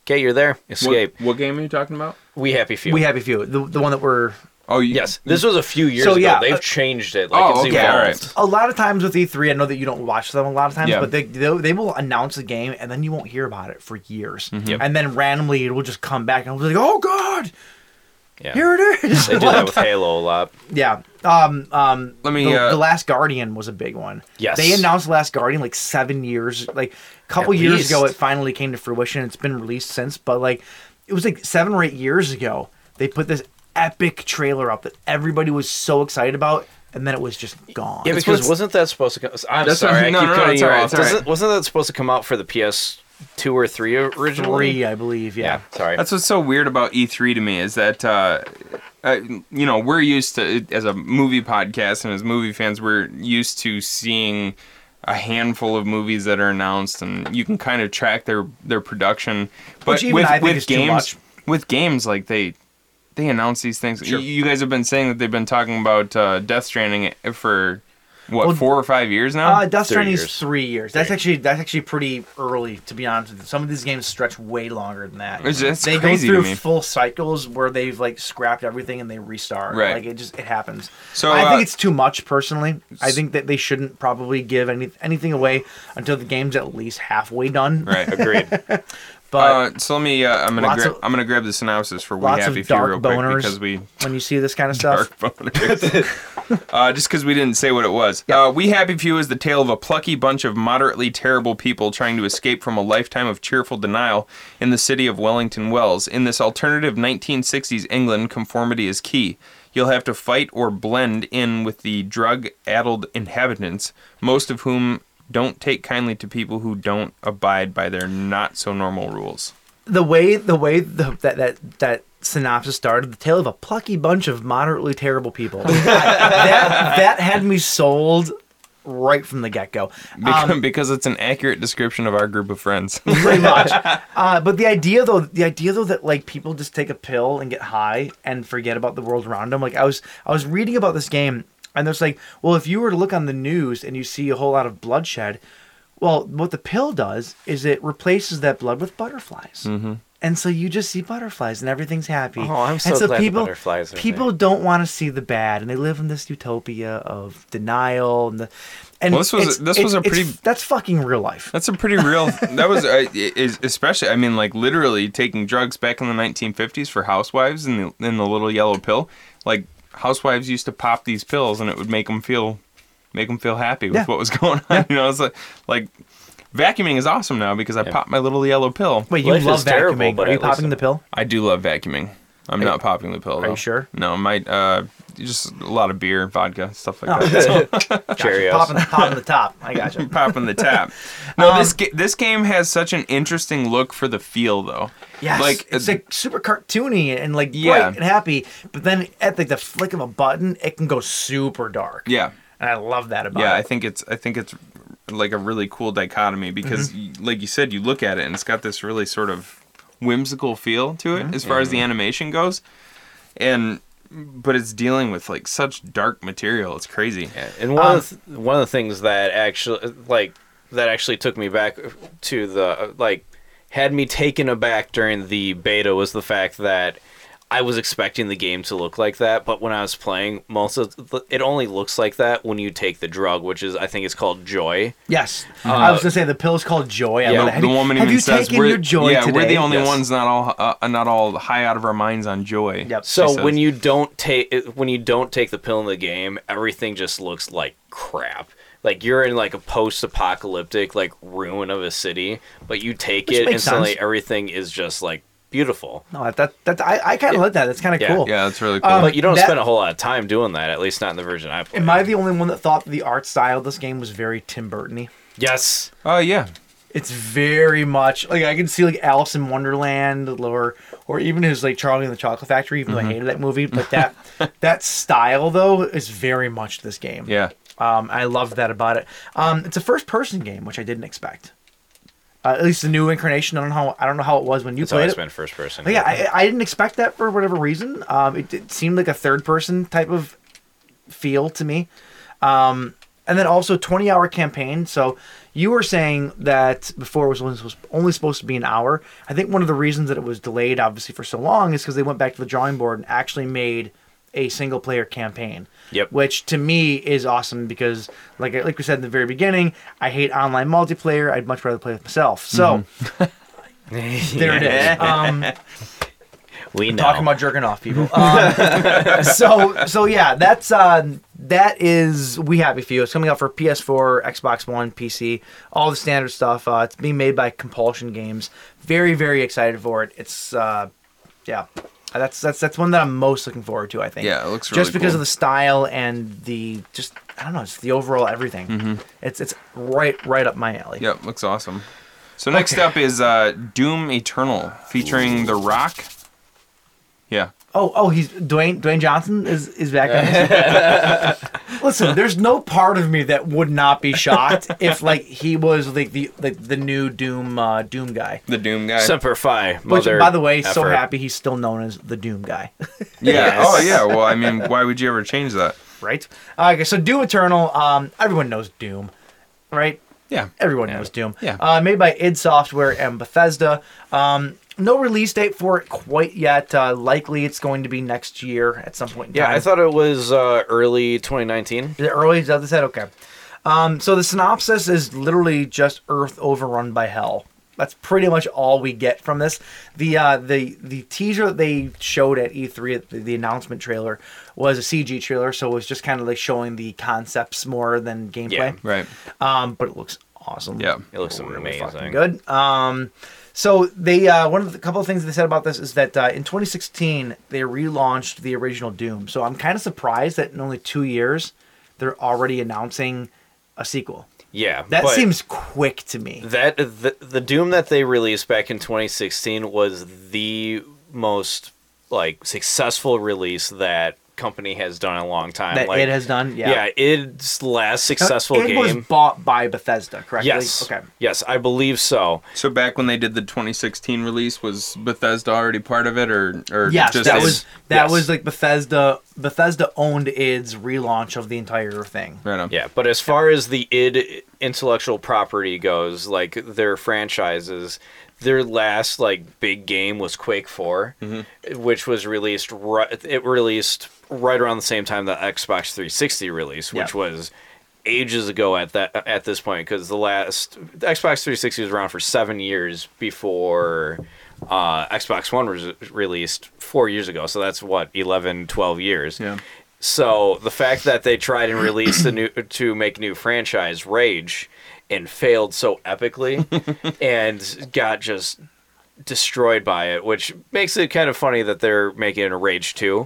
D: okay, you're there, escape.
F: What, what game are you talking about?
D: We happy few.
C: we happy few. The, the one that we're
F: Oh, you,
D: yes. This was a few years
C: So,
D: ago.
C: yeah,
D: They've
C: uh,
D: changed it. Like,
F: Oh,
D: it's
F: okay,
D: evolved.
F: all right.
C: a lot of times with E3. I know that you don't watch them a lot of times,
F: Yeah.
C: but they, they they will announce the game and then you won't hear about it for years,
D: Mm-hmm. Yep.
C: and then randomly it will just come back and we'll be like, oh god,
D: Yeah.
C: here it is.
D: they do that with Halo a lot.
C: Yeah. Um. Um.
F: Let me,
C: The,
F: uh,
C: the Last Guardian was a big one.
D: Yes.
C: They announced Last Guardian like seven years, like a couple
D: At
C: years ago.
D: least.
C: It finally came to fruition. It's been released since, but like it was like seven or eight years ago. They put this epic trailer up that everybody was so excited about, and then it was just gone.
D: Yeah,
F: what
D: because
F: it's-
D: wasn't that supposed to come? I'm
F: That's what-
D: sorry,
F: no,
D: I keep
F: no, no,
D: cutting
F: it's
D: you
F: all right,
D: off.
F: it's all right.
D: Doesn't- Wasn't that supposed to come out for the PS2 or 3 originally?
C: three, I believe.
D: Yeah,
C: Yeah.
D: sorry.
F: That's what's so weird about E3 to me is that, uh, uh, you know, we're used to, as a movie podcast and as movie fans, we're used to seeing a handful of movies that are announced and you can kind of track their, their production. But
C: Which even I think is too much.
F: with games, like they. They announce these things. You- You guys have been saying that they've been talking about uh, Death Stranding for what
C: Well,
F: four or five years now.
C: Uh, Death
D: Three
C: Stranding
D: years.
C: is three years. That's actually that's actually pretty early, to be honest. with you. Some of these games stretch way longer than that.
F: It's- it's
C: they
F: crazy to
C: go through
F: me.
C: full cycles where they've like scrapped everything and they restart.
F: Right.
C: Like it just it happens.
F: So,
C: I
F: uh,
C: think it's too much personally. I think that they shouldn't probably give any anything away until the game's at least halfway done.
F: right.
D: Agreed.
C: But
F: Uh, so let me. Uh, I'm gonna
C: Lots
F: grab.
C: of-
F: I'm gonna grab the synopsis for We
C: lots
F: Happy
C: of
F: Few
C: dark
F: real quick
C: boners
F: because we
C: when you see this kind of stuff.
F: dark boners. uh, just because we didn't say what it was. Uh, we Happy Few is the tale of a plucky bunch of moderately terrible people trying to escape from a lifetime of cheerful denial in the city of Wellington Wells. In this alternative 1960s England, conformity is key. You'll have to fight or blend in with the drug addled inhabitants, most of whom don't take kindly to people who don't abide by their not so normal rules.
C: the way the way the, that that that synopsis started the tale of a plucky bunch of moderately terrible people I- that that had me sold right from the get-go
F: Because, because it's an accurate description of our group of friends.
C: pretty much uh, but the idea though the idea though that like people just take a pill and get high and forget about the world around them like i was i was reading about this game and there's like well if you were to look on the news and you see a whole lot of bloodshed well what the pill does is it replaces that blood with butterflies and so you just see butterflies and everything's happy
D: Mm-hmm. Oh, I'm so
C: and
D: glad the butterflies are
C: people
D: there.
C: don't want to see the bad and they live in this utopia of denial and the and
F: Well, this was a-
C: it's-
F: this
C: it's-
F: was a
C: it's-
F: pretty-
C: that's fucking real life
F: That's a pretty real. That was uh, is especially. I mean, like literally taking drugs back in the 1950s for housewives and the, and the little yellow pill. Like housewives used to pop these pills, and it would make them feel make them feel happy with
C: Yeah.
F: what was going on. You know, it's like like vacuuming is awesome now because I pop my little yellow pill.
C: Wait, you
D: Life
C: love
D: is terrible,
C: vacuuming.
D: but
C: Are you
D: at least-
C: popping the pill?
F: I do love vacuuming. I'm not popping the pill. Though.
C: you sure?
F: No, my uh, just a lot of beer, vodka, stuff like that.
C: Oh.
D: Cheerios.
C: Popping, popping the top. I gotcha.
F: popping the tap. No,
C: Um,
F: this ga- this game has such an interesting look for the feel though.
C: Yes,
F: like
C: it's
F: uh,
C: like super cartoony and like bright
F: Yeah.
C: and happy, but then at like the flick of a button, it can go super dark.
F: yeah,
C: and I love that about
F: yeah. I
C: it.
F: think it's I think it's like a really cool dichotomy because,
C: Mm-hmm.
F: y- like you said, you look at it and it's got this really sort of whimsical feel to it
C: Mm-hmm.
F: as far as the animation goes, and but it's dealing with like such dark material. It's crazy.
D: Yeah, and one of the th- one of the things that actually like that actually took me back to the like had me taken aback during the beta was the fact that I was expecting the game to look like that, but when I was playing, most of the, it only looks like that when you take the drug, which is I think it's called joy.
C: Yes, I was gonna say the pill's called joy. I
F: uh, Yeah,
C: love it. Have
F: the
C: you-
F: woman
C: have
F: even
C: you
F: says
C: taken
F: we're,
C: your joy
F: yeah,
C: today?
F: we're the only
D: Yes.
F: ones not all uh, not all high out of our minds on joy.
C: Yep.
F: she
D: So
F: says.
D: when you don't take when you don't take the pill in the game, everything just looks like crap. Like you're in like a post-apocalyptic like ruin of a city, but you take
C: Which
D: it and
C: makes
D: suddenly
C: sense.
D: everything is just like beautiful.
C: No, that that I, I kind of like that. That's kind of
D: Yeah.
C: cool.
F: yeah, that's really
C: Um,
F: cool.
D: but you don't
C: Uh, that-
D: spend a whole lot of time doing that, at least not in the version I played.
C: Am I the only one that thought the art style of this game was very Tim Burton-y?
D: yes.
F: Oh yeah,
C: It's very much like I can see like Alice in Wonderland or or even his like Charlie and the Chocolate Factory, even
D: Mm-hmm.
C: though I hated that movie. But that that style though is very much this game.
F: yeah.
C: Um, I love that about it. Um, it's a first-person game, which I didn't expect. Uh, at least the new incarnation. I don't know how I don't know how it was when you
D: It's
C: played
D: always
C: it.
D: been first person.
C: But yeah, I, I didn't expect that for whatever reason. Um, it, it seemed like a third person type of feel to me. Um, and then also 20 hour campaign. So you were saying that before it was only supposed, only supposed to be an hour. I think one of the reasons that it was delayed, obviously, for so long is because they went back to the drawing board and actually made a single player campaign.
D: Yep.
C: Which to me is awesome because, like I- like we said in the very beginning, I hate online multiplayer. I'd much rather play with myself. So there it is. Um,
D: we know.
C: talking about jerking off people. Um, so so yeah, that's uh, that is we happy for you. It's coming out for PS4, Xbox One, PC, all the standard stuff. Uh, it's being made by Compulsion Games. Very very excited for it. It's uh, yeah. That's that's that's one that I'm most looking forward to. I think.
F: Yeah, it looks
C: just
F: really
C: because
F: cool.
C: of the style and the just I don't know, it's the overall everything.
F: Mm-hmm.
C: It's it's right right up my alley.
F: Yep, looks awesome. So next up is uh, Doom Eternal featuring The Rock. Yeah.
C: Oh, oh, he's Dwayne. Dwayne Johnson is is back. On this. Listen, there's no part of me that would not be shocked if like he was like the like the new Doom uh, Doom guy.
F: The Doom guy.
D: Semper Fi,
C: Which,
D: mother
C: by the way, so
D: effer.
C: happy he's still known as the Doom guy,
F: yeah. Oh yeah. Well, I mean, why would you ever change that?
C: right? Okay, so Doom Eternal. Um, everyone knows Doom, right?
F: Yeah.
C: Everyone
F: Yeah.
C: knows Doom.
F: Yeah.
C: Uh, made by id Software and Bethesda. Um, no release date for it quite yet. Uh, likely it's going to be next year at some point. In
D: Yeah,
C: time.
D: I thought it was uh, early 2019.
C: Is it early? Is that what they said? Okay. Um, so the synopsis is literally just Earth overrun by hell. That's pretty much all we get from this. The uh, the the teaser that they showed at E3, the, the announcement trailer, was a CG trailer, so it was just kind of like showing the concepts more than gameplay.
F: Right.
C: Um, but it looks awesome.
F: Yeah.
D: It looks
C: Fucking
D: amazing.
C: good. Um, so they uh, one of the couple of things they said about this is that uh, in 2016 they relaunched the original Doom. So I'm kind of surprised that in only two years they're already announcing a sequel.
D: Yeah,
C: That
D: but
C: seems quick to me.
D: that the, the Doom that they released back in 2016 was the most like successful release that company has done in a long time.
C: That
D: like,
C: it has done. Yeah.
D: Yeah, its last
C: Now,
D: successful
C: it
D: game.
C: was bought by Bethesda, correctly?
D: yes.
C: Okay.
D: Yes, I believe so.
F: So back when they did the 2016 release, was Bethesda already part of it, or or
C: Yes,
F: just
C: that
F: as-
C: was that
D: yes.
C: was like Bethesda. Bethesda owned id's relaunch of the entire thing.
F: right on.
D: Yeah, but as far as the id intellectual property goes, like their franchises, their last like big game was Quake 4, which was released right it released right around the same time the Xbox 360 release, which
C: Yeah.
D: was ages ago at that at this point because the last the Xbox 360 was around for 7 years before uh, Xbox One was released 4 years ago. So that's what 11 12 years.
F: Yeah.
D: So the fact that they tried and released the new to make new franchise Rage and failed so epically and got just destroyed by it, which makes it kind of funny that they're making a Rage 2.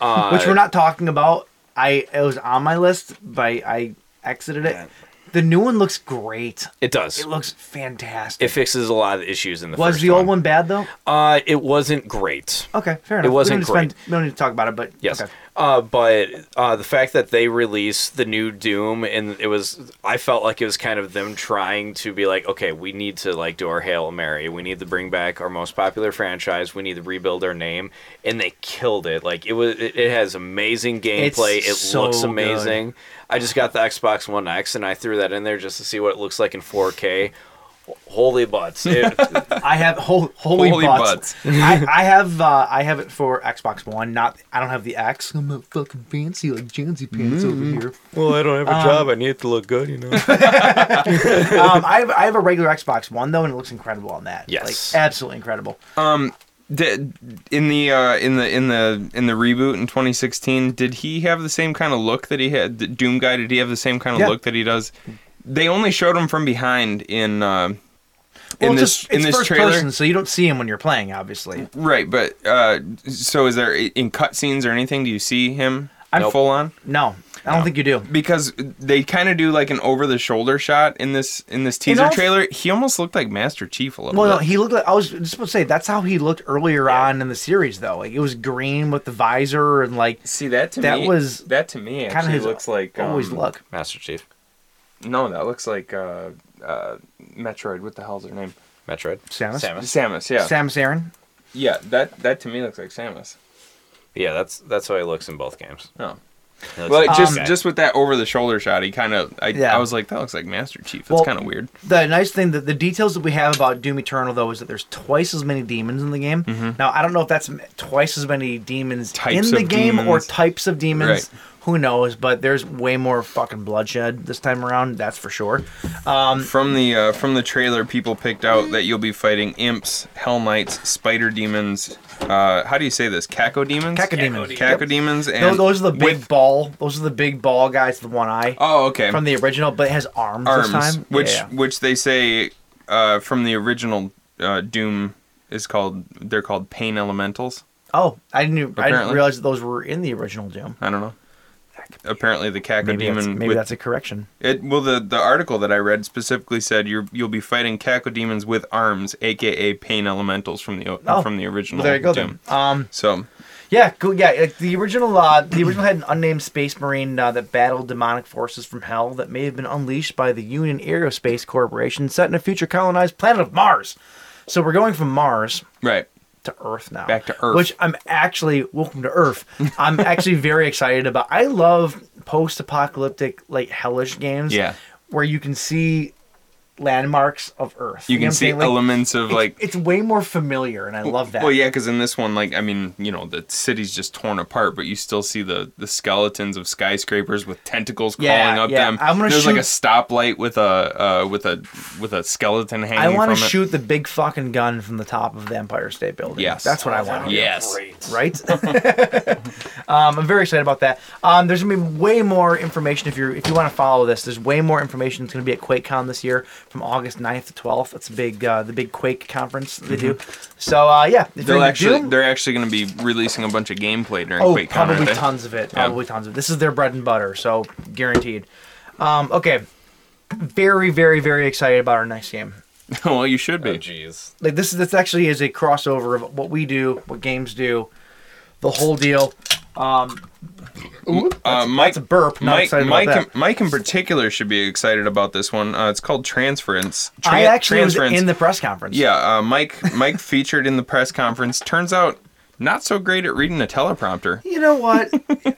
D: Uh,
C: which we're not talking about. I it was on my list, but I, I exited it. The new one looks great.
D: It does.
C: It
D: It,
C: looks fantastic.
D: fixes a lot of the issues in the
C: was
D: first
C: the old one bad though?
D: Uh, it wasn't great.
C: Okay, fair enough.
D: wasn't
C: we don't need to Spend, we don't need to talk about it, but
D: Yes.
C: okay.
D: Uh, but uh, the fact that they released the new Doom and it was, I felt like it was kind of them trying to be like, okay, we need to like do our hail mary. We need to bring back our most popular franchise. We need to rebuild our name, and they killed it. Like it was, it, it has amazing gameplay. it
C: so
D: looks
C: good.
D: amazing. I just got the Xbox One X and I threw that in there just to see what it looks like in 4K. Holy butts. It-
C: I have hol- holy,
F: Holy
C: butts. I, I have uh, I have it for Xbox One. Not I don't have the X. I'm not fucking fancy like Jonesy pants over here.
K: Well, I don't have a
D: Um,
K: job. I need it to look good, you know.
C: um, I have I have a regular Xbox One though, and it looks incredible on that.
D: Yes.
C: like, absolutely incredible.
F: Did, in the uh, in the in the in the reboot in 2016, did he have the same kind of look that he had? the Doom guy, did he have the same kind of
C: Yeah.
F: look that he does? They only showed him from behind in uh, in
C: Well, it's
F: this
C: just-
F: in
C: it's
F: this
C: first
F: trailer,
C: person, so you don't see him when you're playing, obviously.
F: right? But uh, so is there in cutscenes or anything? Do you see him
C: I'm-
F: full on?
C: No, I don't think you do.
F: Because they kind of do like an over the shoulder shot in this in this teaser
C: also-
F: trailer. He almost looked like Master Chief a little
C: Well, no,
F: bit.
C: he looked like I was just supposed to say that's how he looked earlier on in the series, though. Like it was green with the visor and like
F: See that to
C: That
F: me
C: was
F: that to me
C: kind of
F: actually
C: his
F: looks like
C: always
F: um,
C: look.
K: Master Chief,
F: No, that looks like uh, uh, Metroid. What the hell's her name?
K: Metroid,
C: Samus?
K: Samus.
F: Samus. Yeah.
C: Samus Aran.
F: yeah. That that to me looks like Samus.
K: Yeah, that's that's how he looks in both games.
F: No.
K: He looks
F: Well,
K: like
F: just
K: that guy.
F: just with that over the shoulder shot, he kind of. I,
C: Yeah.
F: I was like, that looks like Master Chief. That's
C: Well-
F: kind of weird.
C: The nice thing that the details that we have about Doom Eternal though is that there's twice as many demons in the game. Now I don't know if that's m- twice as many demons
F: Mm-hmm. Types
C: in the
F: of
C: game or
F: demons.
C: types of demons.
F: Right.
C: Who knows? But there's way more fucking bloodshed this time around. That's for sure. um,
F: From the uh, from the trailer, people picked out that you'll be fighting imps, hell knights, spider demons. Uh, how do you say this? Caco demons.
C: Cacodemons.
F: Caco demons. And
C: Those, those are the big
F: with-
C: ball. Those are the big ball guys with one eye
F: Oh, okay.
C: from the original, but it has arms,
F: arms,
C: this time.
F: which
C: Yeah.
F: which they say uh, from the original uh, Doom is called. They're called pain elementals.
C: Oh, I didn't. even- I didn't
F: Apparently.
C: realize that those were in the original Doom.
F: I don't know. Apparently, the Caco
C: Maybe, that's,
F: demon.
C: maybe
F: with-
C: that's a correction.
F: it. Well, the the article that I read specifically said you're you'll be fighting Caco demons with arms, aka pain elementals from the o
C: Oh.
F: from the original.
C: Well, there you go.
F: Doom.
C: Then. Um,
F: So
C: yeah, cool. Yeah, like the original. Uh, the original had an unnamed space marine uh, that battled demonic forces from hell that may have been unleashed by the Union Aerospace Corporation, set in a future colonized planet of Mars. So we're going from Mars
F: right.
C: to Earth now.
F: Back to Earth.
C: Which I'm actually welcome to Earth. I'm actually very excited about. I love post-apocalyptic like hellish games.
F: Yeah.
C: Where you can see landmarks of Earth.
F: You
C: know what
F: can
C: I'm
F: see
C: saying? Like,
F: elements of like
C: it's way more familiar, and I love that.
F: Well, yeah, because in this one, like, I mean, you know, the city's just torn apart, but you still see the the skeletons of skyscrapers with tentacles
C: Yeah,
F: crawling up
C: yeah.
F: them.
C: I'm gonna
F: There's like a
C: shoot-
F: stoplight with a uh, with a with a skeleton
C: I
F: hanging.
C: want to
F: from it.
C: shoot the big fucking gun from the top of the Empire State Building.
F: Yes.
C: that's what I want.
F: Yes.
C: Right. um, I'm very excited about that. Um, there's gonna be way more information if you're if you want to follow this. There's way more information. It's gonna be at QuakeCon this year from August 9th to 12th. It's a big uh, the big Quake conference that they do. So uh, yeah, if you're
F: Mm-hmm. They'll
C: into
F: actually
C: Doom-
F: they're actually going to be releasing a bunch of gameplay during
C: Oh,
F: QuakeCon.
C: probably
F: aren't they?
C: tons of it. Probably tons of it. This is their bread and butter, so guaranteed. Um, okay. Very, very, very excited about our next game.
F: well, you should
K: Oh,
F: be.
K: jeez.
C: Like this is this actually is a crossover of what we do, what games do, the whole deal.
F: uh, Mike,
C: It's a burp. Not
F: Mike,
C: excited
F: Mike,
C: about that.
F: in, Mike in particular should be excited about this one. Uh, it's called Transference. Tran-
C: I actually was
F: Transference.
C: in the press conference.
F: Yeah, uh, Mike. Mike featured in the press conference. Turns out, not so great at reading a teleprompter.
C: You know what?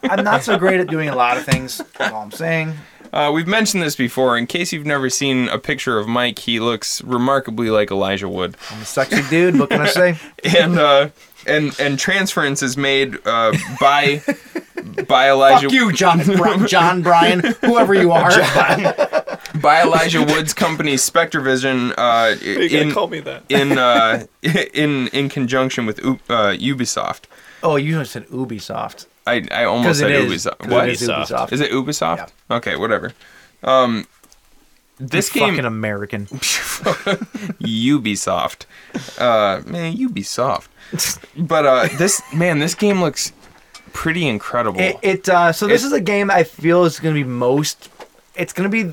C: I'm not so great at doing a lot of things. That's all I'm saying.
F: Uh, we've mentioned this before. In case you've never seen a picture of Mike, he looks remarkably like Elijah Wood.
C: I'm a sexy dude. What can I say?
F: And uh, and and transference is made uh, by by Elijah
C: Fuck you, John, Bri- John Bryan, whoever you are.
F: by Elijah Wood's company Spectrovision uh,
K: You
F: in
K: call me that.
F: in uh, in in conjunction with U- uh, Ubisoft.
C: Oh, you just said Ubisoft.
F: I, I almost
C: Because it
F: said
C: is.
F: Ubisoft.
C: 'Cause
F: What?
C: It is Ubisoft.
F: Is it Ubisoft? Okay, whatever. Um, this game
C: Fucking American.
F: Ubisoft. Uh, man, Ubisoft. But uh, this man, this game looks pretty incredible.
C: It, it uh, so this
F: It-
C: is a game I feel is going to be most. It's going to be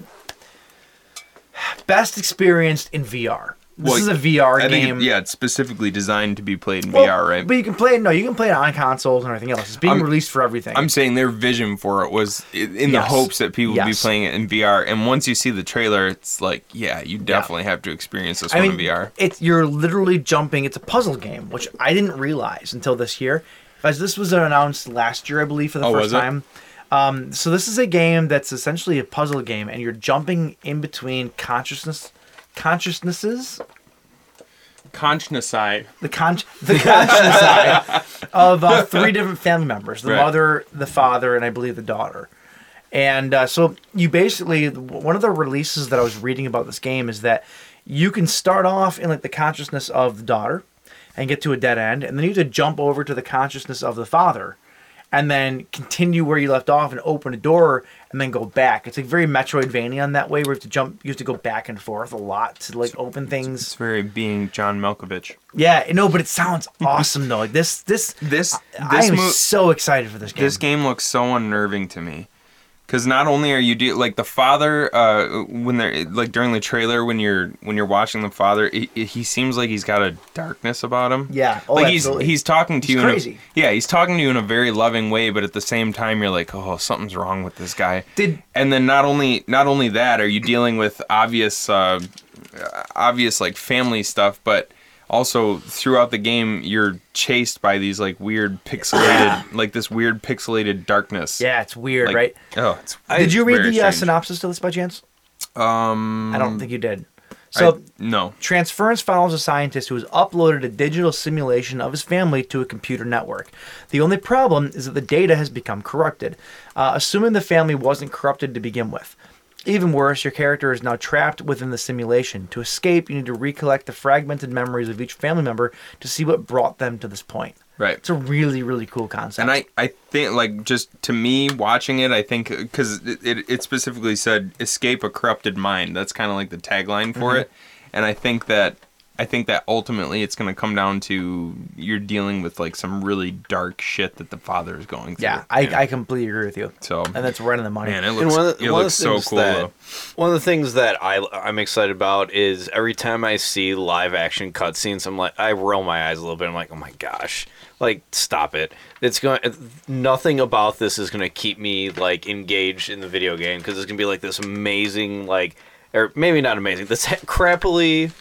C: best experienced in VR. This
F: Well,
C: is a VR
F: I think it-
C: game.
F: yeah, it's specifically designed to be played in
C: Well,
F: VR, right?
C: But you can play it. No, you can play it on consoles and everything else. It's being
F: I'm-
C: released for everything.
F: I'm saying their vision for it was i- in the
C: Yes.
F: hopes that people would be
C: Yes.
F: playing it in VR. And once you see the trailer, it's like, yeah, you definitely have to experience this
C: I
F: one
C: mean,
F: in VR.
C: it's you're literally jumping. It's a puzzle game, which I didn't realize until this year, as this was announced last year, I believe, for the
F: Oh,
C: first
F: was it?
C: time. Um, so this is a game that's essentially a puzzle game, and you're jumping in between consciousness consciousnesses
F: Consciousness side.
C: the con- the conscience side of uh, three different family members: the
F: Right.
C: mother, the father, and I believe the daughter. And uh, so you basically one of the releases that I was reading about this game is that you can start off in like the consciousness of the daughter and get to a dead end, and then you have to jump over to the consciousness of the father. And then continue where you left off and open a door and then go back. It's like very Metroidvania in that way where you have to jump, you have to go back and forth a lot to like open things.
F: It's very being John Malkovich.
C: Yeah, no, but it sounds awesome though. Like this, this,
F: this,
C: I
F: this
C: am
F: mo-
C: so excited for this game.
F: This game looks so unnerving to me. Cause not only are you de- like the father, uh, when they're like during the trailer, when you're when you're watching the father, it, it- he seems like he's got a darkness about him.
C: Yeah, oh,
F: like
C: absolutely.
F: he's he's talking to
C: He's
F: you. in a-
C: crazy.
F: yeah, he's talking to you in a very loving way, but at the same time, you're like, oh, something's wrong with this guy.
C: Did-
F: and then not only not only that, are you dealing with obvious uh, obvious like family stuff, but also throughout the game you're chased by these like weird pixelated like this weird pixelated darkness.
C: yeah, it's weird,
F: Like,
C: right?
F: Oh, it's
C: Did you read
F: very
C: the uh,
F: strange.
C: synopsis to this by chance?
F: Um,
C: I don't think you did.
F: I-
C: So
F: no.
C: Transference follows a scientist who has uploaded a digital simulation of his family to a computer network. The only problem is that the data has become corrupted, uh, assuming the family wasn't corrupted to begin with. Even worse, your character is now trapped within the simulation. To escape, you need to recollect the fragmented memories of each family member to see what brought them to this point.
F: Right.
C: It's a really, really cool concept.
F: And I, I think like just to me watching it, I think because it, it, it specifically said escape a corrupted mind. That's kind of like the tagline for
C: Mm-hmm.
F: it. And I think that I think that ultimately it's going to come down to you're dealing with like some really dark shit that the father is going through.
C: yeah, I,
F: you know?
C: I completely agree with you.
F: so
C: And that's right on the money.
F: man, it
D: And
F: looks
D: one of the,
F: it
D: one of
F: looks
D: the
F: so
D: things
F: cool
D: that,
F: though.
D: One of the things that I I'm excited about is every time I see live action cutscenes, I'm like I roll my eyes a little bit. I'm like, oh my gosh, like stop it. It's going nothing about this is going to keep me like engaged in the video game because it's going to be like this amazing like or maybe not amazing this crappily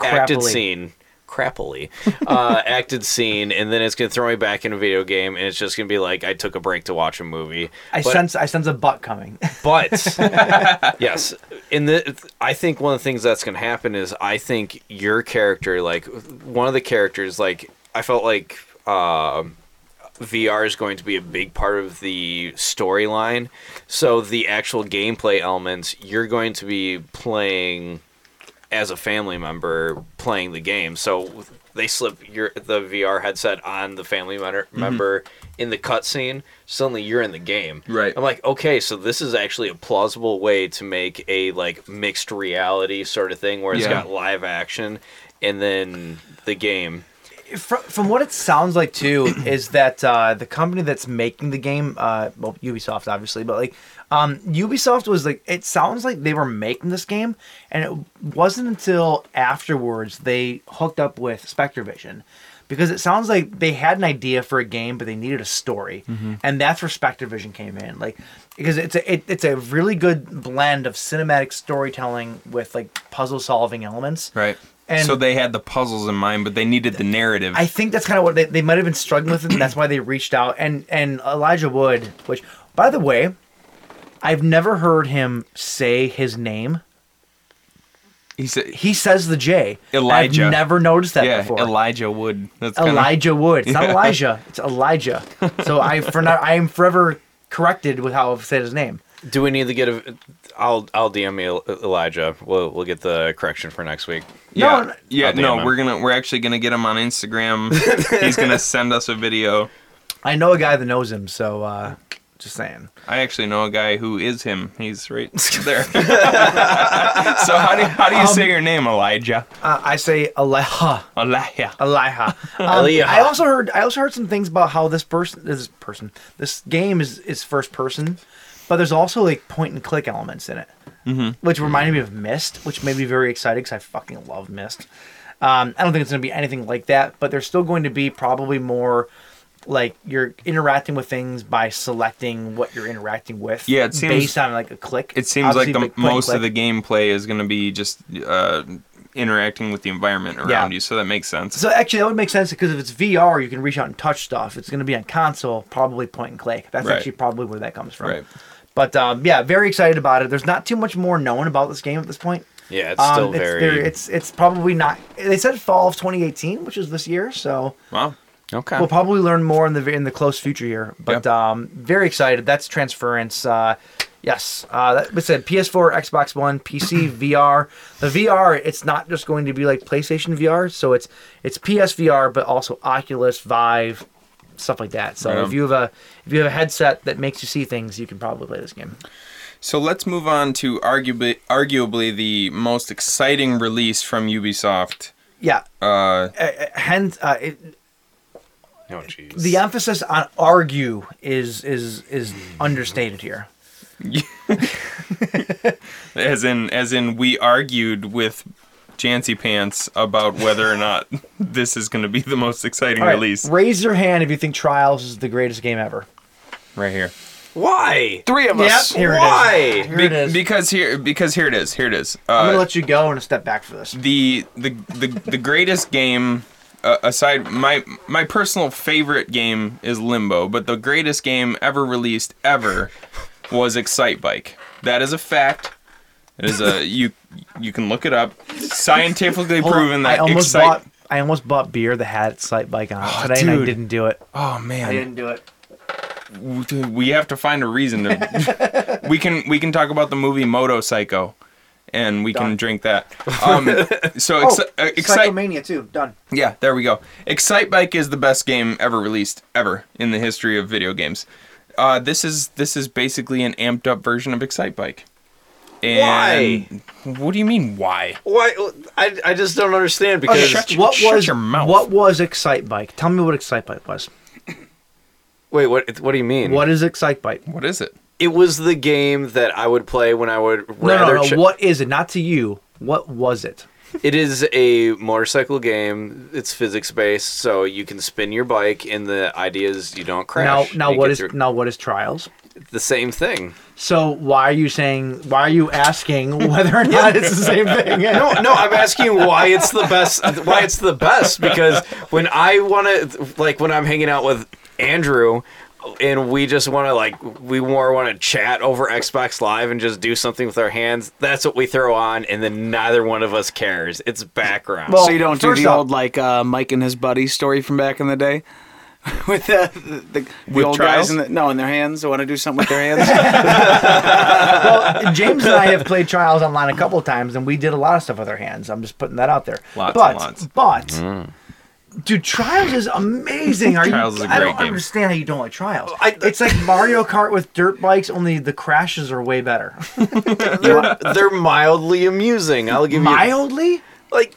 D: acted
C: Crappily.
D: scene crappily uh, acted scene and then it's going to throw me back in a video game and it's just going to be like i took a break to watch a movie
C: I
D: But-
C: sense I sense a butt coming.
D: but yes, in the I think one of the things that's going to happen is I think your character, like one of the characters, like I felt like um VR is going to be a big part of the storyline. So the actual gameplay elements, you're going to be playing as a family member playing the game. So they slip your the VR headset on the family member, member in the cutscene. Suddenly you're in the game.
F: Right.
D: I'm like, okay, so this is actually a plausible way to make a like mixed reality sort of thing where it's
F: Yeah.
D: got live action and then the game.
C: from, from what it sounds like too is that uh, the company that's making the game uh, well ubisoft obviously but like um, ubisoft was like it sounds like they were making this game and it wasn't until afterwards they hooked up with spectrovision because it sounds like they had an idea for a game but they needed a story and that's where spectrovision came in like because it's a it, it's a really good blend of cinematic storytelling with like puzzle solving elements
F: Right.
C: And-
F: so they had the puzzles in mind, but they needed the narrative.
C: I think that's kind of what they, they might have been struggling with, it, and that's why they reached out. And and Elijah Wood, which by the way, I've never heard him say his name.
F: he said,
C: He says the J.
F: Elijah.
C: I've never noticed that
F: yeah,
C: before.
F: Elijah Wood. That's kinda-
C: Elijah Wood. It's not Elijah. It's Elijah. So I for not I am forever corrected with how I've said his name.
D: Do we need to get a? I'll I'll DM you, Elijah. We'll we'll get the correction for next week.
F: Yeah,
C: No,
F: yeah,
D: I'll DM
F: no,
D: him.
F: we're gonna we're actually gonna get him on Instagram. He's gonna send us a video.
C: I know a guy that knows him, so uh, just saying.
F: I actually know a guy who is him. He's right there. so how do how do you say your name, Elijah?
C: Um, Uh, I say Elijah.
F: Elijah.
C: Elijah. Um,
D: Elijah.
C: I also heard I also heard some things about how this person this person this game is is first person, but there's also like point and click elements in it, mm-hmm. which reminded me of Mist, which made me very excited because I fucking love Mist. Um, I don't think it's gonna be anything like that, but there's still going to be probably more like you're interacting with things by selecting what you're interacting with.
F: Yeah, it seems-
C: based on like a click.
F: It seems
C: Obviously,
F: like
C: point
F: the
C: and
F: most
C: click.
F: of the gameplay is gonna be just uh, interacting with the environment around
C: Yeah.
F: you, so that makes sense.
C: So actually, that would make sense because if it's VR, you can reach out and touch stuff. It's going to be on console, probably point and click. That's
F: Right.
C: actually probably where that comes from.
F: Right.
C: But um, yeah, very excited about it. There's not too much more known about this game at this point.
D: Yeah, it's still
C: it's
D: very-
C: very- It's it's probably not. They said fall of 2018, which is this year. So
F: Wow.
D: Okay.
C: We'll probably learn more in the in the close future here, but um, very excited. That's transference. Uh, yes, uh, that was said. PS4, Xbox One, PC, VR. The VR, it's not just going to be like PlayStation VR. So it's it's PSVR, but also Oculus, Vive, stuff like that. So
F: Right on.
C: if you have a if you have a headset that makes you see things, you can probably play this game.
F: So let's move on to arguably arguably the most exciting release from Ubisoft.
C: Yeah,
F: Uh,
C: uh, uh, hence uh, it,
D: Oh, jeez.
C: the emphasis on argue is is is understated here.
F: as in as in we argued with Jancy Pants about whether or not this is going to be the most exciting
C: All right,
F: release.
C: Raise your hand if you think Trials is the greatest game ever.
F: Right here.
D: Why?
E: Three of
C: Yep,
E: us.
C: here it is.
D: Why?
C: Here it
F: Be-
C: is.
F: Because here because here it is. Here it is.
C: I'm
F: Uh,
C: gonna let you go and step back for this.
F: the the the the greatest game uh, aside my my personal favorite game is Limbo, but the greatest game ever released ever was Excite Bike. That is a fact. It is a you you can look it up. Scientifically
C: Hold on,
F: proven that
C: I almost
F: Excite Ah,
C: bought. I almost bought beer that had sight bike on it today, and I
F: dude.
C: didn't do it. I
F: Oh man.
C: didn't do it.
F: Dude, we have to find a reason to we can we can talk about the movie Moto Psycho and we can drink that. Um so
C: Oh,
F: exci- uh, Excite
C: Psychomania too. Done.
F: Yeah, there we go. Excite Bike is the best game ever released ever in the history of video games. Uh, this is this is basically an amped up version of Excite Bike. And why? What do you mean why?
D: Why? I, I just don't understand
F: Okay,
D: because
F: shut your-
C: What
F: shut
C: was
F: your mouth. Hmm.
C: what was Excite Bike? Tell me what Excite Bike was.
D: wait, what? What do you mean?
C: What is Excite Bike?
F: What is it?
D: It was the game that I would play when I would
C: No,
D: rather.
C: no, no.
D: ch-
C: what is it? Not to you. What was it?
D: It is a motorcycle game. It's physics based, so you can spin your bike, and the idea is you don't crash.
C: Now, now
D: You
C: what
D: get
C: is
D: your-
C: now what is Trials?
D: the same thing?
C: So why are you saying? Why are you asking whether or not it's the same thing?
D: No, no. I'm asking you why it's the best. Why it's the best because when I want to, like when I'm hanging out with Andrew. And we just want to like we more want to chat over Xbox Live and just do something with our hands. That's what we throw on, and then neither one of us cares. It's background.
E: so you don't do
C: first
E: the
C: off-
E: old like uh, Mike and his buddy story from back in the day. With the the, the, the
F: With
E: old
F: trials?
E: guys in the, no in their hands, they want to do something with their hands.
C: well, James and I have played trials online a couple of times, and we did a lot of stuff with our hands. I'm just putting that out there.
F: Lots and
C: but,
F: lots.
C: But, dude, trials is amazing. Are
F: Trials is
C: you,
F: a
C: I
F: great
C: don't
F: game.
C: understand how you don't like trials. it's like Mario Kart with dirt bikes, only the crashes are way better.
D: they're, they're mildly amusing. I'll give you
C: Mildly,
D: like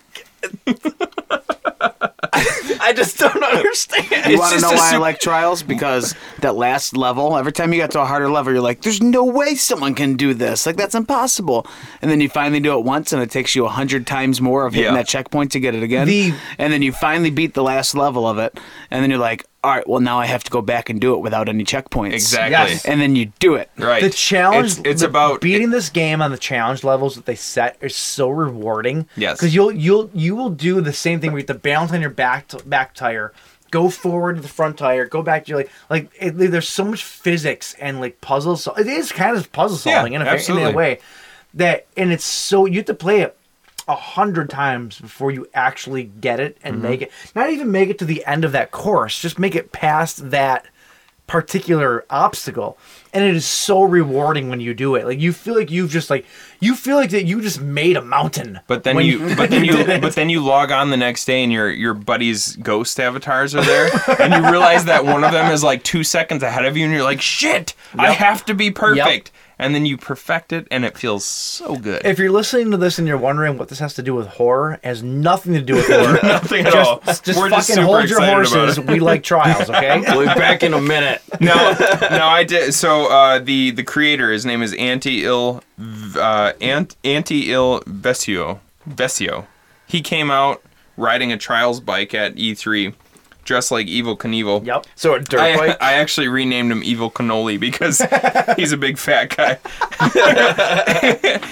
D: I just don't understand.
E: you want to know why I like trials? Because that last level, every time you got to a harder level, you're like, "There's no way someone can do this. Like that's impossible." And then you finally do it once, and it takes you a hundred times more of hitting
F: Yeah.
E: that checkpoint to get it again.
C: The-
E: and then you finally beat the last level of it, and then you're like, "All right, well now I have to go back and do it without any checkpoints."
F: Exactly.
C: Yes.
E: And then you do it.
F: Right.
C: the challenge.
F: It's, it's
C: the-
F: about
C: beating this game on the challenge levels that they set is so rewarding.
F: Yes.
C: because you'll you'll you will do the same thing where you have to balance on your back t- back tire. Go forward to the front tire. Go back to your like like it, there's so much physics and like puzzles. So it is kind of puzzle
F: Yeah,
C: solving in, a, in
F: absolutely.
C: a way that and it's so you have to play it a hundred times before you actually get it
F: Mm-hmm.
C: and make it. Not even make it to the end of that course. Just make it past that particular obstacle and it is so rewarding when you do it like you feel like you've just like you feel like that you just made a mountain
F: But then
C: when
F: you, but then you, but then you log on the next day, and your your buddy's ghost avatars are there, and you realize that one of them is like two seconds ahead of you, and you're like, "Shit, I have to be perfect." And then you perfect it, and it feels so good.
C: if you're listening to this and you're wondering what this has to do with horror it has nothing to do with horror
F: Nothing at all.
C: just, just
F: We're
C: fucking
F: just super
C: hold your
F: excited about
C: horses
F: it.
C: we like trials okay
D: We'll be back in a minute.
F: no, no, I did. So uh, the the creator, his name is Anti Ill, uh, Ant Anti Ill Vesio. Vesio. He came out riding a trials bike at E3, dressed like Evil Knievel.
C: yep
D: So a dirt
F: I,
D: bike.
F: I actually renamed him Evil Cannoli because he's a big fat guy.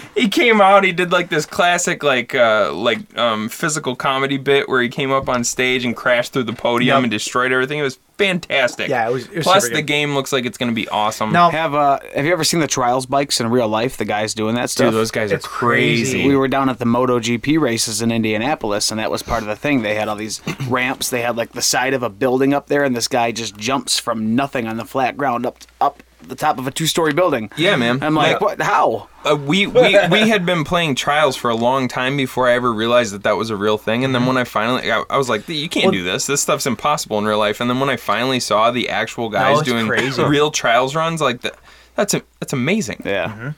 F: he came out. He did like this classic like uh, like um, physical comedy bit where he came up on stage and crashed through the podium and destroyed everything. It was fantastic.
C: Yeah, it was- it was
F: Plus,
C: super
F: the
C: good.
F: game looks like it's going to be awesome.
E: Have uh, have you ever seen the trials bikes in real life? The guys doing that stuff.
F: those guys are It's crazy. crazy.
E: We were down at the MotoGP races in Indianapolis, and that was part of the thing. They had all these ramps. They had like the side of a building up there, and this guy just jumps from nothing on the flat ground up up the top of a two story building.
F: Yeah, man.
E: I'm like,
F: Yeah.
E: what? How?
F: Uh, we, we we had been playing trials for a long time before I ever realized that that was a real thing. And then when I finally, I, I was like, you can't do this. This stuff's impossible in real life. And then when I finally saw the actual guys
C: it's
F: doing
C: crazy.
F: real trials runs, like that, that's a, that's amazing.
E: Yeah.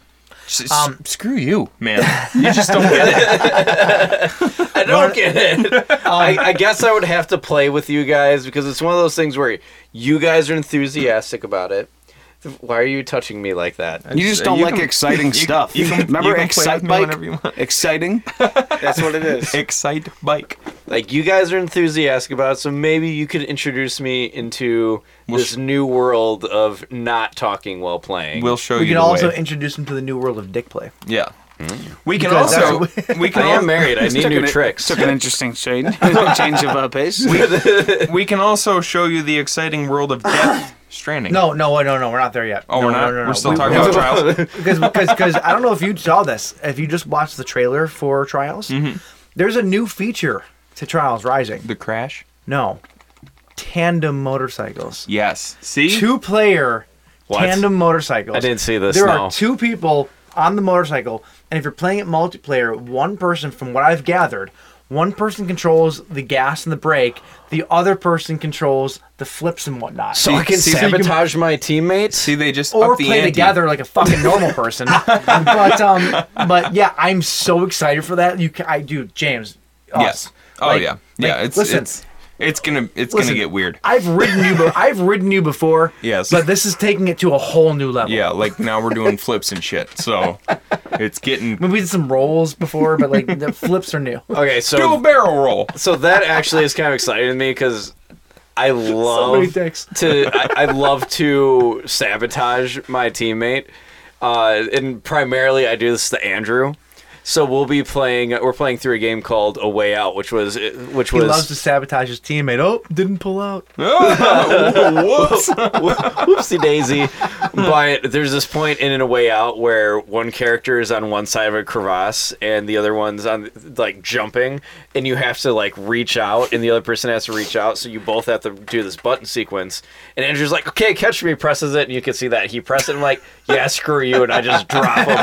F: S- s- screw you, man. You just don't get it.
D: I don't get it.
F: Um,
D: I, I guess I would have to play with you guys because it's one of those things where you guys are enthusiastic about it. Why are you touching me like that?
E: You just don't
F: Mm-hmm. You
E: like
F: can-
E: exciting
F: you-
E: stuff.
F: you can-
E: Remember
F: you can play with
E: Excite
F: me
E: Bike?
F: whenever you want.
E: Exciting. That's what it is.
F: Excite bike.
D: Like you guys are enthusiastic about it, so maybe you could introduce me into this new world of not talking while playing.
F: We'll show
C: We
F: you.
C: can
F: the
C: also
F: way.
C: introduce him to the new world of dick play.
F: yeah. We can
C: Because
F: also we can
D: I am
F: al-
D: married. I need
E: Took
D: new
E: an-
D: tricks.
E: Took an interesting change. change of uh, pace.
F: we can also show you the exciting world of death stranding.
C: No, no, no, no, we're not there yet.
F: Oh,
C: no,
F: we're
C: no,
F: not.
C: No, no,
F: We're still
C: We-
F: talking about trials.
C: because because because I don't know if you saw this. If you just watched the trailer for Trials, there's a new feature to Trials Rising.
F: the crash.
C: No, tandem motorcycles,
F: Yes. See.
C: two player
D: What?
C: tandem motorcycles.
D: I didn't see this,
C: There
D: no.
C: are two people on the motorcycle, and if you're playing it multiplayer, one person, from what I've gathered, one person controls the gas and the brake, the other person controls the flips and whatnot.
D: so I can
F: See, so you can-
D: sabotage my teammates.
F: See, they just
C: or
F: up the
C: play
F: ante.
C: together like a fucking normal person. but um, but yeah, I'm so excited for that. You, ca I do, James. us.
F: Yes. Oh
C: Like-
F: yeah.
C: like,
F: Yeah. it's
C: listen,
F: it's it's gonna it's
C: listen,
F: gonna get weird.
C: I've ridden you. Be- I've ridden you before.
F: Yes.
C: But this is taking it to a whole new level.
F: Yeah. Like now we're doing flips and shit. So it's
C: I
F: getting
C: mean, we did some rolls before, but like the flips are new.
D: okay, so
F: do a barrel roll.
D: so that actually is kind of exciting to me because I
C: many
D: love
C: dicks.
D: to I, I love to sabotage my teammate, uh, and primarily I do this to Andrew. So we'll be playing. We're playing through a game called A Way Out, which was which
C: He loves to
D: was
C: sabotage his teammate. Oh, didn't pull out.
F: Whoops.
D: whoopsie daisy. but there's this point in A Way Out where one character is on one side of a crevasse and the other one's on like jumping, and you have to like reach out, and the other person has to reach out. So you both have to do this button sequence. And Andrew's like, "Okay, catch me," presses it, and you can see that he presses it. And I'm like, "Yeah, screw you," and I just drop him.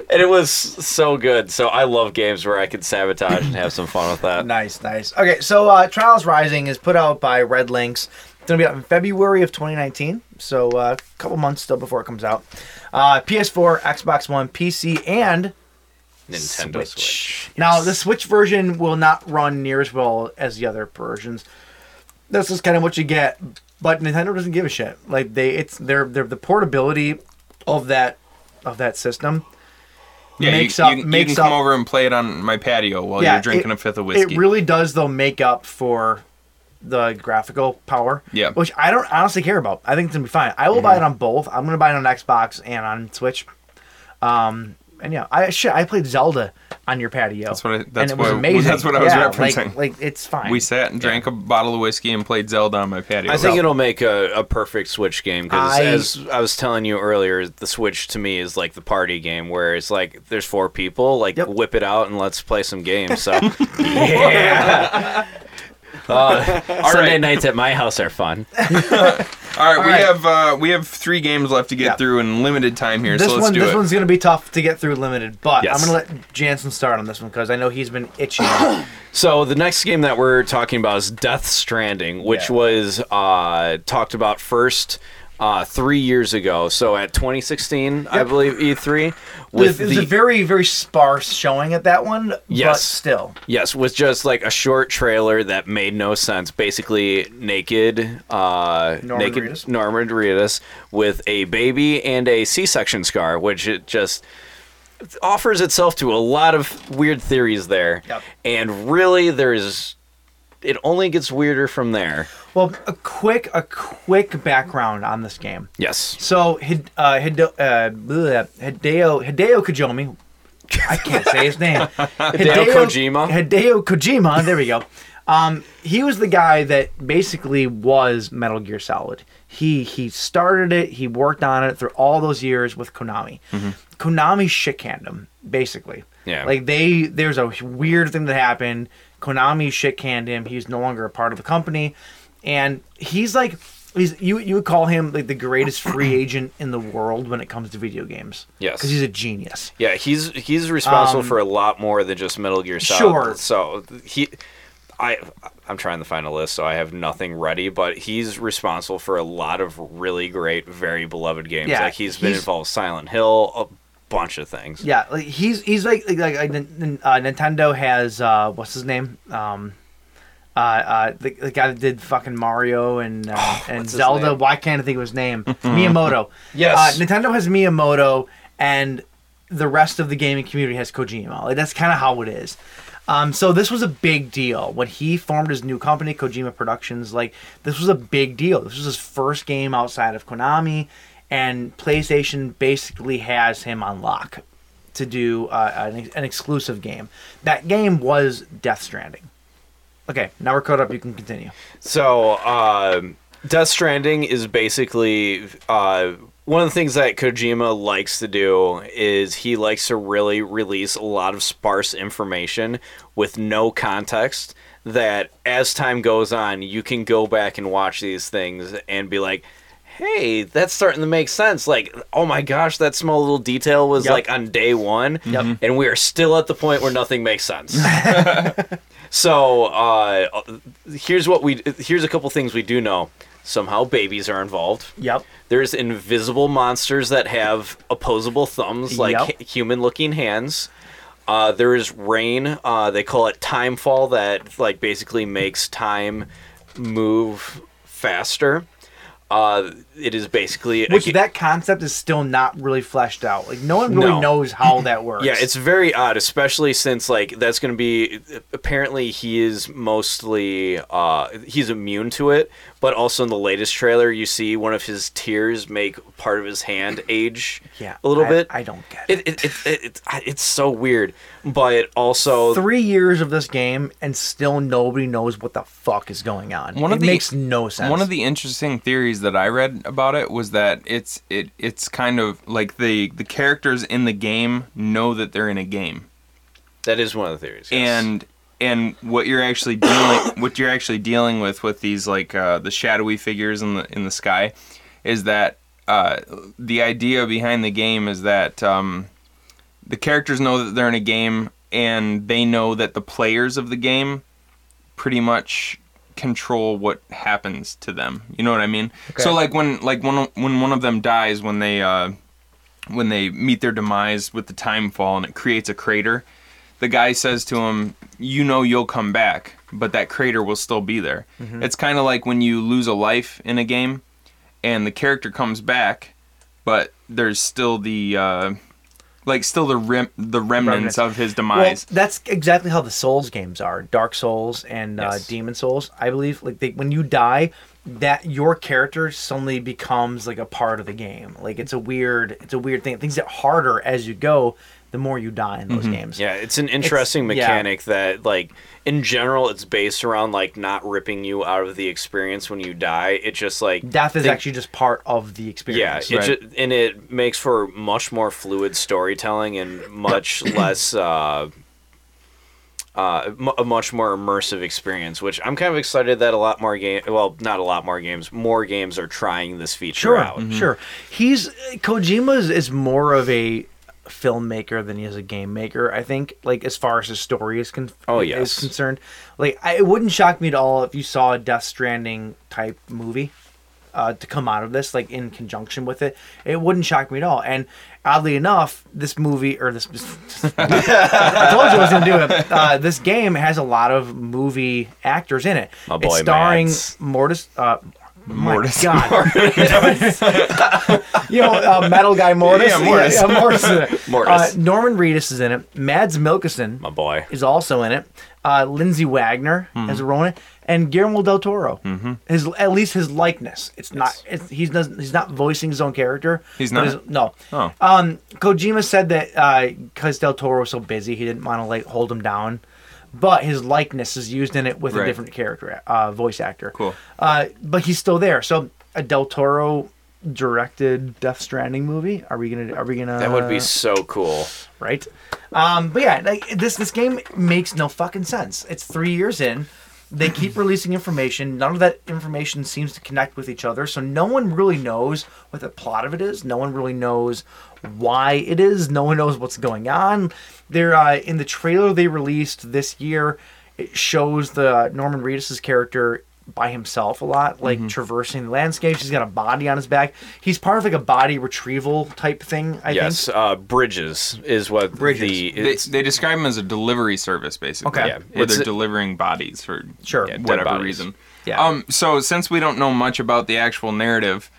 D: and it was so good. So I love games where I can sabotage and have some fun with that.
C: Nice, nice. Okay, so uh, Trials Rising is put out by Red Links. It's gonna be out in February of 2019, so uh, a couple months still before it comes out. Uh, PS4, Xbox One, PC, and
D: Nintendo Switch.
C: Now, the Switch version will not run near as well as the other versions. This is kind of what you get, but Nintendo doesn't give a shit. Like they, it's their their the portability of that of that system.
F: Yeah.
C: Makes
F: you,
C: up-
F: you, you
C: makes
F: can come
C: up-
F: over and play it on my patio while you're drinking
C: it-
F: a fifth of whiskey.
C: It really does, though, make up for the graphical power.
F: Yeah. Mm-hmm.
C: Which I don't honestly care about. I think it's gonna be fine. I will buy it on both. I'm gonna buy it on Xbox and on Switch. Um, and yeah, I shit, I played Zelda on your patio.
F: That's what I- that's
C: and it was
F: what-
C: amazing.
F: that's what I was
C: Yeah,
F: referencing.
C: Like, like it's fine.
F: we sat and drank a bottle of whiskey and played Zelda on my patio.
D: I think it'll make a, a perfect Switch game because,
C: I-
D: as I was telling you earlier, the Switch to me is like the party game where it's like there's four people, like
C: Yep.
D: whip it out and let's play some games. So, yeah. Uh, Sunday nights at my house are fun.
F: All right, we
C: right.
F: have uh, we have three games left to get
C: Yeah.
F: through in limited time here,
C: This
F: so let's
C: one,
F: do
C: this
F: it.
C: one's gonna be tough to get through limited, but
D: Yes.
C: I'm gonna let Jansen start on this one because I know he's been itching.
D: So the next game that we're talking about is Death Stranding, which
C: Yeah.
D: was uh, talked about first uh, three years ago. So at 2016, I believe E3
C: With
D: with
C: it was
D: the
C: a very, very sparse showing at that one, but
D: Yes.
C: still.
D: Yes, was just like a short trailer that made no sense. Basically, naked, uh,
C: Norman
D: naked
C: Reedus.
D: Norman Reedus with a baby and a C-section scar, which it just offers itself to a lot of weird theories there.
C: Yep.
D: And really, there is. It only gets weirder from there.
C: Well, a quick, a quick background on this game.
D: Yes.
C: So Hid, uh, Hideo, uh, bleh, Hideo Hideo Kojima, I can't say his name. Hideo,
D: Kojima?
C: Hideo Kojima. There we go. Um, he was the guy that basically was Metal Gear Solid. He he started it. He worked on it through all those years with Konami. Konami shit canned him basically.
D: Mm-hmm. Yeah.
C: Like they there's a weird thing that happened. Konami shit canned him. He's no longer a part of the company, and he's like he's you you would call him like the greatest free agent in the world when it comes to video games.
D: Yes.
C: Because he's a genius.
D: Yeah, he's he's responsible
C: Um,
D: for a lot more than just Metal Gear Solid.
C: Sure.
D: So he, I, I'm trying to find a list, so I have nothing ready. But he's responsible for a lot of really great, very beloved games.
C: Yeah,
D: like he's been
C: he's-
D: involved with Silent Hill, a bunch of things.
C: Yeah, like he's he's like like, like, like Nin- Nin- uh, Nintendo has uh, what's his name? Um, uh, uh, the, the guy that did fucking Mario and uh, and
D: Oh, what's his
C: Zelda.
D: name?
C: Why can't I think of his name? Miyamoto.
D: Yes.
C: Uh, Nintendo has Miyamoto, and the rest of the gaming community has Kojima. Like that's kind of how it is. Um, so this was a big deal when he formed his new company, Kojima Productions. Like this was a big deal. This was his first game outside of Konami, and PlayStation basically has him on lock to do uh, an, an exclusive game. That game was Death Stranding. Okay, now we're caught up. You can continue.
D: So, um, Death Stranding is basically uh, one of the things that Kojima likes to do is he likes to really release a lot of sparse information with no context. That as time goes on, you can go back and watch these things and be like, "Hey, that's starting to make sense." Like, "Oh my gosh, that small little detail was
C: Yep.
D: like on day one,
C: Yep.
D: and we are still at the point where nothing makes sense." So uh, here's what we here's a couple things we do know. Somehow babies are involved.
C: Yep.
D: There's invisible monsters that have opposable thumbs, like
C: Yep.
D: human-looking hands. Uh, there is rain. Uh, they call it timefall. That like basically makes time move faster. Uh, it is basically a
C: Which
D: ga-
C: that concept is still not really fleshed out. Like no one really
D: No.
C: knows how that works.
D: Yeah, it's very odd, especially since like that's going to be apparently he is mostly uh he's immune to it, but also in the latest trailer you see one of his tears make part of his hand age
C: yeah
D: a little
C: I-
D: bit.
C: I don't get it.
D: It it, it, it, it it's so weird, but also
C: Three years of this game and still nobody knows what the fuck is going on.
F: One
C: it
F: of the-
C: makes no sense.
F: One of the interesting theories that I read about it was that it's it it's kind of like the the characters in the game know that they're in a game.
D: that is one of the theories. yes.
F: and and what you're actually dealing what you're actually dealing with with these like uh, the shadowy figures in the in the sky is that uh, the idea behind the game is that um, the characters know that they're in a game and they know that the players of the game pretty much control what happens to them. You know what I mean? So like when like when when one of them dies when they uh, when they meet their demise with the time fall and it creates a crater, the guy says to him, "You know you'll come back, but that crater will still be there."
C: Mm-hmm.
F: It's kind of like when you lose a life in a game, and the character comes back, but there's still the uh, like still the rem- the
C: Remnants.
F: remnants, of his
C: well,
F: demise.
C: that's exactly how the Souls games are. Dark Souls and uh,
F: Yes.
C: Demon Souls, I believe. Like they, when you die, that your character suddenly becomes like a part of the game. Like it's a weird, it's a weird thing. Things get harder as you go. The more you die in
F: Mm-hmm.
C: those games.
D: Yeah, it's an interesting
C: yeah.
D: mechanic that like in general it's based around like not ripping you out of the experience when you die. It just like
C: Death is
D: think-
C: actually just part of the
D: Yeah,
C: experience.
D: it
F: Right.
D: ju- and it makes for much more fluid storytelling and much less, uh, uh, mu- a much more immersive experience. Which I'm kind of excited that a lot more game, well, not a lot more games, more games are trying this feature
C: Sure, Mm-hmm.
D: out.
C: sure. He's Kojima is, is more of a filmmaker than he is a game maker. I think, like as far as his story is, con-
D: Oh,
C: is
D: yes.
C: concerned. Like I, it wouldn't shock me at all if you saw a Death Stranding type movie uh, to come out of this, like in conjunction with it. It wouldn't shock me at all. And oddly enough, this movie or this, I told you I was gonna do it. Uh, this game has a lot of movie actors in it.
D: My
C: it's
D: boy
C: starring
D: Mads.
C: Mortis. Uh,
F: Mortis.
C: My God. you know, uh, metal guy Mortis.
F: Yeah, Mortis.
C: Yeah, yeah, Mortis. is in it.
D: Mortis.
C: Uh, Norman Reedus is in it. Mads Mikkelsen
D: My boy.
C: is also in it. Uh, Lindsay Wagner has a role in it, and Guillermo del Toro. Mm-hmm. His at least his likeness. It's not. It's, he's doesn't. He's not voicing his own character.
F: He's
C: but
F: not?
C: his- no.
F: Oh.
C: uh, Um, Kojima said that because Del Toro was so busy, he didn't want to like hold him down. but his likeness is used in it with a
F: Right.
C: different character, uh, voice actor.
F: Cool.
C: Uh, but he's still there. So a Del Toro directed Death Stranding movie. Are we gonna? Are we gonna?
D: That would be so cool.
C: right? Um, but yeah, like this this game makes no fucking sense. It's three years in. They keep releasing information. None of that information seems to connect with each other. So no one really knows what the plot of it is. No one really knows why it is. No one knows what's going on. They're uh, in the trailer they released this year. It shows the Norman Reedus's character by himself a lot, like traversing the landscapes. He's got a body on his back. He's part of like a body retrieval type thing. I think.
L: yes, uh, bridges is what
C: Bridges.
L: the
F: They,
L: it's,
F: they describe him as a delivery service, basically.
C: Okay. Yeah.
F: where
L: It's
F: they're
L: a-
F: delivering bodies for
C: Sure.
F: yeah,
C: Dead
F: whatever
L: bodies.
F: reason.
C: Yeah.
F: Um. So since we don't know much about the actual narrative,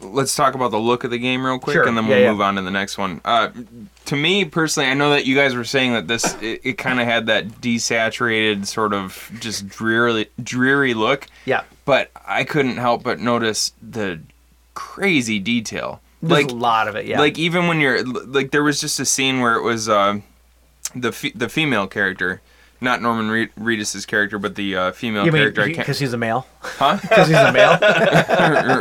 F: let's talk about the look of the game real quick,
C: Sure.
F: and then
C: Yeah,
F: we'll
C: yeah.
F: move on to the next one. Uh, to me personally, I know that you guys were saying that this it, it kind of had that desaturated sort of just dreary dreary look.
C: Yeah.
F: But I couldn't help but notice the crazy detail.
C: There's a lot of it, yeah.
F: Like even when you're like there was just a scene where it was uh, the fe- the female character, not Norman Reed- Reedus's character, but the uh, female
C: you mean
F: character. I
C: because
F: can't,
C: he's a male?
F: huh?
C: Because he's a male.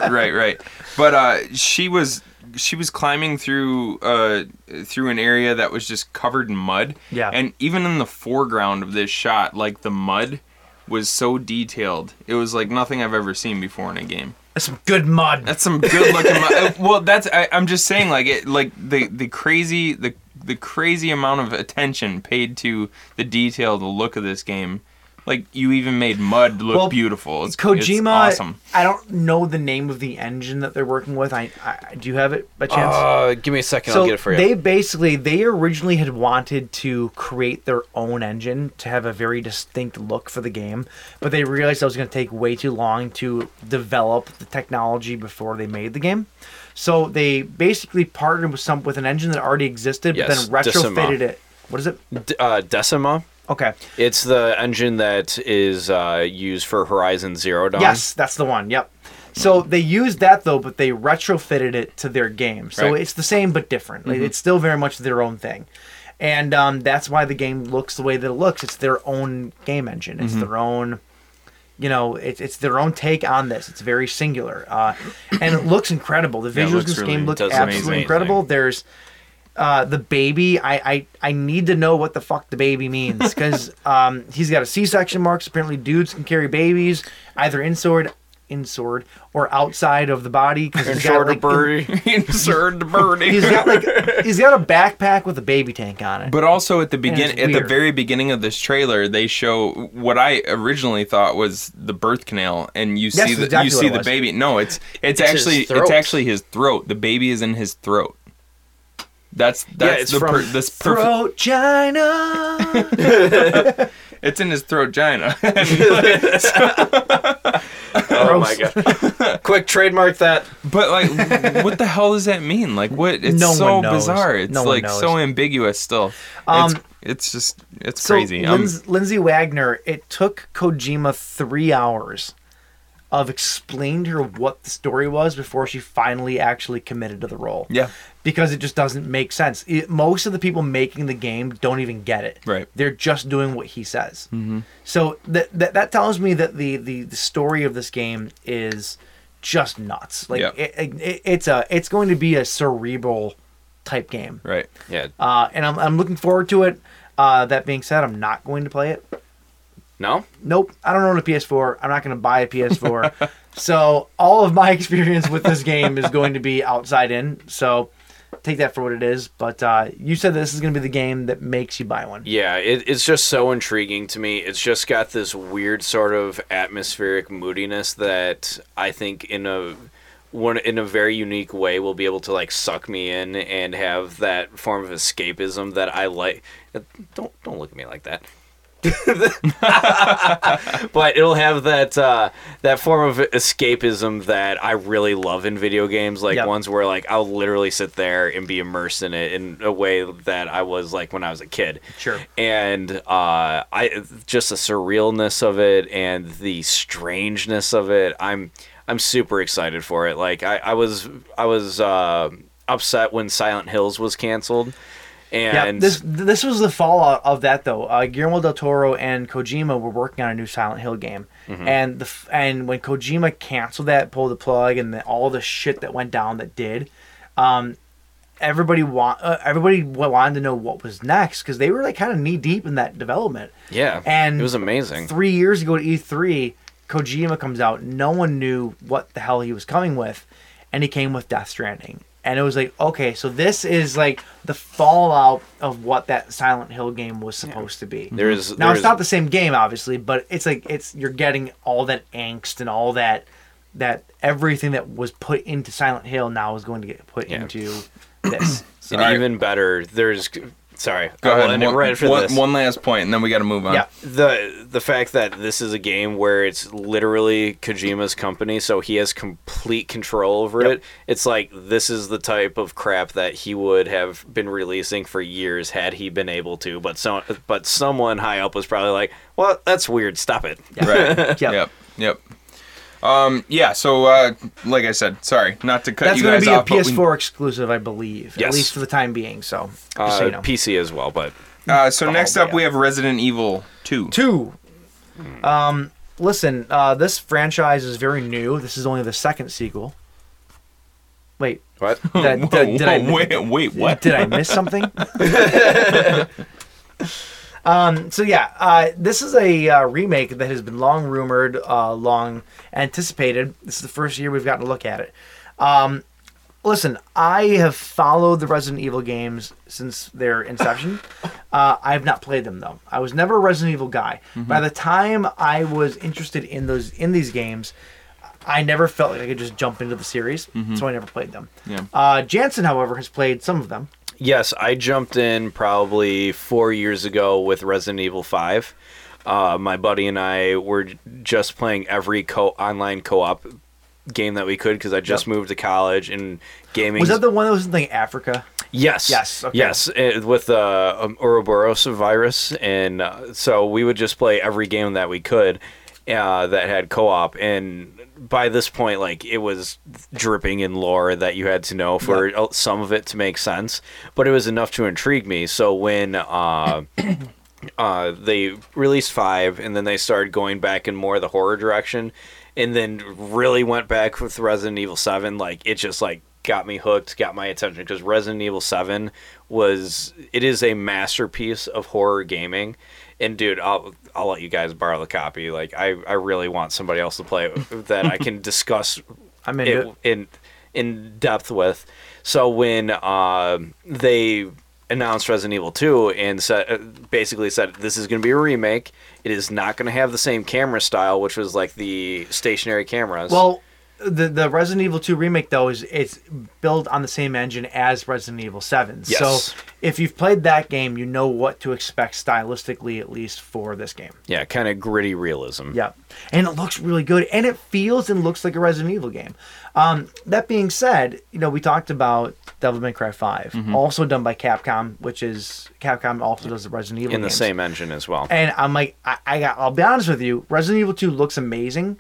F: right, right. But uh, she was she was climbing through uh, through an area that was just covered in mud.
C: Yeah.
F: And even in the foreground of this shot, like the mud was so detailed. It was like nothing I've ever seen before in a game.
C: That's some good mud.
F: That's some good looking. mo- uh, well, that's I, I'm just saying, like it, like the the crazy the the crazy amount of attention paid to the detail, the look of this game. Like you even made mud look
C: Well,
F: beautiful. It's
C: Kojima.
F: it's awesome.
C: I don't know the name of the engine that they're working with. I, I do you have it by chance?
D: Uh, give me a second. I'll get it for you.
C: They basically they originally had wanted to create their own engine to have a very distinct look for the game, but they realized that was going to take way too long to develop the technology before they made the game. So they basically partnered with some with an engine that already existed,
D: Yes,
C: but then
D: Decima.
C: retrofitted it. What is it?
D: D- uh, Decima.
C: Okay.
D: It's the engine that is uh, used for Horizon Zero Dawn.
C: Yes, that's the one. Yep. So they used that though, but they retrofitted it to their game. So
D: Right.
C: it's the same but different. Like, It's still very much their own thing, and um, that's why the game looks the way that it looks. It's their own game engine. It's their own. You know, it's it's their own take on this. It's very singular, uh, and it looks incredible. The
F: it
C: visuals in
F: looks
C: this
F: really-
C: game look
D: does look
C: absolutely
D: amazing.
C: incredible. There's uh, the baby. I, I I need to know what the fuck the baby means because um, he's got a C-section marks. Apparently, dudes can carry babies either inside, inside, or outside of the body. Cause he's got, like,
F: Insert the birdie.
C: He's got like he's got a backpack with a baby tank on it.
F: But also at the
C: it's
F: begin at the
C: weird.
F: very beginning of this trailer, they show what I originally thought was the birth canal, and you
C: That's
F: see the
C: exactly
F: you
C: what
F: see
C: it
F: the
C: was.
F: baby. No, it's it's,
D: his
F: actually
D: throat.
F: it's actually his throat. The baby is in his throat. That's that's
D: it's
F: the
D: from
F: per, this perfect.
C: Throat China.
F: It's in his throat, Gina.
D: Oh my god! Quick trademark that.
F: but like, what the hell does that mean? Like, what? It's
C: No one
F: so
C: knows.
F: bizarre. It's
C: No one
F: like
C: knows.
F: so ambiguous still.
C: Um,
F: it's, it's just it's
C: So
F: crazy. I'm-
C: Linds- Lindsay Wagner, it took Kojima three hours of explaining to her what the story was before she finally actually committed to the role.
F: Yeah.
C: Because it just doesn't make sense. It, most of the people making the game don't even get it.
F: Right.
C: They're just doing what he says. Mm-hmm. So that, that that tells me that the, the the story of this game is just nuts. Like
F: Yeah.
C: it, it, it's a it's going to be a cerebral type game.
F: right.
D: Yeah.
C: Uh, and I'm, I'm looking forward to it. Uh, that being said, I'm not going to play it.
D: No.
C: Nope, I don't own a PS4. I'm not going to buy a PS4. so all of my experience with this game is going to be outside in. So take that for what it is. But uh, you said this is going to be the game that makes you buy one.
D: Yeah, it, it's just so intriguing to me. It's just got this weird sort of atmospheric moodiness that I think in a one in a very unique way will be able to like suck me in and have that form of escapism that I like. Don't don't look at me like that. but it'll have that uh, that form of escapism that I really love in video games, like
C: Yep.
D: ones where like I'll literally sit there and be immersed in it in a way that I was like when I was a kid.
C: Sure.
D: And uh, I just the surrealness of it and the strangeness of it. I'm I'm super excited for it. Like I, I was I was uh, upset when Silent Hills was canceled.
C: Yeah,
D: And
C: this this was the fallout of that though. Uh, Guillermo del Toro and Kojima were working on a new Silent Hill game,
D: Mhm.
C: and the f- and when Kojima canceled that, pulled the plug, and the, all the shit that went down that did, um, everybody want uh, everybody wa- wanted to know what was next because they were like kind of knee deep in that development.
D: yeah,
C: And
D: it was amazing.
C: Three years ago at E3, Kojima comes out. No one knew what the hell he was coming with, and he came with Death Stranding. And it was like, okay, so this is like the fallout of what that Silent Hill game was supposed to be.
D: There is-
C: now
D: there
C: it's
D: is-
C: not the same game, obviously, but it's like it's you're getting all that angst and all that that everything that was put into Silent Hill now is going to get put into this.
D: and even better, there's sorry,
F: Go
D: I will
F: ahead.
D: end it
F: one,
D: right after
F: one-
D: this.
F: one last point, and then we got to move on.
D: Yeah. The the fact that this is a game where it's literally Kojima's company, so he has complete control over it. It's like this is the type of crap that he would have been releasing for years had he been able to, but so but someone high up was probably like, Well, that's weird, stop it.
F: Right. yep. Yep. Um, yeah. So, uh, like I said, sorry not to cut
C: That's
F: you
C: going
F: guys
C: to be
F: off.
C: a
F: but we-
C: PS4 exclusive, I believe, at
F: Yes.
C: least for the time being. So, just
D: Uh,
C: so you know.
D: PC as well, but
F: Uh, so next up,
C: yeah.
F: we have Resident Evil Two.
C: Oh, Two. Um, listen, uh, this franchise is very new. This is only the second sequel. Wait.
D: What?
C: Did I, did- did I-
F: Whoa, wait, wait, what?
C: Did I miss something? um, so yeah, uh, this is a uh, remake that has been long rumored, uh, long anticipated. This is the first year we've gotten to look at it. Um, listen, I have followed the Resident Evil games since their inception. Uh, I have not played them though. I was never a Resident Evil guy. By the time I was interested in those in these games, I never felt like I could just jump into the series,
D: Mhm.
C: so I never played them.
D: Yeah.
C: Uh, Jansen, however, has played some of them.
D: Yes, I jumped in probably four years ago with Resident Evil Five. Uh, my buddy and I were j- just playing every co- online co-op game that we could because I just moved to college and gaming.
C: Was that the one that was in like Africa?
D: Yes.
C: Yes, okay.
D: Yes, eh, with uh, um, Ouroboros virus, and uh, so we would just play every game that we could uh, that had co-op, and by this point, like it was dripping in lore that you had to know for uh, some of it to make sense, but it was enough to intrigue me. So when uh, uh, they released five, and then they started going back in more of the horror direction, and then really went back with Resident Evil Seven. Like it just like got me hooked, got my attention because Resident Evil Seven was it is a masterpiece of horror gaming. And dude, I'll I'll let you guys borrow the copy. Like I, I really want somebody else to play it that I can discuss
C: I'm into it.
D: in in depth with. So when uh, they announced Resident Evil 2 and said uh, basically said this is going to be a remake. It is not going to have the same camera style, which was like the stationary cameras.
C: Well, the the Resident Evil 2 remake though is it's built on the same engine as Resident Evil 7.
D: Yes.
C: So if you've played that game, you know what to expect stylistically at least for this game.
D: yeah, kind of gritty realism.
C: Yeah. And it looks really good and it feels and looks like a Resident Evil game. Um, that being said, you know, we talked about Devil May Cry 5,
D: Mhm.
C: also done by Capcom, which is Capcom also does the Resident Evil
D: in the
C: games.
D: same engine as well.
C: And I'm like, I, I got. I'll be honest with you. Resident Evil Two looks amazing.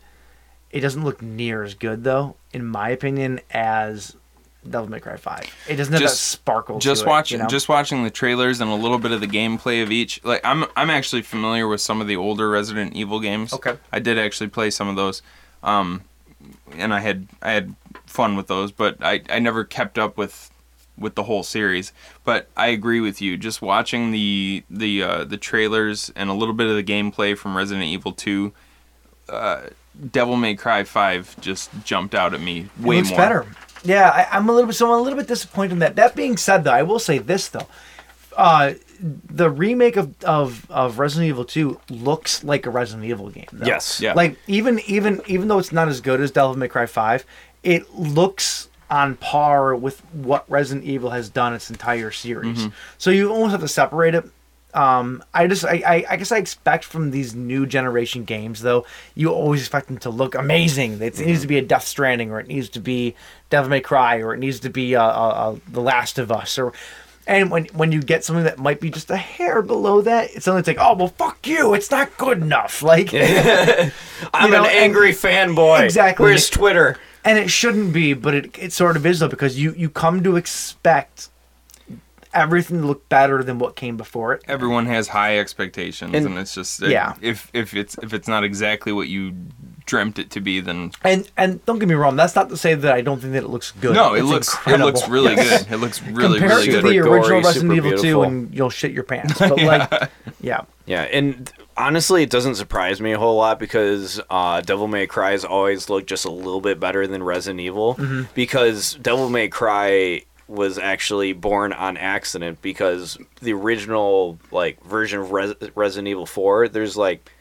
C: It doesn't look near as good though, in my opinion, as Devil May Cry Five. It doesn't have that sparkle. to
F: Just
C: it,
F: watching,
C: you know?
F: just watching the trailers and a little bit of the gameplay of each. Like I'm, I'm actually familiar with some of the older Resident Evil games.
C: Okay.
F: I did actually play some of those, um, and I had, I had fun with those, but I, I never kept up with, with the whole series. But I agree with you. Just watching the, the, uh, the trailers and a little bit of the gameplay from Resident Evil Two. Uh, Devil May Cry Five just jumped out at me
C: It
F: way
C: looks
F: more.
C: better. Yeah, I, I'm a little bit. So I'm a little bit disappointed in that. That being said, though, I will say this though, uh, the remake of, of of Resident Evil Two looks like a Resident Evil game. Though.
D: Yes, yeah.
C: Like even even even though it's not as good as Devil May Cry Five, it looks on par with what Resident Evil has done its entire series.
D: Mhm.
C: So you almost have to separate it. Um, I just, I, I, I guess I expect from these new generation games, though, you always expect them to look amazing. It needs to be a Death Stranding, or it needs to be Devil May Cry, or it needs to be uh, uh, uh, The Last of Us, or, and when when you get something that might be just a hair below that, it's only like, oh well, fuck you, it's not good enough. Like,
D: I'm
C: you know, and-
D: an angry fanboy.
C: Exactly.
D: Where's Twitter?
C: and it shouldn't be, but it it sort of is though because you you come to expect everything looked better than what came before it.
F: Everyone has high expectations, and,
C: And-
F: it's just
C: yeah.
F: If if it's if it's not exactly what you dreamt it to be, then
C: And and don't get me wrong, that's not to say that I don't think that it looks good.
F: no, it
C: It's
F: looks
C: incredible.
F: it looks really
C: Yes.
F: good. It looks really
C: Compare
F: really
C: it to
F: good.
C: the
D: Super
C: original
D: gory,
C: Resident
D: super
C: Evil 2
D: beautiful.
C: and you'll shit your pants. But like yeah.
D: Yeah, and honestly, it doesn't surprise me a whole lot because uh, Devil May Cry's always looked just a little bit better than Resident Evil
K: Mhm.
D: because Devil May Cry was actually born on accident because the original like version of Res- Resident Evil Four, there's like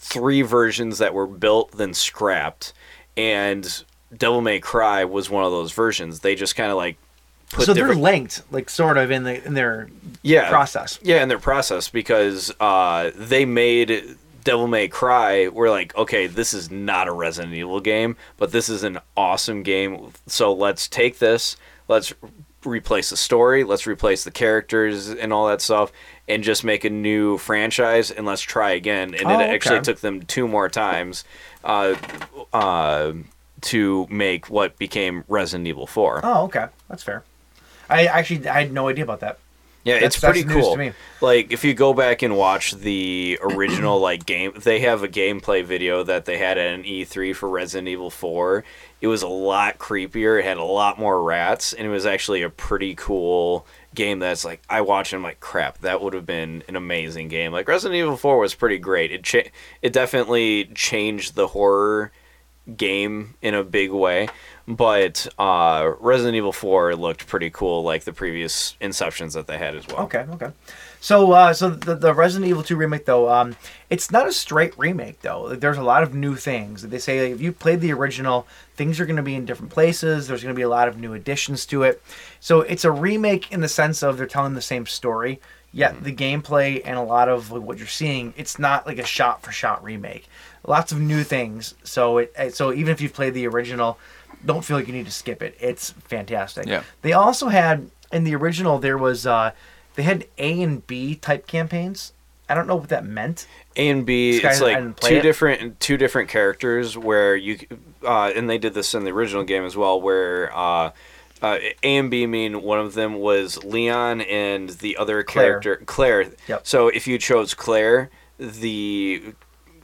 D: three versions that were built then scrapped, and Devil May Cry was one of those versions. They just kind of like put
C: so
D: different
C: they're linked, like sort of in the in their
D: yeah
C: process.
D: yeah in their process because uh they made devil may cry we're like okay this is not a resident evil game but this is an awesome game so let's take this let's replace the story let's replace the characters and all that stuff and just make a new franchise and let's try again and
K: Oh,
D: it
K: okay.
D: actually took them two more times uh, uh, to make what became resident evil 4
C: Oh, okay. That's fair. I actually I had no idea about that.
D: Yeah,
C: That's-
D: it's pretty
C: that's news
D: cool.
C: to me.
D: Like if you go back and watch the original like game, they have a gameplay video that they had at an E3 for Resident Evil 4. It was a lot creepier. It had a lot more rats, and it was actually a pretty cool game. That's like I watched and I'm like, crap, that would have been an amazing game. Like Resident Evil 4 was pretty great. It cha- it definitely changed the horror game in a big way. But uh, Resident Evil 4 looked pretty cool, like the previous Inceptions that they had as well.
C: Oh, Okay, okay. So, uh, so the, the Resident Evil 2 remake, though, um, it's not a straight remake, though. Like, There's a lot of new things. They say if you played the original, things are going to be in different places. There's going to be a lot of new additions to it. So it's a remake in the sense of they're telling the same story, yet the gameplay and a lot of like, what you're seeing, it's not like a shot-for-shot remake. Lots of new things. So it, it- so even if you've played the original, don't feel like you need to skip it. It's fantastic.
F: Yeah.
C: They also had in the original there was uh they had A and B type campaigns. I don't know what that meant.
D: A and B,
C: This guy
D: it's
C: hadn't
D: like
C: played
D: two
C: it?
D: different two different characters where you, c- uh, and they did this in the original game as well, where uh, uh, A and B mean one of them was Leon and the other
C: Claire.
D: character Claire.
C: Yep.
D: So if you chose Claire, the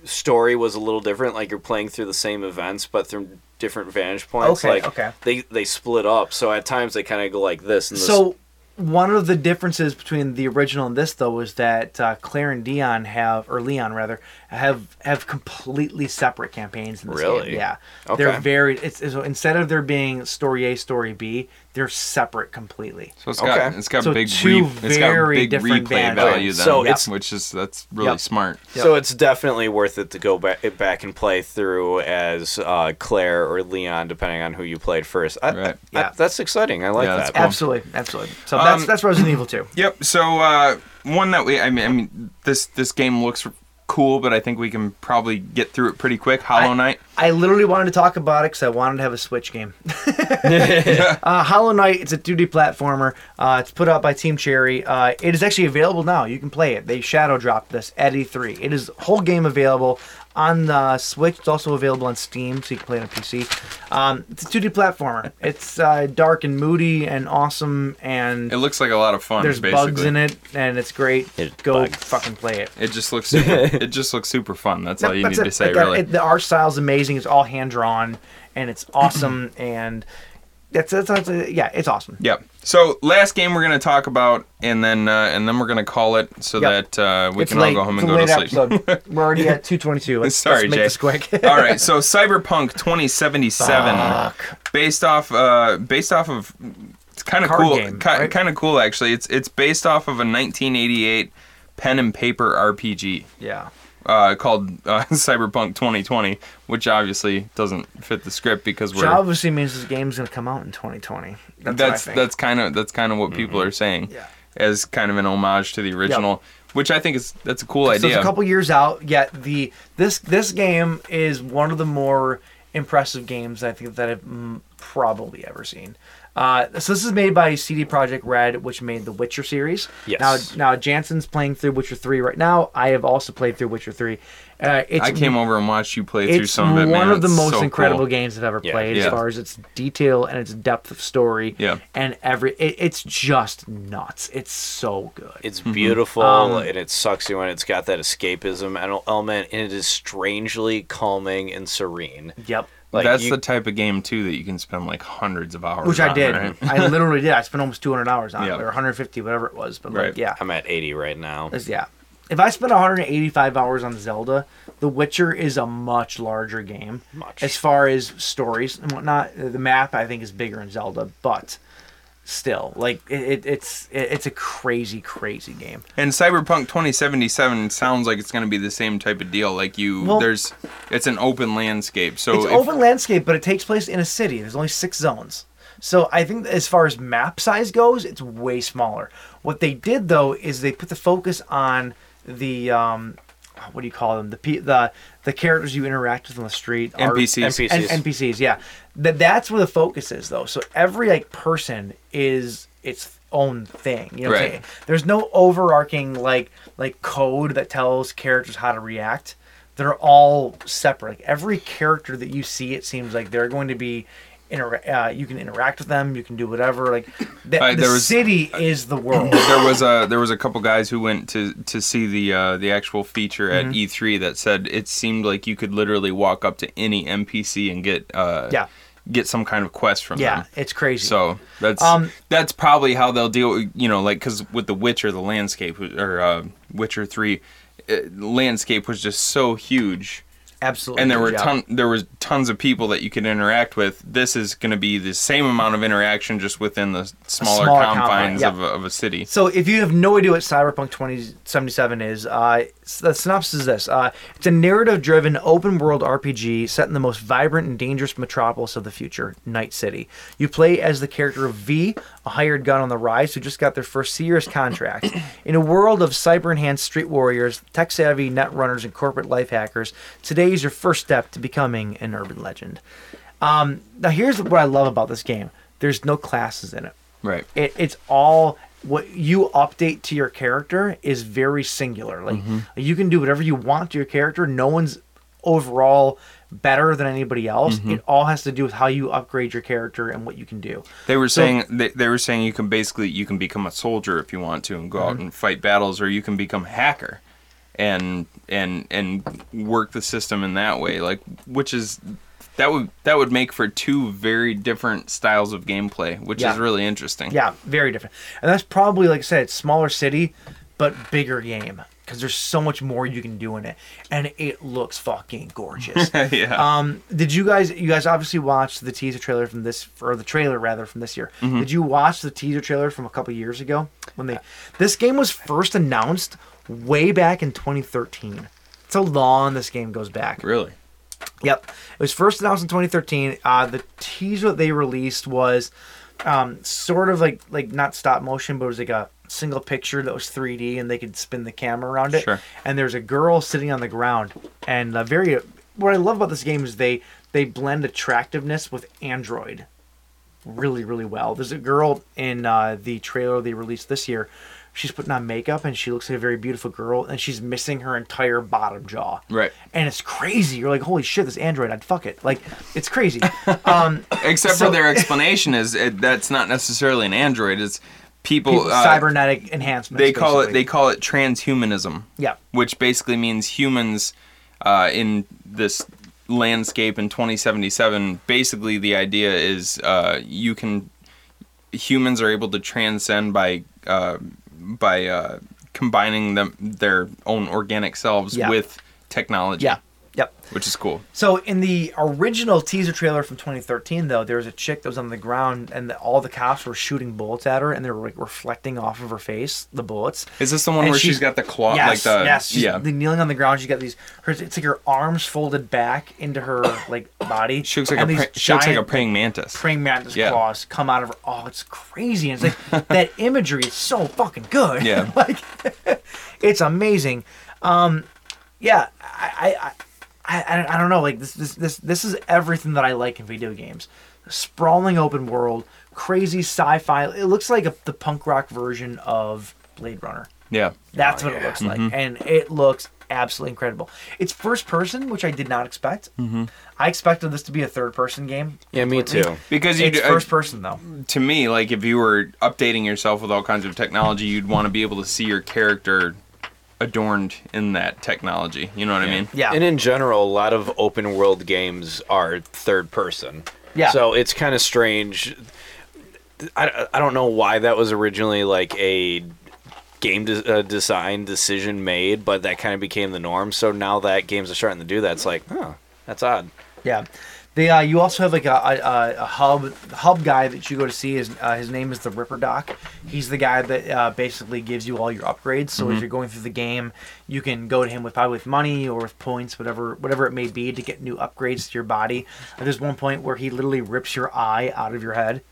D: story was a little different. Like you're playing through the same events, but through different vantage points.
C: Okay,
D: like
C: okay.
D: they they split up. So at times they kind of go like this. And this
C: So one of the differences between the original and this though is that uh, Claire and Dion have or Leon rather have have completely separate campaigns in this
D: Really?
C: game. Yeah.
D: Okay.
C: They're very it's, it's instead of there being story A, story B, they're separate completely.
F: So it's got
D: Okay.
F: it's got
C: So
F: big
C: two
F: re- it's got
C: very
F: big
C: different
F: replay
C: bands.
F: value then,
D: So it's-
F: which is that's really
C: Yep.
F: smart.
D: So it's definitely worth it to go back back and play through as uh, Claire or Leon, depending on who you played first. I,
F: Right.
D: I-
C: Yeah.
D: that's exciting. I like
F: Yeah, that's
D: that.
F: cool.
C: Absolutely, absolutely. So that's
F: Um,
C: that's Resident Evil 2.
F: Yep. So uh, one that we I mean, I mean this this game looks cool, but I think we can probably get through it pretty quick. Hollow Knight.
C: I literally wanted to talk about it because I wanted to have a Switch game. uh, Hollow Knight, it's a 2D platformer. Uh, it's put out by Team Cherry. Uh, it is actually available now. You can play it. They shadow dropped this at E3. It is whole game available on the Switch. It's also available on Steam, so you can play it on PC. Um, it's a 2D platformer. It's uh, dark and moody and awesome, and
F: It looks like a lot of fun.
C: there's
F: basically.
C: bugs in it, and it's great.
D: It
C: Go
D: bugs.
C: fucking play it.
F: It just looks super, it just looks super fun. That's all you
C: That's
F: need
C: it.
F: to say,
C: Like, uh,
F: really.
C: it- the art style's amazing. It's all hand drawn, and it's awesome. and that's, that's, that's uh, yeah, it's awesome.
F: Yep. So last game we're gonna talk about, and then uh, and then we're gonna call it so
C: Yep.
F: that uh, we
C: it's
F: can
C: late.
F: all go home
C: it's
F: and
C: a
F: go
C: late
F: to sleep.
C: episode. We're already at two twenty-two. Let's,
F: Sorry,
C: let's make
F: Jay.
C: this quick.
F: All right, so Cyberpunk 2077, based off, uh, based off of, it's kind of
C: Card
F: cool,
C: game,
F: ki-
C: right?
F: kind of cool actually. It's it's based off of a 1988 pen and paper RPG
C: yeah.
F: uh, called uh, Cyberpunk 2020, which obviously doesn't fit the script because
C: Which
F: we're
C: obviously means this game's gonna come out in twenty twenty. That's what I
F: that's
C: think. Mm-hmm.
F: that's kind of that's kind of what people are saying
C: Yeah.
F: as kind of an homage to the original, which I think is that's a cool
C: So
F: idea.
C: it's a couple years out. Yet the this this game is one of the more impressive games I think that I've mm, probably ever seen. Uh, so this is made by CD Projekt Red, which made the Witcher series.
K: Yes.
C: Now, now Jansen's playing through Witcher three right now. I have also played through Witcher three. Uh, it's,
F: I came over and watched you play through
C: it's
F: some of it.
C: one
F: man.
C: of the
F: It's
C: most
F: so
C: incredible
F: cool.
C: games I've ever
F: Yeah.
C: played as
F: Yeah.
C: far as its detail and its depth of story.
F: Yeah.
C: And every it, it's just nuts. It's so good.
K: It's
F: Mm-hmm.
K: beautiful
C: Um,
K: and it sucks you in. It's got that escapism el- element and it is strangely calming and serene.
C: Yep.
K: Like
F: That's
K: you-
F: the type of game too that you can spend like hundreds of hours.
C: Which I
F: on,
C: did.
F: right?
C: I literally did. I spent almost 200 hours on
F: Yeah.
C: it, or 150, whatever it was. But
F: Right.
C: like, yeah,
K: I'm at 80 right now.
C: It's- yeah. If I spent 185 hours on Zelda, The Witcher is a much larger game. Much. As far as stories and whatnot, uh, the map I think is bigger in Zelda, but still, like it, it, it's it, it's a crazy, crazy game.
F: And Cyberpunk 2077 sounds like it's going to be the same type of deal. Like you,
C: Well-
F: there's, it's an open landscape. So
C: it's
F: if-
C: open landscape, but it takes place in a city. There's only six zones. So I think as far as map size goes, it's way smaller. What they did though is they put the focus on the um, what do you call them? The pe- the the characters you interact with on the street. are-
F: NPCs.
C: N- NPCs. Yeah, Th- that's where the focus is though. So every like person is its own thing. You know what I'm
F: Right.
C: saying? There's no overarching like like code that tells characters how to react. They're all separate. Like every character that you see, it seems like they're going to be. Intera- uh, you can interact with them. You can do whatever. Like the,
F: Uh,
C: the
F: there was-
C: city is the world.
F: there was a there was a couple guys who went to to see the uh, the actual feature at
C: Mhm.
F: E3 that said it seemed like you could literally walk up to any NPC and get uh,
C: Yeah.
F: get some kind of quest from
C: Yeah,
F: them.
C: it's crazy.
F: So that's
C: Um,
F: that's probably how they'll deal. with- You know, like because with the Witcher, the landscape or uh, Witcher Three uh, landscape was just so huge.
C: Absolutely.
F: and there were
C: yeah.
F: ton there was tons of people that you could interact with. This is going to be the same amount of interaction just within the smaller,
C: smaller confine,
F: confines
C: yeah.
F: of, a, of a city.
C: So, if you have no idea what Cyberpunk 2077 is, uh, s- the synopsis is this uh, It's a narrative driven open world RPG set in the most vibrant and dangerous metropolis of the future, Night City. You play as the character of V, a hired gun on the rise who just got their first serious contract. In a world of cyber enhanced street warriors, tech savvy net runners, and corporate life hackers, today is your first step to becoming an urban legend. Um, now, here's what I love about this game there's no classes in it
F: Right.
C: it, it's all what you update to your character is very singular. Like you can do whatever you want to your character. No one's overall better than anybody else.
F: Mhm.
C: It all has to do with how you upgrade your character and what you can do.
F: They were
C: So-
F: saying they, they were saying you can basically you can become a soldier if you want to and go
C: Mm-hmm.
F: out and fight battles, or you can become a hacker, and and and work the system in that way. Like which is that would that would make for two very different styles of gameplay, which
C: Yeah.
F: is really interesting.
C: Yeah, very different. And that's probably like I said, it's smaller city, but bigger game because there's so much more you can do in it, and it looks fucking gorgeous.
F: Yeah.
C: Um, did you guys? You guys obviously watched the teaser trailer from this, or the trailer rather from this year.
F: Mhm.
C: Did you watch the teaser trailer from a couple years ago when they? This game was first announced way back in 2013. That's how long this game goes back.
F: Really?
C: Yep. It was first announced in 2013. Uh, the teaser that they released was um, sort of like like not stop motion, but it was like a single picture that was 3D, and they could spin the camera around it.
F: Sure.
C: And there's a girl sitting on the ground, and uh, very. What I love about this game is they they blend attractiveness with android really really well. There's a girl in uh, the trailer they released this year. She's putting on makeup and she looks like a very beautiful girl, and she's missing her entire bottom jaw
F: Right.
C: and it's crazy. You're like, holy shit, this Android, I'd fuck it. Like, it's crazy. Um,
F: Except
C: So-
F: for their explanation is it, that's not necessarily an android. It's people,
C: people-
F: uh,
C: cybernetic enhancement.
F: They call it they call it transhumanism.
C: Yeah.
F: Which basically means humans uh, in this landscape in 2077. Basically, the idea is uh, you can humans are able to transcend by uh, by uh, combining them their own organic selves
C: Yeah.
F: with technology.
C: Yeah. Yep.
F: Which is cool.
C: So in the original teaser trailer from 2013, though, there was a chick that was on the ground, and the, all the cops were shooting bullets at her, and they were like reflecting off of her face the bullets.
F: Is this the one
C: And
F: where she's got the claw-
C: Yes,
F: like the-
C: yes. She's
F: yeah.
C: kneeling on the ground. She's got these. Her, it's like her arms folded back into her like body.
F: She looks like
C: and
F: a
C: these
F: pra- she looks like a
C: giant-
F: praying mantis.
C: praying mantis
F: Yeah.
C: claws come out of her. Oh, it's crazy. And it's like that imagery is so fucking good.
F: Yeah.
C: like it's amazing. Um, yeah, I, I, I, I, I don't know. Like this, this, this, this is everything that I like in video games: sprawling open world, crazy sci-fi. It looks like a, the punk rock version of Blade Runner.
F: Yeah.
C: That's
F: Oh,
C: what it
F: yeah.
C: looks
F: Mhm.
C: like, and it looks absolutely incredible. It's first person, which I did not expect.
F: Mhm.
C: I expected this to be a third person game. completely.
F: Because you uh,
C: it's
F: do-
C: first person though.
F: To me, like if you were updating yourself with all kinds of technology, you'd want to be able to see your character adorned in that technology. You know what I mean?
D: And in general, a lot of open world games are third person.
F: Yeah.
D: So it's kind of strange. I, I don't know why that was originally like a game de- uh, design decision made, but that kind of became the norm. So now that games are starting to do that, it's like, huh, that's odd.
C: Yeah. They, uh, you also have like a, a, a- a hub hub guy that you go to see. His, uh, his name is the Ripper Doc. He's the guy that uh, basically gives you all your upgrades. So
D: Mhm.
F: Mm-hmm.
C: as you're going through the game, you can go to him with probably with money or with points, whatever whatever it may be, to get new upgrades to your body. Uh, There's one point where he literally rips your eye out of your head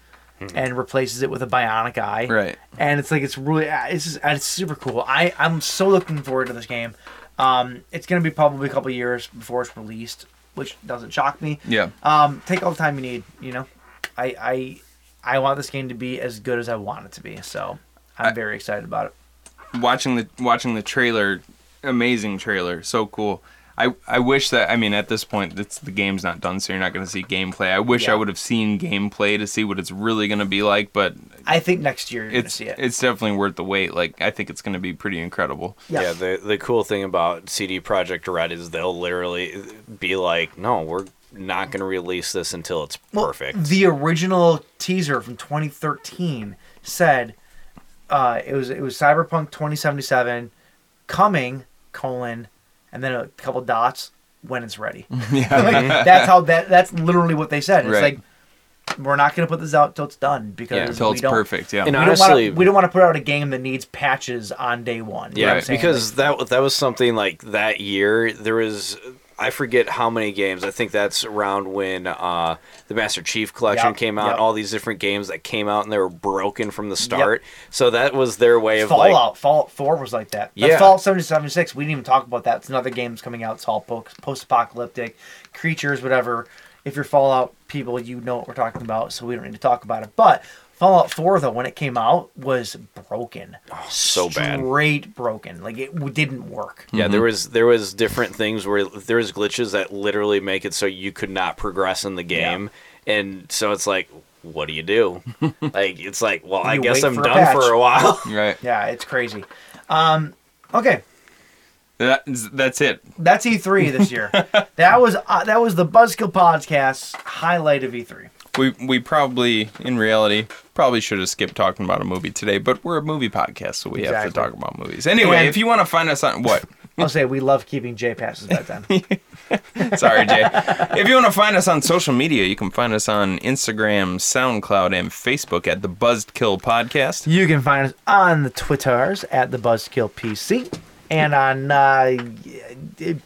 D: Mhm.
C: and replaces it with a bionic eye.
F: Mm-hmm. Right.
C: And it's like it's really uh, it's just, uh, it's super cool. I I'm so looking forward to this game. Um, it's gonna be probably a couple years before it's released, which doesn't shock me.
F: Yeah.
C: Um, take all the time you need. You know, I I I want this game to be as good as I want it to be. So I'm very excited about it.
F: watching the watching the trailer, amazing trailer, so cool. I, I wish that I mean at this point it's, the game's not done, so you're not going to see gameplay. I wish I
C: Yeah.
F: would have seen gameplay to see what it's really going to be like, but
C: I think next year you're gonna
F: it's
C: see it.
F: it's definitely worth the wait. Like I think it's going to be pretty incredible.
C: Yeah.
D: Yeah, the the cool thing about CD Project Red is they'll literally be like, "No, we're not going to release this until it's
C: Well,
D: perfect."
C: The original teaser from 2013 said uh, it was it was Cyberpunk 2077 coming colon and then a couple dots when it's ready.
F: Yeah.
C: Like, that's how that that's literally what they said. It's
F: Right.
C: like we're not going to put this out till it's done because
D: Yeah,
F: till
C: we
F: it's
C: don't-
F: perfect, yeah.
C: we
F: And
C: don't wanna-
D: honestly-
C: we don't want to put out a game that needs patches on day one. You know
D: Yeah,
C: what I'm saying?
D: because that that was something like that year. There was I forget how many games. I think that's around when uh, the Master Chief collection
C: Yep,
D: came out.
C: yep.
D: All these different games that came out and they were broken from the start. So that was their way of
C: Fallout,
D: like
C: Fallout Four was like that.
D: Yeah.
C: Yeah. Fallout 76, we didn't even talk about that. It's another game that's coming out. It's all post apocalyptic creatures, whatever. If you're Fallout people, you know what we're talking about, so we don't need to talk about it. But Fallout Four, though, when it came out, was broken,
D: Oh, so bad.
C: straight broken. Like it w- didn't work.
D: Yeah, there was there was different things where there was glitches that literally make it so you could not progress in the game, and so it's like, what do you do? like it's like, well, I
C: You
D: guess
C: wait
D: I'm
C: for a
D: done
C: patch.
D: for a while.
F: Right.
C: Yeah, it's crazy. Um, okay,
F: That's that's it.
C: that's E3 this year. that was uh, that was the Buzzkill podcast highlight of E E3.
F: We we probably in reality probably should have skipped talking about a movie today, but we're a movie podcast, so we have to
C: Exactly.
F: talk about movies. Anyway,
C: And-
F: if you want to find us on what
C: I'll say we love keeping J passes that time.
F: Sorry, Jay. if you want to find us on social media, you can find us on Instagram, SoundCloud, and Facebook at the Buzzkill Podcast.
C: You can find us on the Twitters at the Buzzkill PC and on uh,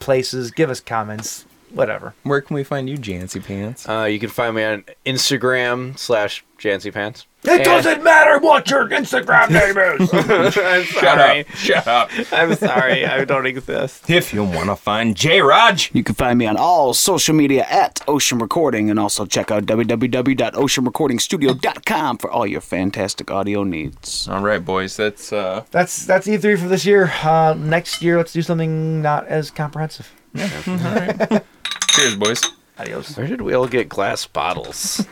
C: places. Give us comments, whatever.
F: Where can we find you, Jancy Pants?
D: Uh, you can find me on Instagram slash Jancy Pants.
M: It doesn't matter what your Instagram name is.
D: I'm
F: Shut
D: sorry.
F: up. Shut up.
D: I'm sorry. I don't exist.
F: If you want to find J Raj,
E: You can find me on all social media at Ocean Recording and also check out www.oceanrecordingstudio.com for all your fantastic audio needs.
F: All right, boys. That's uh
C: That's that's E3 for this year. Uh, next year, let's do something not as comprehensive.
F: cheers, boys.
C: Adios.
D: Where did we all get glass bottles?